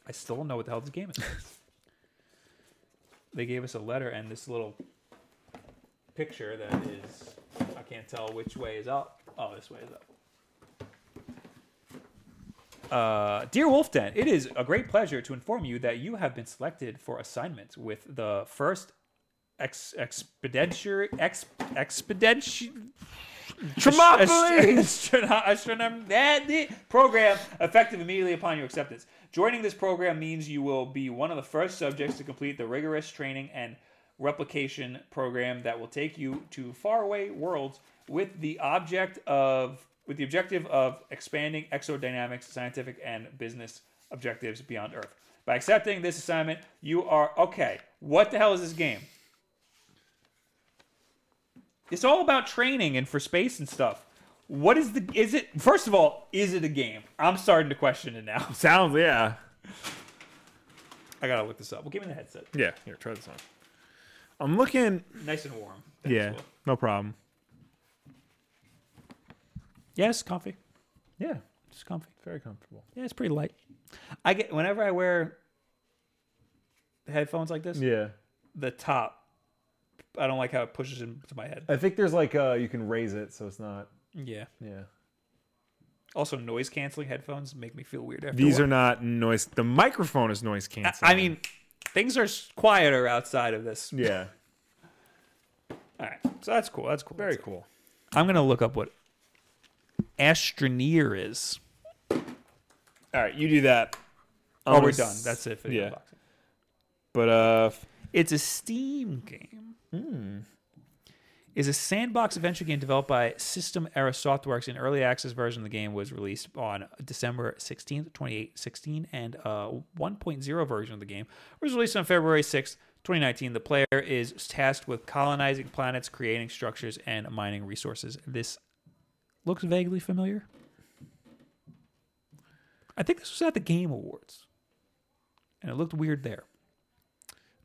B: I still don't know what the hell this game is. they gave us a letter and this little picture that is, I can't tell which way is up. Oh, this way is up. Uh, Dear Wolf Den, it is a great pleasure to inform you that you have been selected for assignment with the first ex- expeditionary ex- expedition
A: Tremopolis!
B: astrono- astronom- that- the- program effective immediately upon your acceptance. Joining this program means you will be one of the first subjects to complete the rigorous training and replication program that will take you to faraway worlds with the object of with the objective of expanding exodynamics scientific and business objectives beyond earth by accepting this assignment you are okay what the hell is this game it's all about training and for space and stuff. What is the is it first of all, is it a game? I'm starting to question it now.
A: Sounds. Yeah.
B: I gotta look this up. Well give me the headset.
A: Yeah. Here, try this on. I'm looking.
B: Nice and warm. Thanks,
A: Yeah.
B: Will.
A: No problem.
B: Yes, comfy.
A: Yeah.
B: It's comfy.
A: Very comfortable.
B: Yeah, it's pretty light. I get whenever I wear headphones like this,
A: Yeah.
B: the top I don't like how it pushes into my head.
A: I think there's like uh you can raise it so it's not
B: Yeah.
A: yeah.
B: Also noise canceling headphones make me feel weird after
A: These are not noise the microphone is noise canceling.
B: I mean, things are s- quieter outside of this.
A: yeah.
B: All right. So that's cool. That's cool.
A: Very
B: cool.
A: cool.
B: I'm gonna look up what astroneer is.
A: All right, you do that.
B: Oh, we're done. That's it for the
A: yeah.
B: unboxing.
A: But uh
B: It's a Steam game. Is a sandbox adventure game developed by System Era Softworks. An early access version of the game was released on December 16th, 2016, and uh, a 1.0 version of the game was released on February 6th, 2019. The player is tasked with colonizing planets, creating structures, and mining resources. This looks vaguely familiar. I think this was at the Game Awards, and it looked weird there.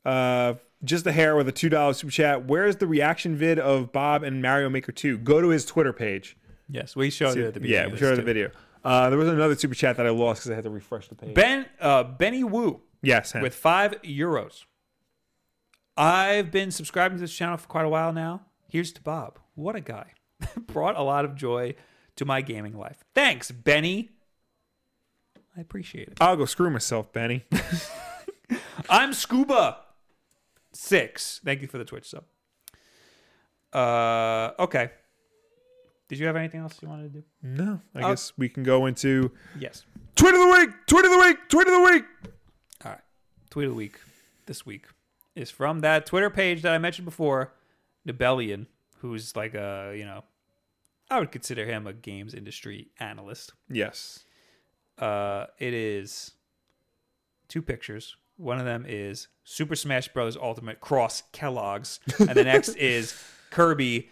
A: uh just a hair with a two dollar super chat. Where is the reaction vid of Bob and Mario Maker Two? Go to his Twitter page.
B: Yes, we showed it at the beginning.
A: yeah, we
B: of this,
A: showed the
B: too.
A: video. Uh, there was another super chat that I lost because I had to refresh the page.
B: Ben uh, Benny Wu
A: yes, Hen.
B: with five euros. I've been subscribing to this channel for quite a while now. Here's to Bob. What a guy! Brought a lot of joy to my gaming life. Thanks, Benny. I appreciate it.
A: I'll go screw myself, Benny.
B: I'm Scuba Six. Thank you for the Twitch sub. Uh, okay. Did you have anything else you wanted to do?
A: no, I
B: I'll-
A: guess we can go into
B: Yes.
A: Uh, tweet of the week, tweet of the week, tweet of the week.
B: All right. Tweet of the week this week is from that Twitter page that I mentioned before, Nebellion, who's like a, you know, I would consider him a games industry analyst.
A: Yes.
B: Uh, it is two pictures. One of them is Super Smash Bros. Ultimate Cross Kellogg's, and the next is Kirby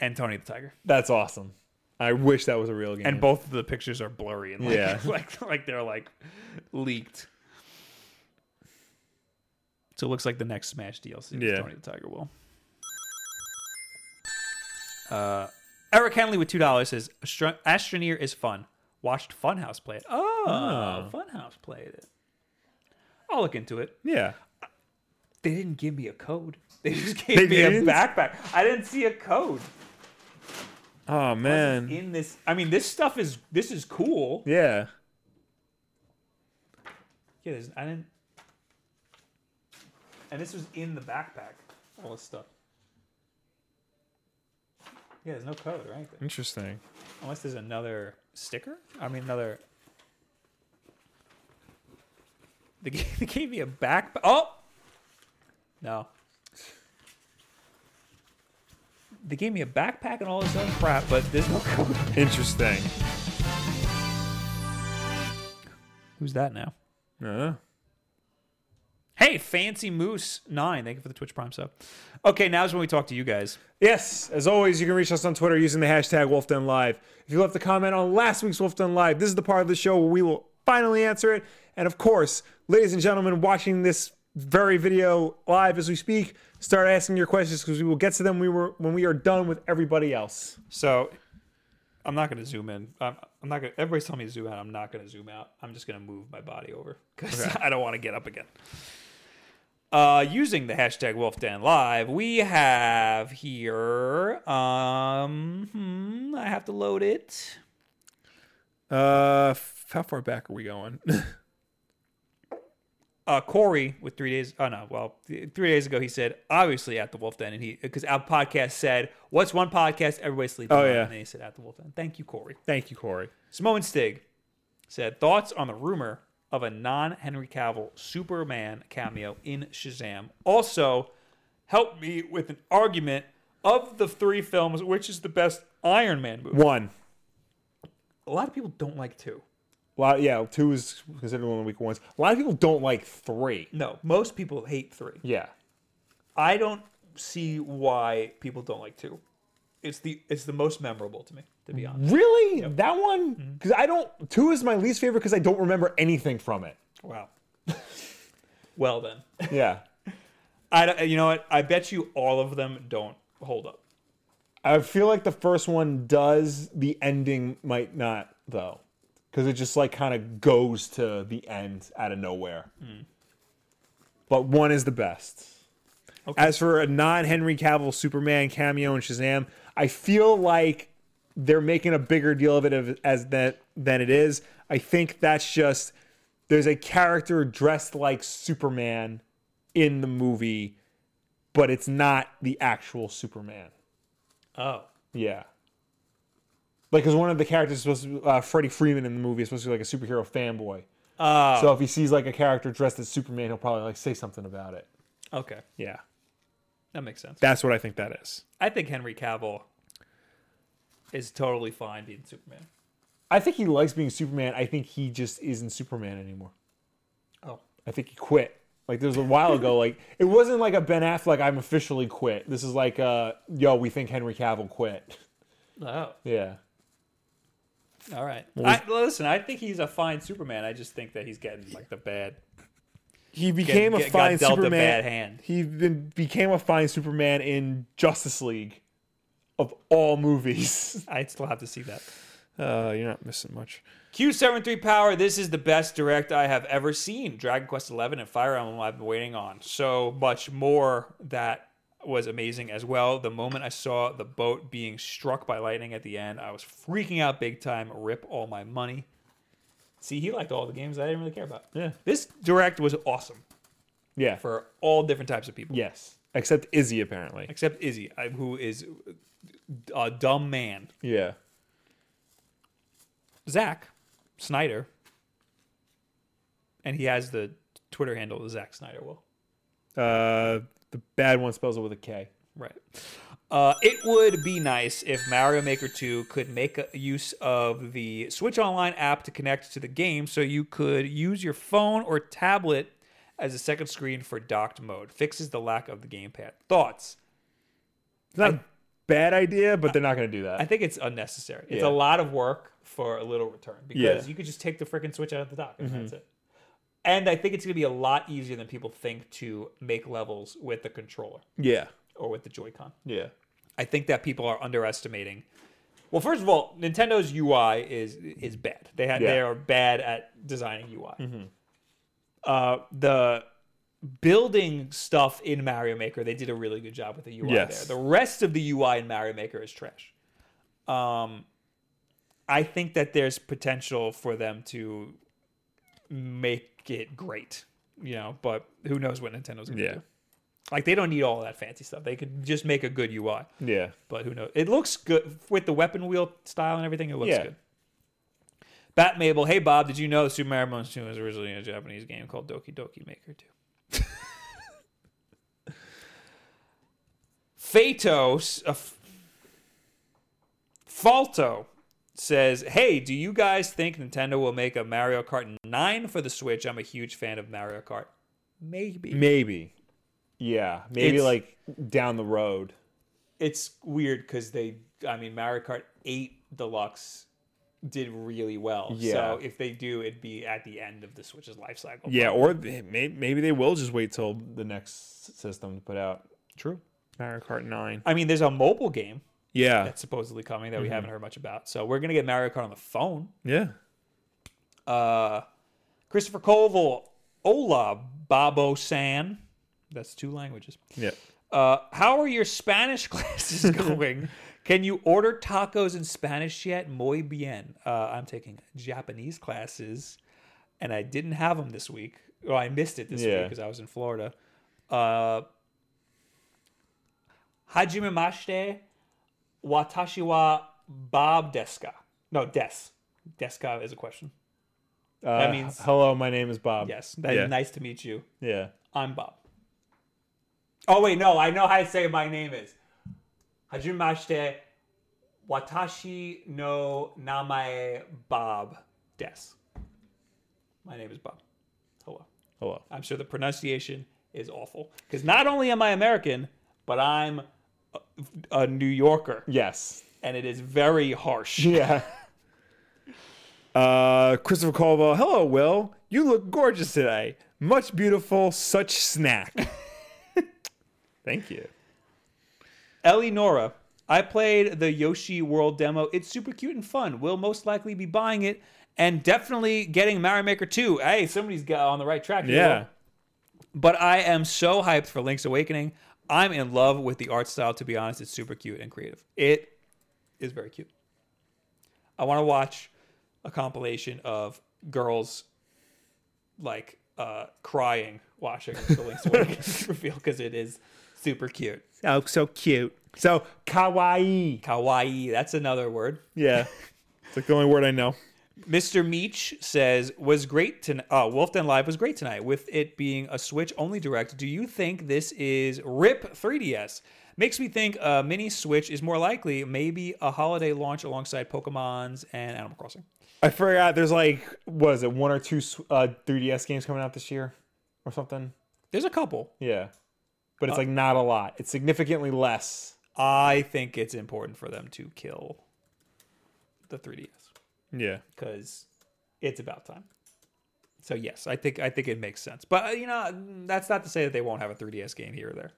B: and Tony the Tiger.
A: That's awesome. I wish that was a real game.
B: and both of the pictures are blurry and like
A: Yeah.
B: like, like they're like leaked. So it looks like the next Smash DLC. is
A: Yeah.
B: Tony the Tiger will. Uh, Eric Henley with two dollars says "Astro- Astroneer is fun. Watched Funhouse play it.
A: Ah.
B: Oh, Funhouse played it. I'll look into it.
A: yeah,
B: They didn't give me a code. They just gave
A: They
B: me
A: didn't?
B: a backpack. I didn't see a code
A: oh man,
B: in this. I mean, this stuff is this is cool.
A: yeah,
B: Yeah, there's, I didn't. And this was in the backpack. All this stuff. Yeah, there's no code or anything.
A: interesting.
B: Unless there's another sticker. I mean, another. They gave, they gave me a backpack. Oh! No. They gave me a backpack and all this other crap, but there's no code.
A: Interesting.
B: Who's that now?
A: Uh,
B: Hey, Fancy Moose Nine, thank you for the Twitch Prime sub. Okay, now's when we talk to you guys.
A: yes, as always, you can reach us on Twitter using the hashtag WolfDenLive. If you left a comment on last week's WolfDen Live, this is the part of the show where we will finally answer it. And of course, ladies and gentlemen, watching this very video live as we speak, start asking your questions because we will get to them we were, when we are done with everybody else.
B: So, I'm not gonna zoom in. I'm, I'm not gonna. Everybody's telling me to zoom out. I'm not gonna zoom out. I'm just gonna move my body over because I don't want to get up again. Uh, using the hashtag WolfDanLive, we have here. Um, hmm, I have to load it.
A: Uh, f- how far back are we going?
B: uh, Corey with three days. Oh no, well, th- three days ago he said obviously at the Wolf Den, and he because our podcast said what's one podcast everybody's sleeping.
A: Oh,
B: on?"
A: yeah.
B: and then he said at the Wolf Den. Thank you, Corey.
A: Thank you, Corey.
B: Samoan Stig said thoughts on the rumor of a non Henry Cavill Superman cameo in Shazam. Also, help me with an argument of the three films, which is the best Iron Man movie.
A: One.
B: A lot of people don't like two.
A: A lot, yeah, two is considered one of the weaker ones. A lot of people don't like three.
B: No, most people hate three.
A: Yeah.
B: I don't see why people don't like two. It's the it's the most memorable to me, to be honest.
A: Really? That one? Because I don't. Two is my least favorite because I don't remember anything from it.
B: Wow. well then,
A: Yeah.
B: I don't- you know what? I bet you all of them don't hold up.
A: I feel like the first one does. The ending might not, though. Because it just, like, kind of goes to the end out of nowhere. But one is the best. As for a non Henry Cavill Superman cameo in Shazam, I feel like they're making a bigger deal of it of- as that than it is. I think that's just there's a character dressed like Superman in the movie, but it's not the actual Superman.
B: Oh,
A: Yeah. Like, because one of the characters is supposed to be, uh, Freddie Freeman in the movie is supposed to be like a superhero fanboy.
B: uh,
A: So if he sees like a character dressed as Superman, he'll probably like say something about it.
B: okay,
A: Yeah.
B: that makes sense.
A: That's what I think that is.
B: I think Henry Cavill is totally fine being Superman.
A: I think he likes being Superman. I think he just isn't Superman anymore.
B: Oh,
A: I think he quit. Like there was a while ago, like it wasn't like a Ben Affleck. I'm officially quit. This is like, uh, yo, we think Henry Cavill quit.
B: oh,
A: Yeah,
B: all right. I, listen, I think he's a fine Superman. I just think that he's getting like the bad.
A: he became
B: get-
A: a
B: got
A: fine
B: dealt a
A: Superman.
B: bad hand.
A: He then became a fine Superman in Justice League, of all movies.
B: I still have to see that.
A: Uh, you're not missing much.
B: Q73 Power, this is the best direct I have ever seen. Dragon Quest XI and Fire Emblem I've been waiting on. So much more that was amazing as well. The moment I saw the boat being struck by lightning at the end, I was freaking out big time. Rip all my money. See, he liked all the games I didn't really care about.
A: Yeah.
B: This direct was awesome
A: Yeah.
B: for all different types of people.
A: yes. Except Izzy apparently.
B: Except Izzy, I- who is a dumb man.
A: Yeah.
B: Zach Snyder, and he has the Twitter handle Zach Snyder. Will
A: Uh, the bad one spells it with a K.
B: right. Uh, it would be nice if Mario Maker 2 could make a- use of the Switch Online app to connect to the game so you could use your phone or tablet as a second screen for docked mode. Fixes the lack of the gamepad. Thoughts?
A: It's not
B: I-
A: a bad idea, but they're not going to do
B: I
A: that.
B: think it's unnecessary. It's
A: Yeah.
B: a lot of work for a little return because
A: Yeah. Mm-hmm.
B: you could just take the freaking switch out of the dock and that's it. And I think it's going to be a lot easier than people think to make levels with the controller
A: Yeah.
B: or with the Joy-Con.
A: Yeah.
B: I think that people are underestimating. Well, first of all, Nintendo's UI is is bad. They had they
A: Yeah. Mm-hmm.
B: are bad at designing UI. Uh, the building stuff in Mario Maker, they did a really good job with the UI
A: Yes.
B: there. The rest of the UI in Mario Maker is trash. Um, I think that there's potential for them to make it great, you know. But who knows what Nintendo's gonna
A: Yeah.
B: do? Like they don't need all that fancy stuff. They could just make a good UI
A: Yeah.
B: but who knows? It looks good with the weapon wheel style and everything. It looks
A: Yeah.
B: good. Bat Mabel, hey Bob, did you know Super Mario Bros. 2 was originally a Japanese game called Doki Doki Maker 2? Fatos, uh, F- Falto says, hey, do you guys think Nintendo will make a Mario Kart 9 for the Switch? I'm a huge fan of Mario Kart. Maybe.
A: Maybe. Yeah. Maybe
B: It's-
A: like down the road.
B: it's weird because they i mean mario kart 8 deluxe did really well
A: Yeah.
B: so if they do it'd be at the end of the switch's life cycle
A: Yeah. Or maybe, maybe they will just wait till the next system to put out. True. Mario Kart 9.
B: i mean there's a mobile game
A: Yeah.
B: that's supposedly coming that
A: Mm-hmm.
B: we haven't heard much about so we're gonna get mario kart on the phone
A: yeah.
B: uh christopher colville hola babo san that's two languages
A: Yeah.
B: uh how are your spanish classes going can you order tacos in spanish yet muy bien uh, i'm taking japanese classes and I didn't have them this week. Well, I missed it this week
A: Yeah.
B: because I was in Florida. Uh, Hajime mashite watashi wa Bob Deska. No, Des. Deska is a question.
A: Uh,
B: That means-
A: hello. My name is Bob.
B: Yes. That,
A: Yeah.
B: Nice to meet you.
A: Yeah.
B: I'm Bob. Oh, wait, no. I know how to say my name is. Hajime mashite watashi no namae Bob Des. My name is Bob. Hello.
A: Hello.
B: I'm sure the pronunciation is awful because not only am I American, but I'm a, a New Yorker,
A: Yes.
B: and it is very harsh.
A: Yeah. Uh, Christopher Colwell. Hello, Will. You look gorgeous today. Much beautiful. Such snack. Thank you.
B: Ellie Nora, I played the Yoshi World demo. It's super cute and fun. Will most likely be buying it and definitely getting Mario Maker 2. Hey, somebody's got on the right track. here,
A: Yeah.
B: Will. But I am so hyped for Link's Awakening. I'm in love with the art style. To be honest, it's super cute and creative. It is very cute. I want to watch a compilation of girls like uh, crying watching the Link's Awakening reveal because it is super cute.
A: Oh, so cute. So kawaii.
B: Kawaii, that's another word.
A: Yeah. It's like the only word I know.
B: Mr. Meach says, was great tonight. Uh, Wolf Den Live was great tonight, with it being a Switch only direct. Do you think this is RIP 3DS? Makes me think a mini Switch is more likely, maybe a holiday launch alongside Pokemon's and Animal Crossing.
A: I forgot. There's like, what is it, one or two s- uh, 3DS games coming out this year or something?
B: There's a couple.
A: Yeah. But it's like not a lot. It's significantly less.
B: I think it's important for them to kill the 3DS
A: Yeah.
B: because it's about time. So yes, I think I think it makes sense. But uh, you know, that's not to say that they won't have a 3DS game here or there.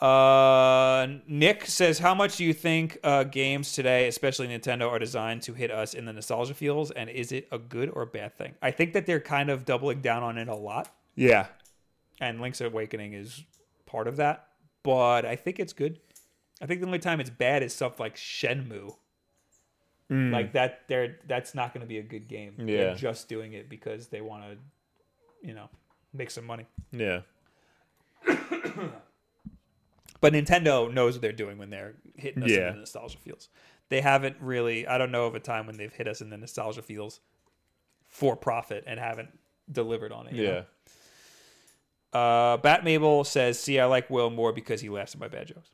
B: Uh, Nick says, "How much do you think uh, games today, especially Nintendo, are designed to hit us in the nostalgia feels? And is it a good or bad thing? I think that they're kind of doubling down on it a lot,
A: Yeah.
B: and Link's Awakening is part of that. But I think it's good. I think the only time it's bad is stuff like Shenmue. Like that, they're that's not going to be a good game.
A: Mm. Yeah.
B: They're just doing it because they want to, you know, make some money.
A: Yeah.
B: But Nintendo knows what they're doing when they're hitting us
A: Yeah.
B: in the nostalgia feels. They haven't really. I don't know of a time when they've hit us in the nostalgia feels for profit and haven't delivered on it. you know?
A: Yeah.
B: Uh, Bat Mabel says, "See, I like Will more because he laughs at my bad jokes."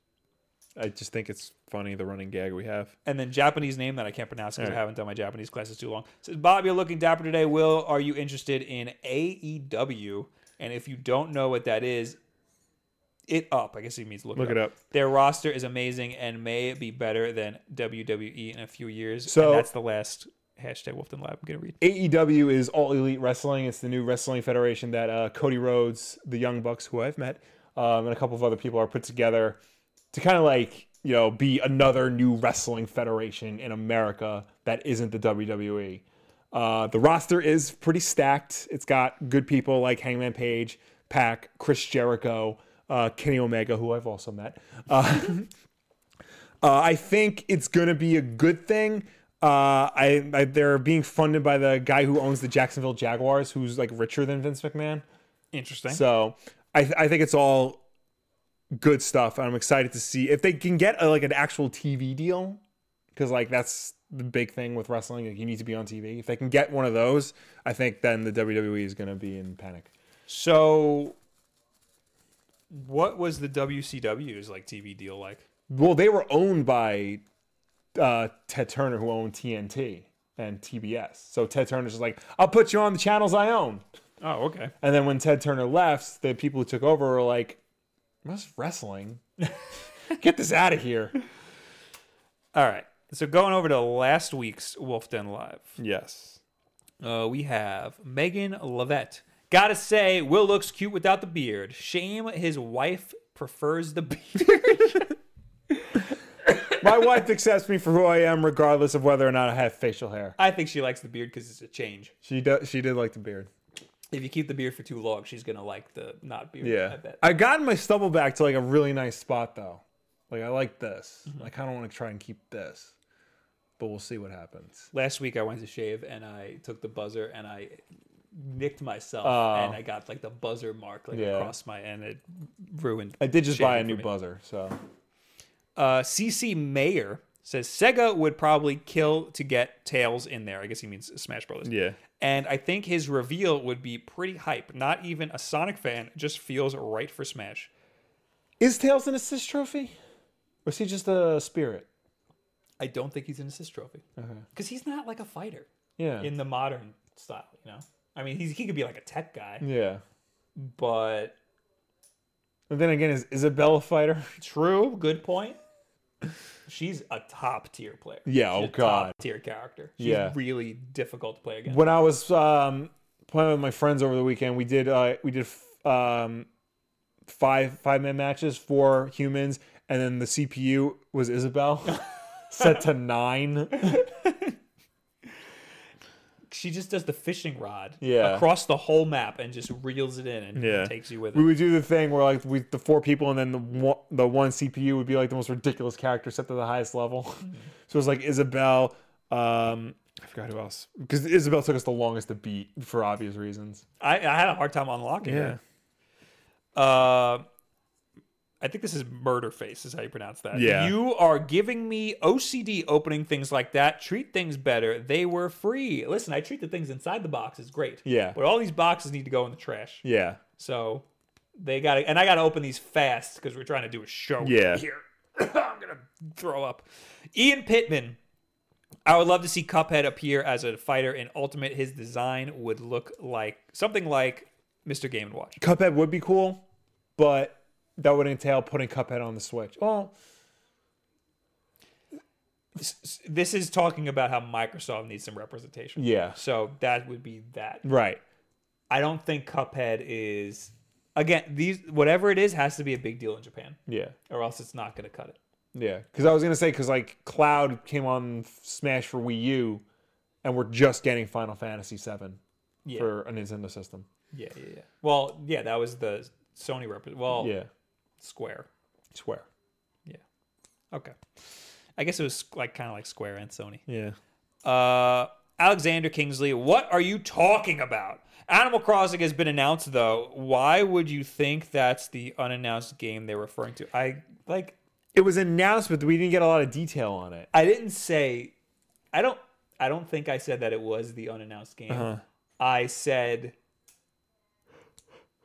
A: I just think it's funny the running gag we have.
B: and then Japanese name that I can't pronounce because
A: All
B: I
A: right.
B: haven't done my Japanese classes too long. Says Bob, you're looking dapper today. Will, are E you interested in AEW? And if you don't know what that is, it up. I guess he means look,
A: Look it up.
B: Their roster is amazing and may be better than WWE in a few years.
A: So-
B: and that's the last hashtag Wolfden Lab I'm gonna read.
A: AEW E is All Elite Wrestling. It's the new wrestling federation that uh, Cody Rhodes, the Young Bucks, who I've met, um, and a couple of other people are put together to kind of like you know be another new wrestling federation in America that isn't the WWE. Uh, the roster is pretty stacked. It's got good people like Hangman Page, Pac, Chris Jericho, uh, Kenny Omega, who I've also met. Uh, Uh, I think it's going to be a good thing. Uh, I, I they're being funded by the guy who owns the Jacksonville Jaguars, who's like richer than Vince McMahon.
B: Interesting.
A: So I, th- I think it's all good stuff. I'm excited to see if they can get a, like an actual TV deal because like that's the big thing with wrestling. Like, you need to be on TV. If they can get one of those, I think then the WWE is going to be in panic.
B: So, what was the WCW's like TV deal like?
A: Well, they were owned by uh, Ted Turner, who owned TNT and TBS. So Ted Turner's just like, I'll put you on the channels I own.
B: Oh, okay.
A: And then when Ted Turner left, the people who took over were like, what's wrestling? Get this out of here.
B: All right. So going over to last week's Wolf Den Live,
A: Yes.
B: uh, we have Megan Lavette. Gotta say, Will looks cute without the beard. Shame his wife prefers the beard.
A: My wife accepts me for who I am, regardless of whether or not I have facial hair.
B: I think she likes the beard because it's a change.
A: She does. She did like the beard.
B: If you keep the beard for too long, she's gonna like the not beard. I
A: Yeah.
B: bet.
A: I got my stubble back to like a really nice spot though. Like I like this.
B: Mm-hmm.
A: I kind of want to try and keep this, but we'll see what happens.
B: Last week I went to shave and I took the buzzer and I nicked myself
A: Oh.
B: and I got like the buzzer mark like
A: Yeah.
B: across my and it ruined.
A: I did just buy a
B: shaving
A: new
B: for me.
A: buzzer, so
B: Uh, CC Mayer says Sega would probably kill to get Tails in there. I guess he means Smash Brothers.
A: Yeah.
B: And I think his reveal would be pretty hype. Not even a Sonic fan just feels right for Smash.
A: is Tails an assist trophy? Or is he just a spirit?
B: I don't think he's an assist trophy
A: Uh-huh.
B: because he's not like a fighter
A: Yeah,
B: in the modern style. You know, I mean, he's, he could be like a tech guy,
A: yeah.
B: but
A: But then again, is Isabelle a fighter?
B: True, good point. She's a top tier player.
A: Yeah, oh God.
B: tier character. She's
A: Yeah.
B: really difficult to play against.
A: When I was um, playing with my friends over the weekend, we did uh, we did um, five five man matches, four humans, and then the CPU was Isabelle, set to nine.
B: She just does the fishing rod
A: Yeah.
B: across the whole map and just reels it in and
A: Yeah.
B: takes you with
A: We
B: it.
A: would do the thing where like we the four people and then the one, the one CPU would be like the most ridiculous character set to the highest level. so it was like Isabel. Um, I forgot who else because Isabel took us the longest to beat for obvious reasons.
B: I, I had a hard time unlocking her. Uh, I think this is murder face is how you pronounce that.
A: Yeah.
B: You are giving me OCD opening things like that. Treat things better. They were free. Listen, I treat the things inside the box is great.
A: Yeah.
B: But all these boxes need to go in the trash.
A: yeah,
B: So they got to, and I got to open these fast because we're trying to do a show
A: Yeah.
B: here. I'm going to throw up. Ian Pittman. I would love to see Cuphead appear as a fighter in Ultimate. His design would look like something like Mr. Game and Watch.
A: Cuphead would be cool, but that would entail putting Cuphead on the Switch. Well,
B: S- s- This is talking about how Microsoft needs some representation.
A: Yeah.
B: So that would be that.
A: right.
B: I don't think Cuphead is again these whatever it is has to be a big deal in Japan
A: Yeah,
B: or else it's not going to cut it.
A: yeah. Because I was gonna say because like Cloud came on Smash for Wii U, and we're just getting Final Fantasy VII
B: Yeah.
A: for a Nintendo system.
B: Yeah, yeah, yeah. Well, yeah, that was the Sony rep. Well,
A: Yeah,
B: Square.
A: swear.
B: Okay. I guess it was like kind of like Square and Sony.
A: Yeah.
B: Uh, Alexander Kingsley, what are you talking about? Animal Crossing has been announced though. Why would you think that's the unannounced game they're referring to? I like
A: It was announced, but we didn't get a lot of detail on it.
B: I didn't say I don't I don't think I said that it was the unannounced game. I said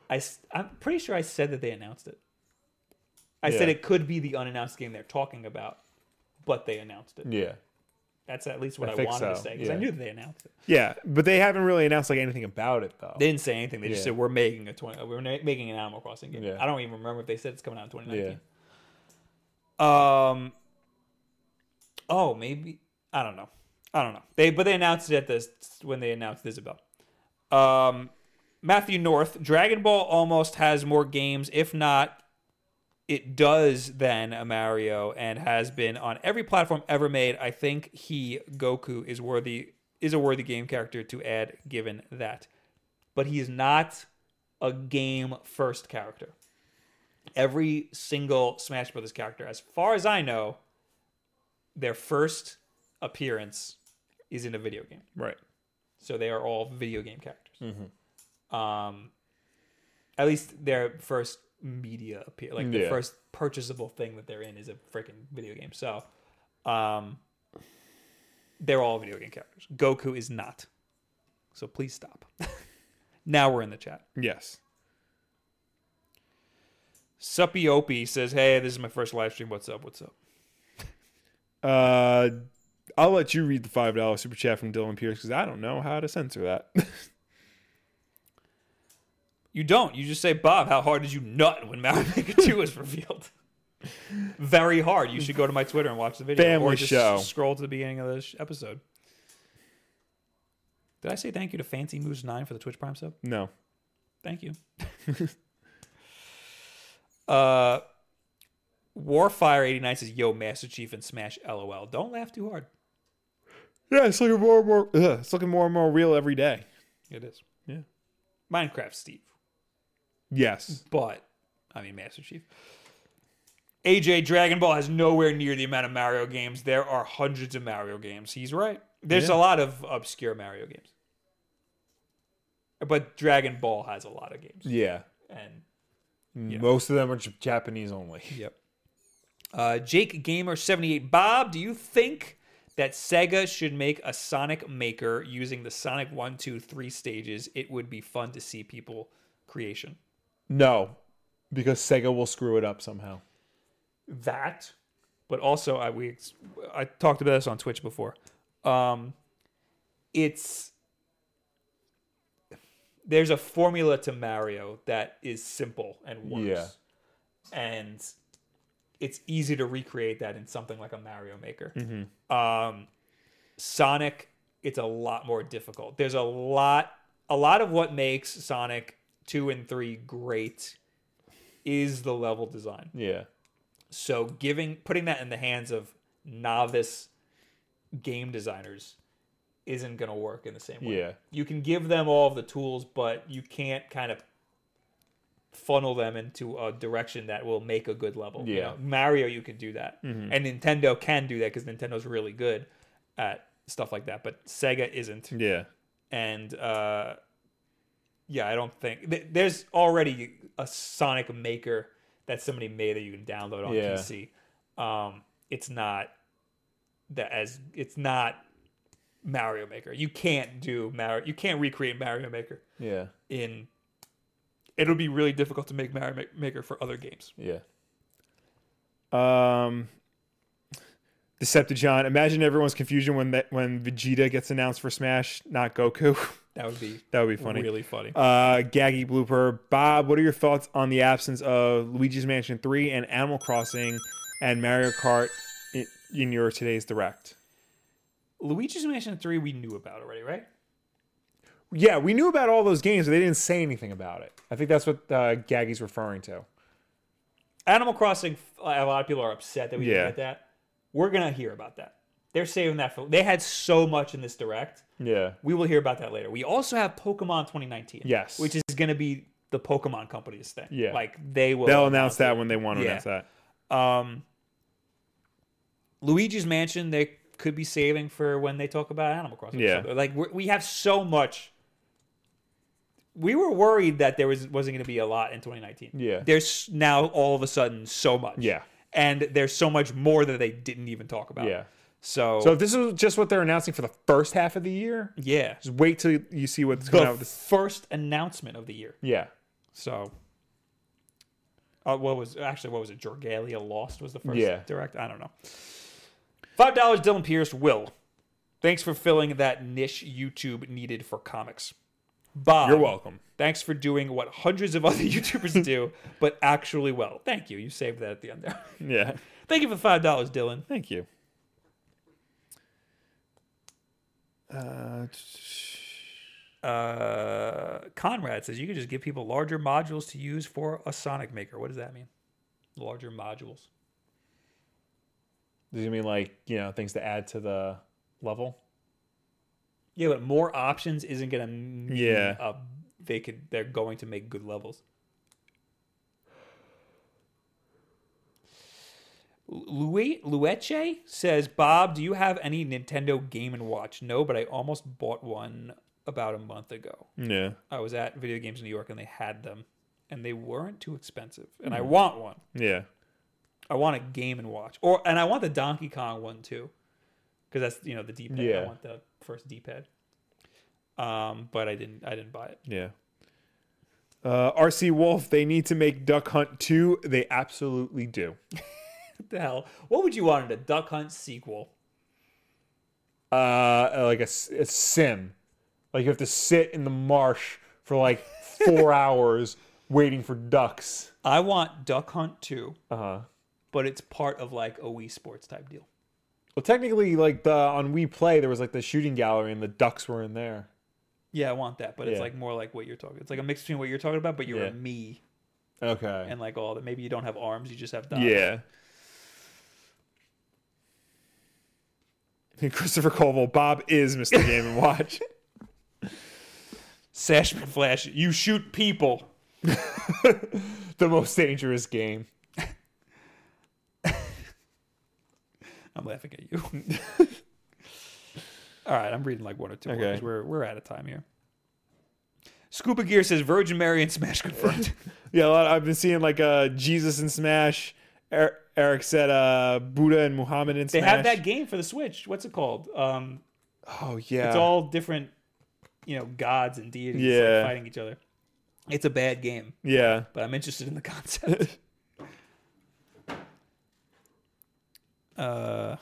B: I s- I'm pretty sure I said that they announced it. I said
A: Yeah.
B: it could be the unannounced game they're talking about, but they announced it.
A: Yeah.
B: That's at least what I,
A: think
B: wanted to
A: so,
B: say because I
A: yeah.
B: knew that they announced it.
A: Yeah, but they haven't really announced like anything about it though.
B: They didn't say anything. They just
A: Yeah.
B: said we're making a twenty. We're na- making an Animal Crossing game.
A: Yeah.
B: I don't even remember if they said it's coming out in twenty
A: yeah.
B: nineteen. Um. Oh, maybe I don't know. I don't know. They but they announced it at this when they announced Isabel. Um, Matthew North, Dragon Ball almost has more games, if not, it does than a Mario, and has been on every platform ever made. I think he Goku is worthy is a worthy game character to add, given that, but he is not a game first character every single Smash Brothers character, as far as I know, their first appearance is in a video game.
A: Right.
B: So they are all video game characters. Um, at least their first media appear, like the
A: Yeah.
B: first purchasable thing that they're in is a freaking video game. So, um, they're all video game characters. Goku is not. So please stop. now we're in the chat.
A: Yes.
B: Suppy Opie says, "Hey, this is my first live stream. What's up? What's up?"
A: Uh, I'll let you read the five dollar super chat from Dylan Pierce because I don't know how to censor that.
B: You don't. You just say, Bob, how hard did you nut when Mario Maker 2 was revealed? Very hard. You should go to my Twitter and watch the video.
A: Family
B: or just
A: show.
B: scroll to the beginning of this episode. Did I say thank you to Fancy Moose 9 for the Twitch Prime sub?
A: no.
B: Thank you. uh, Warfire89 says, Yo, Master Chief and Smash LOL. Don't laugh too hard.
A: Yeah, it's looking more and more. Ugh, it's looking more and more real every day.
B: It is.
A: Yeah.
B: Minecraft Steve.
A: Yes.
B: But I mean, Master Chief. AJ Dragon Ball has nowhere near the amount of Mario games. There are hundreds of Mario games. He's right. There's
A: Yeah.
B: a lot of obscure Mario games. But Dragon Ball has a lot of games.
A: Yeah.
B: And
A: Most of them are J- Japanese only.
B: Yep. Uh, Jake Gamer seventy eight. Bob, do you think that Sega should make a Sonic Maker using the Sonic one, two, three stages? It would be fun to see people creation.
A: No, because Sega will screw it up somehow.
B: that, but also I we ex- I talked about this on Twitch before. Um, it's there's a formula to Mario that is simple and works,
A: Yeah.
B: and it's easy to recreate that in something like a Mario Maker. Um, Sonic, it's a lot more difficult. There's a lot, a lot of what makes Sonic two and three great is the level design.
A: Yeah.
B: So giving putting that in the hands of novice game designers isn't going to work in the same way.
A: Yeah.
B: You can give them all of the tools, but you can't kind of funnel them into a direction that will make a good level. you
A: Yeah. Mm-hmm.
B: know? Mario, you could do that, and Nintendo can do that because Nintendo's really good at stuff like that. But Sega isn't
A: Yeah.
B: and uh, yeah, I don't think th- there's already a Sonic Maker that somebody made that you can download on
A: Yeah.
B: PC. Um, it's not that as it's not Mario Maker. You can't do Mario. You can't recreate Mario Maker
A: Yeah.
B: in. It'll be really difficult to make Mario Ma- Maker for other games.
A: Yeah. Um, Decepticon. Imagine everyone's confusion when that when Vegeta gets announced for Smash, not Goku.
B: That would be
A: that would be funny.
B: really funny.
A: Uh, gaggy blooper. Bob, what are your thoughts on the absence of Luigi's Mansion 3 and Animal Crossing and Mario Kart in, in your today's direct?
B: Luigi's Mansion Three we knew about already, right?
A: Yeah, we knew about all those games, but they didn't say anything about it. I think that's what uh, Gaggy's referring to.
B: Animal Crossing, a lot of people are upset that we
A: Yeah.
B: didn't get that. We're gonna hear about that. They're saving that for. They had so much in this direct.
A: Yeah.
B: We will hear about that later. We also have Pokemon 2019.
A: Yes.
B: which is gonna be the Pokemon company's thing.
A: Yeah.
B: like they will.
A: They'll announce that when they want to
B: Yeah.
A: announce that.
B: Um, Luigi's Mansion, they could be saving for when they talk about Animal Crossing. or
A: Yeah.
B: something. like we we have so much. We were worried that there was wasn't going to be a lot in 2019.
A: Yeah.
B: there's now all of a sudden so much.
A: Yeah.
B: and there's so much more that they didn't even talk about.
A: Yeah.
B: so,
A: So if this is just what they're announcing for the first half of the year,
B: yeah,
A: just wait till you see what's coming out
B: the
A: with this.
B: first announcement of the year.
A: Yeah.
B: So, uh, what was actually what was it? Jorgalia Lost was the first
A: Yeah.
B: direct. I don't know. Five dollars, Dylan Pierce. Will Thanks for filling that niche YouTube needed for comics. Bob.
A: You're welcome.
B: Thanks for doing what hundreds of other YouTubers do, but actually well. Thank you. You saved that at the end there.
A: Yeah.
B: Thank you for the five dollars, Dylan.
A: Thank you. Uh,
B: Uh, Conrad says you can just give people larger modules to use for a Sonic Maker. What does that mean? Larger modules.
A: does you mean like you know things to add to the level?
B: Yeah, but more options isn't gonna mean
A: Yeah.
B: uh, they could they're going to make good levels. Lu- Luece says, Bob, do you have any Nintendo Game and Watch? No, but I almost bought one about a month ago.
A: Yeah.
B: I was at Video Games New York and they had them, and they weren't too expensive. And I want one.
A: Yeah.
B: I want a Game and Watch, or and I want the Donkey Kong one too, because that's you know the D pad. I
A: Yeah.
B: want the first D pad. Um, but I didn't. I didn't buy it.
A: Yeah. Uh, RC Wolf, they need to make Duck Hunt 2. They absolutely do.
B: What the hell? What would you want in a Duck Hunt sequel?
A: Uh, like a, s- a sim. Like you have to sit in the marsh for like four hours waiting for ducks.
B: I want Duck Hunt two,
A: Uh huh.
B: but it's part of like a Wii Sports type deal.
A: Well, technically, like the on We Play, there was like the shooting gallery and the ducks were in there.
B: Yeah, I want that, but it's
A: Yeah.
B: like more like what you're talking. It's like a mix between what you're talking about, but you're
A: Yeah.
B: a me
A: Okay.
B: and uh, like all that. Maybe you don't have arms, you just have dots.
A: Yeah. Christopher Colville, Bob is Mr. Game and Watch.
B: Sash McFlash, you shoot people.
A: the most dangerous game.
B: I'm laughing at you. All right, I'm reading like one or two
A: Okay.
B: because we're we're out of time here. Scuba Gear says Virgin Mary and Smash confirmed.
A: Yeah, a lot, I've been seeing like uh, Jesus and Smash. Er- Eric said uh, Buddha and Muhammad and
B: they
A: Smash.
B: have that game for the Switch. What's it called? Um,
A: Oh yeah.
B: it's all different, you know, gods and deities like,
A: Yeah.
B: fighting each other. It's a bad game,
A: yeah.
B: but I'm interested in the concept. uh,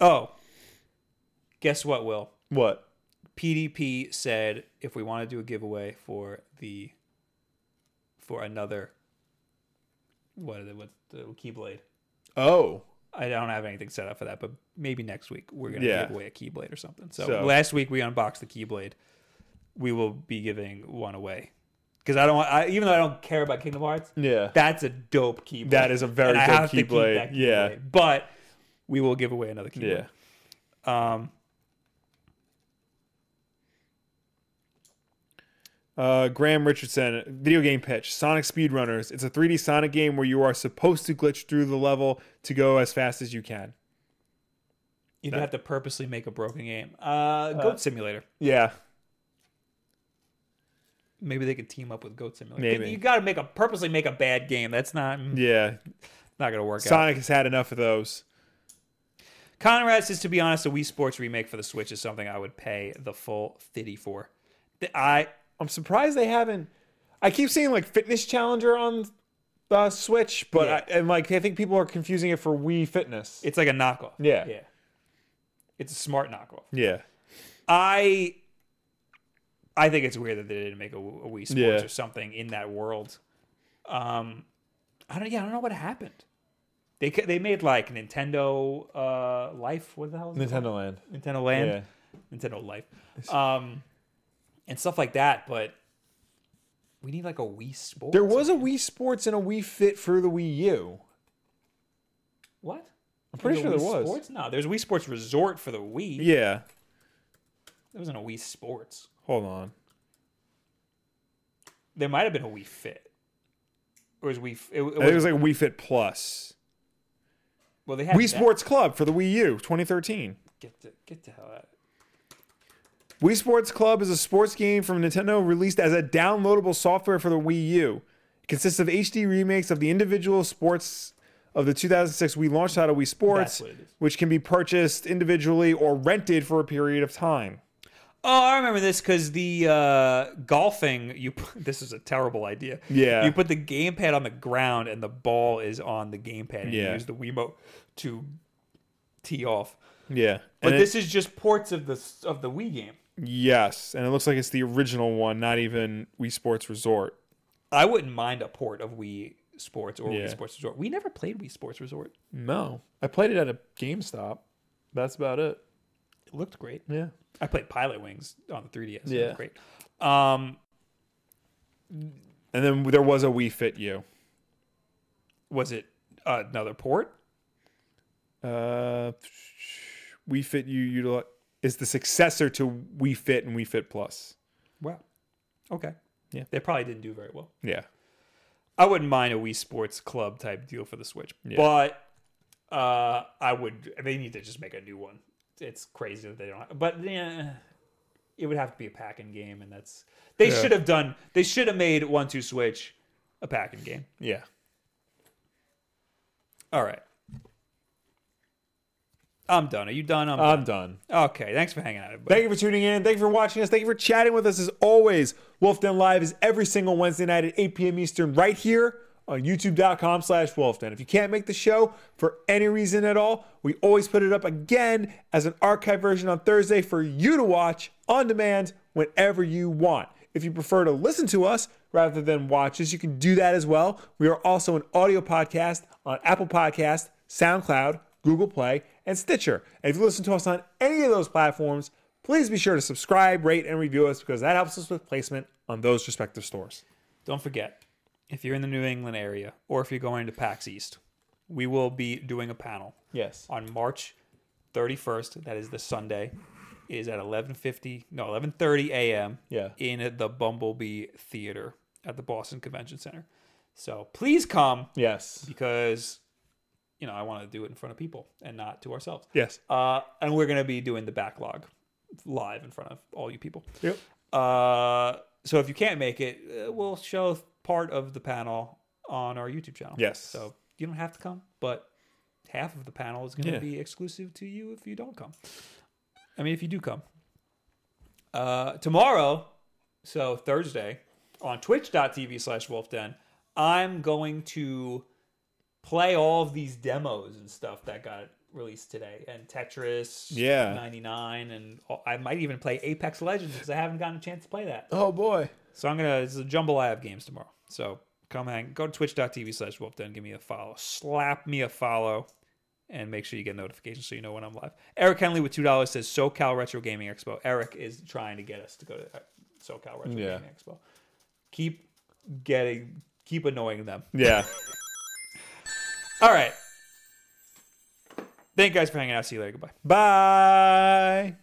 B: oh, guess what, Will?
A: What?
B: PDP said if we want to do a giveaway for the for another what is it what's the keyblade
A: Oh.
B: I don't have anything set up for that but maybe next week we're gonna
A: Yeah.
B: give away a keyblade or something so,
A: So-
B: last week we unboxed the keyblade we will be giving one away because I don't want, I, even though I don't care about Kingdom Hearts
A: Yeah.
B: that's a dope keyblade
A: That is a very
B: And I
A: dope
B: have to keep
A: keyblade.
B: that
A: Yeah.
B: but we will give away another keyblade
A: yeah.
B: um
A: Uh, Graham Richardson, video game pitch: Sonic Speedrunners. It's a 3D Sonic game where you are supposed to glitch through the level to go as fast as you can.
B: You'd have to purposely make a broken game. Uh, Goat Simulator.
A: Yeah.
B: Maybe they could team up with Goat Simulator.
A: Maybe. Mm.
B: you got to make a purposely make a bad game. That's not
A: Yeah.
B: not gonna work out.
A: Sonic has had enough of those.
B: Conrad says, to be honest, a Wii Sports remake for the Switch is something I would pay the full fifty for. The- I
A: I'm surprised they haven't. I keep seeing like Fitness Challenger on uh, Switch, but I, and like I think people are confusing it for Wii Fitness.
B: it's like a knockoff.
A: Yeah.
B: yeah. It's a smart knockoff.
A: yeah.
B: I I think it's weird that they didn't make a, a Wii Sports
A: Yeah.
B: or something in that world. Um, I don't. Yeah, I don't know what happened. They ca- they made like Nintendo uh, Life. What the hell? Is it
A: Nintendo Land.
B: called? Nintendo Land. Nintendo Life. Um, and stuff like that. But we need like a Wii Sports.
A: There was a Wii Sports and a Wii Fit for the Wii U.
B: what? I'm
A: pretty sure there was.
B: Sports? No, there's Wii Sports Resort for the Wii.
A: Yeah.
B: There wasn't a Wii Sports.
A: Hold on.
B: There might have been a Wii Fit. Or was Wii? F- It, it
A: I think it was
B: was-
A: like Wii Fit Plus.
B: well, they had
A: Wii
B: that.
A: Sports Club for the Wii U 2013.
B: Get the get the hell out.
A: Wii Sports Club is a sports game from Nintendo released as a downloadable software for the Wii U. It consists of HD remakes of the individual sports of the 2006 Wii launch title Wii
B: That's
A: Sports,
B: what it is.
A: which can be purchased individually or rented for a period of time.
B: Oh, I remember this because the uh, golfing. You put, this is a terrible idea.
A: Yeah.
B: you put the gamepad on the ground and the ball is on the gamepad. And You
A: Yeah.
B: use the Wiimote to tee off.
A: Yeah.
B: But
A: And it-
B: this is just ports of the of the Wii game.
A: yes, and it looks like it's the original one, not even Wii Sports Resort.
B: I wouldn't mind a port of Wii Sports or
A: Yeah.
B: Wii Sports Resort. We never played Wii Sports Resort.
A: No, I played it at a GameStop. That's about it.
B: It looked great.
A: Yeah.
B: I played Pilot Wings on the 3DS. Yeah,
A: Yeah.
B: it was great. Um,
A: And then there was a Wii Fit You.
B: was it another port?
A: Uh, Wii Fit You utilize is the successor to Wii Fit and Wii Fit Plus.
B: Wow. Okay.
A: Yeah.
B: They probably didn't do very well.
A: Yeah.
B: I wouldn't mind a Wii Sports Club type deal for the Switch, but uh, I would. They need to just make a new one. It's crazy that they don't. Have, but eh, it would have to be a packing game, and that's they
A: Yeah.
B: should have done. They should have made One Two Switch a packing game.
A: Yeah.
B: All right. I'm done. Are you done? I'm
A: I'm done.
B: done. Okay. Thanks for hanging out, everybody.
A: Thank you for tuning in. Thank you for watching us. Thank you for chatting with us as always. Wolf Den Live is every single Wednesday night at 8 p.m. Eastern right here on youtube.com slash wolfden. If you can't make the show for any reason at all, we always put it up again as an archive version on Thursday for you to watch on demand whenever you want. If you prefer to listen to us rather than watch us, you can do that as well. We are also an audio podcast on Apple Podcast, SoundCloud, Google Play, and Stitcher. And if you listen to us on any of those platforms, please be sure to subscribe, rate, and review us because that helps us with placement on those respective stores.
B: Don't forget, if you're in the New England area or if you're going to PAX East, we will be doing a panel.
A: Yes.
B: on March 31st. That is the Sunday. It is at 11:50, no 11:30 a.m.
A: Yeah.
B: in the Bumblebee Theater at the Boston Convention Center. So please come
A: Yes.
B: because you know I want to do it in front of people and not to ourselves.
A: Yes.
B: Uh, and we're gonna be doing the backlog live in front of all you people.
A: Yep.
B: Uh, so if you can't make it, uh, we'll show part of the panel on our YouTube channel.
A: Yes.
B: So you don't have to come, but half of the panel is going to
A: Yeah.
B: be exclusive to you if you don't come. I mean, if you do come. Uh, tomorrow, so Thursday, on twitch.tv slash wolfden, I'm going to play all of these demos and stuff that got released today and Tetris
A: Yeah.
B: 99 and all- I might even play Apex Legends because I haven't gotten a chance to play that.
A: Oh boy.
B: So I'm gonna it's a jambalaya of games tomorrow. So come hang go to twitch.tv slash wolfden, give me a follow. Slap me a follow and make sure you get notifications so you know when I'm live. Eric Henley with two dollars says SoCal Retro Gaming Expo. Eric is trying to get us to go to uh, SoCal Retro
A: Yeah.
B: Gaming Expo. Keep getting keep annoying them.
A: Yeah.
B: All right. Thank you guys for hanging out. See you later. Goodbye.
A: Bye.